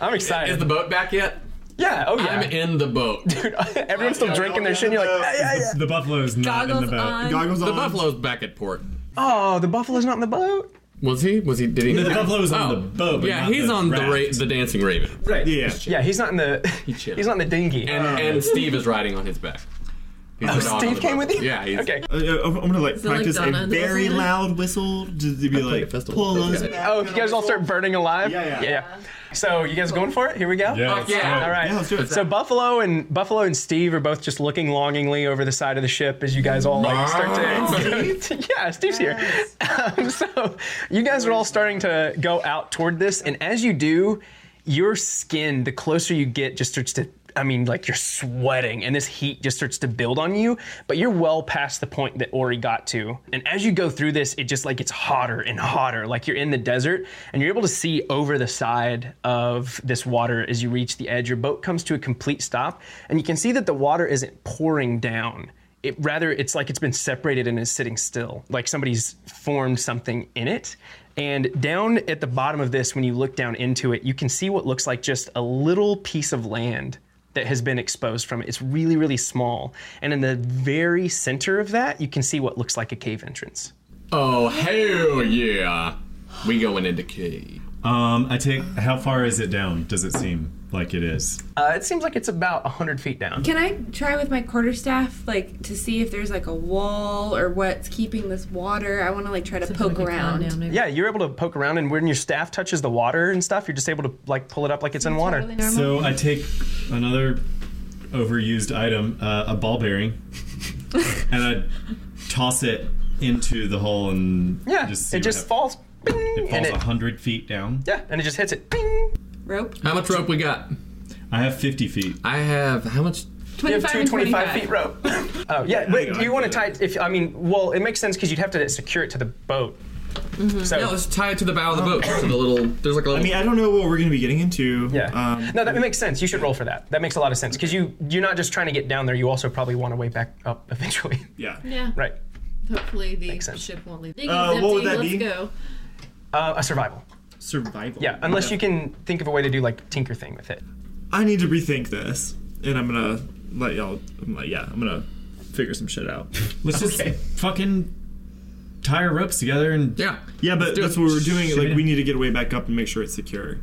Speaker 5: I'm excited.
Speaker 2: Is the boat back yet?
Speaker 5: Yeah, oh yeah.
Speaker 2: I'm in the boat.
Speaker 5: Dude, everyone's still drinking their shit and you're like, "Yeah, yeah, yeah."
Speaker 13: The buffalo's not in the boat.
Speaker 2: The buffalo's back at port.
Speaker 5: Oh, the buffalo's not in the boat?
Speaker 2: Was he? Was he? Did he?
Speaker 5: No, the buffalo's on
Speaker 2: Oh.
Speaker 5: the boat, but
Speaker 2: Yeah,
Speaker 5: not
Speaker 2: he's
Speaker 5: the
Speaker 2: on the ra-
Speaker 5: raft.
Speaker 2: the dancing raven,
Speaker 5: Right. Yeah. Yeah, he's not in the he's not in the dinghy.
Speaker 2: and and Steve is riding on his back. He's
Speaker 5: Oh,
Speaker 2: the dog on
Speaker 5: Steve
Speaker 2: the
Speaker 5: came
Speaker 2: boat.
Speaker 5: with you?
Speaker 2: Yeah. He's,
Speaker 5: Okay.
Speaker 7: Uh, I'm I'm gonna like
Speaker 5: Is it like
Speaker 7: practice
Speaker 5: Donna
Speaker 7: a
Speaker 5: and the
Speaker 7: very
Speaker 5: Buffalo?
Speaker 7: loud whistle to, to be like pull us back.
Speaker 5: Oh, if you guys all start burning alive?
Speaker 7: Yeah, yeah.
Speaker 5: So you guys going for it? Here we go?
Speaker 7: Yeah, let's do it.
Speaker 5: All right.
Speaker 7: Yeah, let's do it.
Speaker 5: So Buffalo and Buffalo and Steve are both just looking longingly over the side of the ship as you guys all like start to *laughs* Yeah, Steve's here. *laughs* Um, so you guys are all starting to go out toward this, and as you do, your skin, the closer you get, just starts to I mean, like you're sweating, and this heat just starts to build on you. But you're well past the point that Ori got to, and as you go through this, it just like it's hotter and hotter. Like you're in the desert, and you're able to see over the side of this water as you reach the edge. Your boat comes to a complete stop, and you can see that the water isn't pouring down. It rather, it's like it's been separated and is sitting still, like somebody's formed something in it. And down at the bottom of this, when you look down into it, you can see what looks like just a little piece of land that has been exposed from it. It's really, really small. And in the very center of that, you can see what looks like a cave entrance.
Speaker 2: oh hell yeah! We going into cave.
Speaker 13: Um, I take. How far is it down? Does it seem like it is?
Speaker 5: Uh, it seems like it's about 100 feet down.
Speaker 11: Can I try with my quarterstaff, like, to see if there's like a wall or what's keeping this water? I want to like try to poke around.
Speaker 5: Yeah, you're able to poke around, and when your staff touches the water and stuff, you're just able to like pull it up like it's in water.
Speaker 13: So I take another overused item, uh, a ball bearing, and I toss it into the hole and
Speaker 5: yeah,
Speaker 13: just see
Speaker 5: it
Speaker 13: what
Speaker 5: just
Speaker 13: hap-
Speaker 5: falls. Bing,
Speaker 13: It
Speaker 5: and
Speaker 13: falls a
Speaker 5: it,
Speaker 13: hundred feet down.
Speaker 5: yeah, and it just hits it. Bing.
Speaker 11: Rope.
Speaker 2: How much rope we got?
Speaker 13: I have fifty feet.
Speaker 2: I have how much?
Speaker 5: You have
Speaker 21: 25
Speaker 5: two
Speaker 21: and
Speaker 5: 25
Speaker 21: 25.
Speaker 5: feet rope. oh yeah, wait. Do you want to tie? it If I mean, well, it makes sense because you'd have to secure it to the boat. So
Speaker 2: No, let's tie it to the bow of the boat. To the little. There's like a
Speaker 7: I
Speaker 2: little.
Speaker 7: mean, I don't know what we're gonna be getting into. Yeah. Um,
Speaker 5: No, that makes sense. You should roll for that. That makes a lot of sense because you you're not just trying to get down there. You also probably want to way back up *laughs* eventually.
Speaker 7: Yeah.
Speaker 6: Yeah.
Speaker 5: Right.
Speaker 6: Hopefully the ship won't leave. Diggy's
Speaker 5: Uh, what would
Speaker 6: empty,
Speaker 5: that
Speaker 6: Let's
Speaker 5: be?
Speaker 6: go.
Speaker 5: Uh, a survival.
Speaker 7: Survival.
Speaker 5: Yeah, unless
Speaker 7: Yeah.
Speaker 5: you can think of a way to do like tinker thing with it.
Speaker 7: I need to rethink this, and I'm gonna let y'all. I'm like, yeah, I'm gonna figure some shit
Speaker 5: *laughs*
Speaker 7: out.
Speaker 13: Let's just fucking tie our ropes together and
Speaker 2: yeah,
Speaker 7: yeah. But
Speaker 13: do
Speaker 7: that's
Speaker 13: it.
Speaker 7: what we're doing.
Speaker 13: Shit.
Speaker 7: Like, we need to get way back up and make sure it's secure.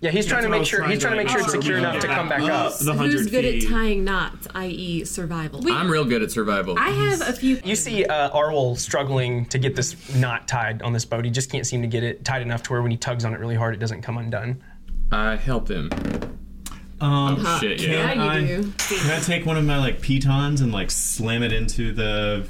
Speaker 5: Yeah, he's trying to make sure he's trying to make sure it's secure enough to come back up.
Speaker 22: Who's good at tying knots, i.e., survival?
Speaker 2: I'm real good at survival.
Speaker 22: I have a few.
Speaker 5: You see uh, Arwol struggling to get this knot tied on this boat. He just can't seem to get it tied enough to where when he tugs on it really hard, it doesn't come undone.
Speaker 2: I help him.
Speaker 13: Um,
Speaker 5: Uh,
Speaker 2: Oh, shit, yeah.
Speaker 13: Can,
Speaker 2: Yeah,
Speaker 13: I,
Speaker 2: you do.
Speaker 13: can I take one of my like pitons and like slam it into the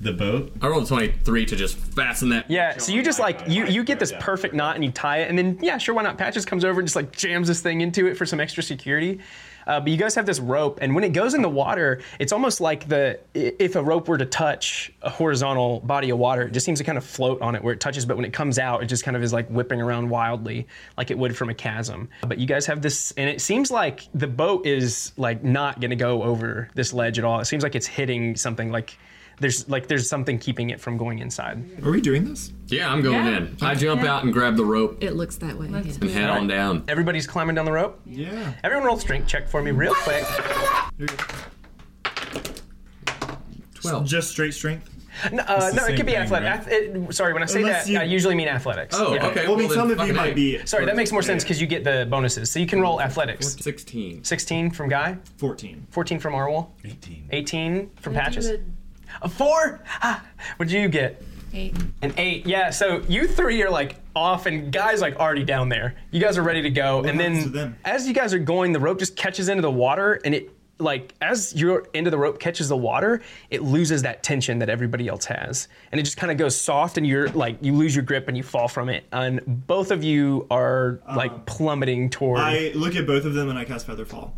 Speaker 13: the boat?
Speaker 2: I rolled twenty three to just fasten that.
Speaker 5: Yeah, so you just like you you get this perfect knot and you tie it, and then yeah, sure, why not? Patches comes over and just like jams this thing into it for some extra security. Uh, but you guys have this rope, and when it goes in the water, it's almost like the i- if a rope were to touch a horizontal body of water, it just seems to kind of float on it where it touches. But when it comes out, it just kind of is like whipping around wildly, like it would from a chasm. But you guys have this, and it seems like the boat is like not going to go over this ledge at all. It seems like it's hitting something like. There's like there's something keeping it from going inside.
Speaker 7: Are we doing this?
Speaker 2: Yeah, I'm going
Speaker 5: Yeah.
Speaker 2: in. I jump out and grab the rope
Speaker 22: It looks that way. yeah.
Speaker 2: and head on down.
Speaker 5: Everybody's climbing down the rope.
Speaker 7: Yeah.
Speaker 5: Everyone roll strength check for me real quick.
Speaker 7: Twelve. Just straight strength.
Speaker 5: No, uh, no it could be athletic. Ath- it- sorry, when I say
Speaker 7: Unless
Speaker 5: that,
Speaker 7: you-
Speaker 5: I usually mean athletics.
Speaker 7: Oh, okay, Well, I mean, well, then some of you fucking might A. be-
Speaker 5: Sorry, that makes more sense because you get the bonuses. So you can roll athletics.
Speaker 2: Sixteen.
Speaker 5: Sixteen from Guy.
Speaker 7: Fourteen.
Speaker 5: Fourteen from Arwol. Eighteen. Eighteen from Patches.
Speaker 22: Good.
Speaker 5: A four. Ah, what'd you get?
Speaker 22: Eight.
Speaker 5: An eight. Yeah. So you three are like off, and Guy's like already down there. You guys are ready to go, and then as you guys are going, the rope just catches into the water, and it like as your end of the rope catches the water, it loses that tension that everybody else has, and it just kind of goes soft, and you're like you lose your grip and you fall from it, and both of you are like plummeting toward.
Speaker 7: I look at both of them and I cast Feather Fall.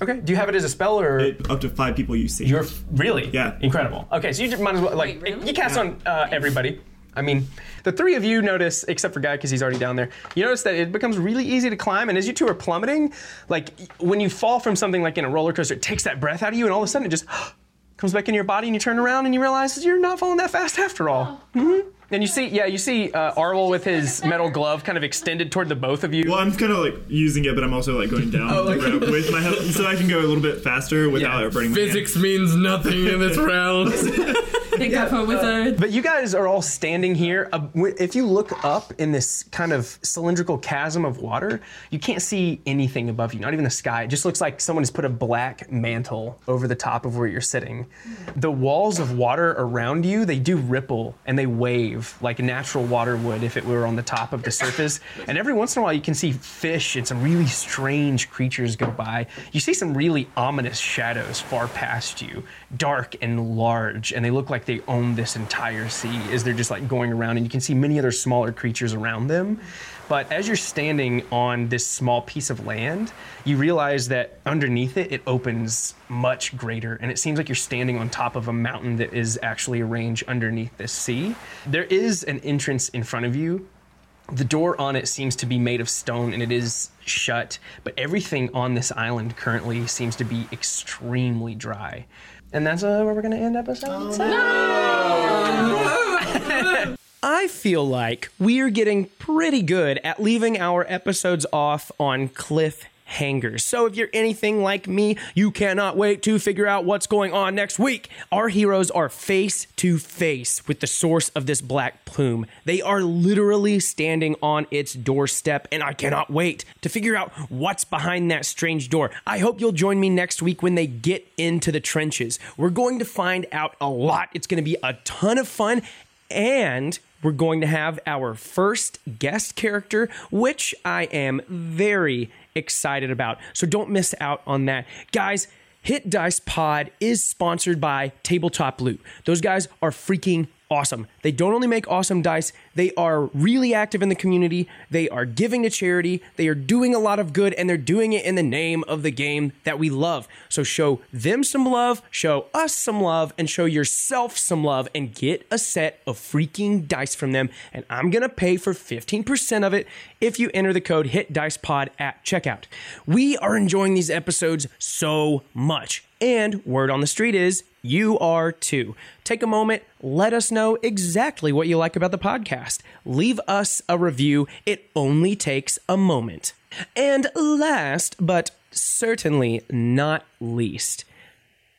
Speaker 5: Okay. Do you have it as a spell or
Speaker 7: up to five people you see?
Speaker 5: You're really
Speaker 7: yeah
Speaker 5: incredible. Okay, so you just might as well like you cast on uh, everybody. I mean, the three of you notice, except for Guy because he's already down there. You notice that it becomes really easy to climb, and as you two are plummeting, like when you fall from something like in a roller coaster, it takes that breath out of you, and all of a sudden it just *gasps* comes back in your body, and you turn around and you realize you're not falling that fast after all. Mhm. And you see, yeah, you see uh, Arwol with his metal glove kind of extended toward the both of you.
Speaker 7: Well, I'm kind of like using it, but I'm also like
Speaker 13: *laughs*
Speaker 7: going down
Speaker 5: Oh,
Speaker 7: the
Speaker 5: like-
Speaker 7: rope with my help, so I can go a little bit faster without burning.
Speaker 2: Physics means nothing in
Speaker 11: *laughs*
Speaker 2: this round.
Speaker 5: Pick up a wizard. But you guys are all standing here. Uh, w- If you look up in this kind of cylindrical chasm of water, you can't see anything above you, not even the sky. It just looks like someone has put a black mantle over the top of where you're sitting. The walls of water around you, they do ripple and they wave like natural water would if it were on the top of the surface. And every once in a while, you can see fish and some really strange creatures go by. You see some really ominous shadows far past you, dark and large, and they look like they own this entire sea as they're just like going around. And you can see many other smaller creatures around them. But as you're standing on this small piece of land, you realize that underneath it, it opens much greater. And it seems like you're standing on top of a mountain that is actually a range underneath this sea. There is an entrance in front of you. The door on it seems to be made of stone and it is shut, but everything on this island currently seems to be extremely dry. And that's uh, where we're going to end episode seven. I feel like we're getting pretty good at leaving our episodes off on cliffhangers. So if you're anything like me, you cannot wait to figure out what's going on next week. Our heroes are face to face with the source of this black plume. They are literally standing on its doorstep, and I cannot wait to figure out what's behind that strange door. I hope you'll join me next week when they get into the trenches. We're going to find out a lot. It's going to be a ton of fun and we're going to have our first guest character, which I am very excited about. So don't miss out on that. Guys, Hit Dice Pod is sponsored by Tabletop Loot. Those guys are freaking awesome. They don't only make awesome dice, they are really active in the community. They are giving to charity. They are doing a lot of good and they're doing it in the name of the game that we love. So show them some love, show us some love, and show yourself some love and get a set of freaking dice from them. And I'm going to pay for 15% of it if you enter the code HITDICEPOD at checkout. We are enjoying these episodes so much. And word on the street is you are too. Take a moment, let us know exactly what you like about the podcast. Leave us a review, it only takes a moment. And last, but certainly not least,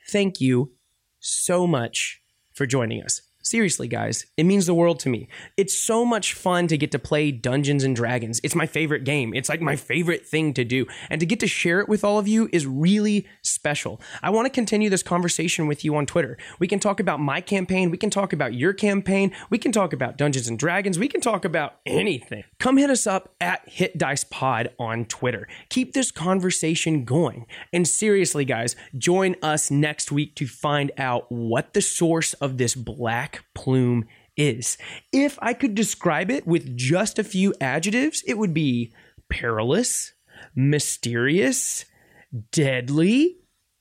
Speaker 5: thank you so much for joining us.
Speaker 1: Seriously, guys, it means the world to me. It's so much fun to get to play Dungeons and Dragons. It's my favorite game. It's like my favorite thing to do. And to get to share it with all of you is really special. I want to continue this conversation with you on Twitter. We can talk about my campaign. We can talk about your campaign. We can talk about Dungeons and Dragons. We can talk about anything. Come hit us up at Hit Dice Pod on Twitter. Keep this conversation going. And seriously, guys, join us next week to find out what the source of this black plume is. If I could describe it with just a few adjectives, it would be perilous, mysterious, deadly,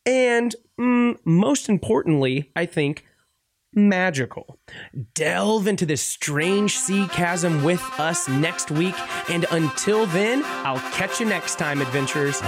Speaker 1: and mm, most importantly, I think, magical. Delve into this strange sea chasm with us next week, and until then, I'll catch you next time, adventurers.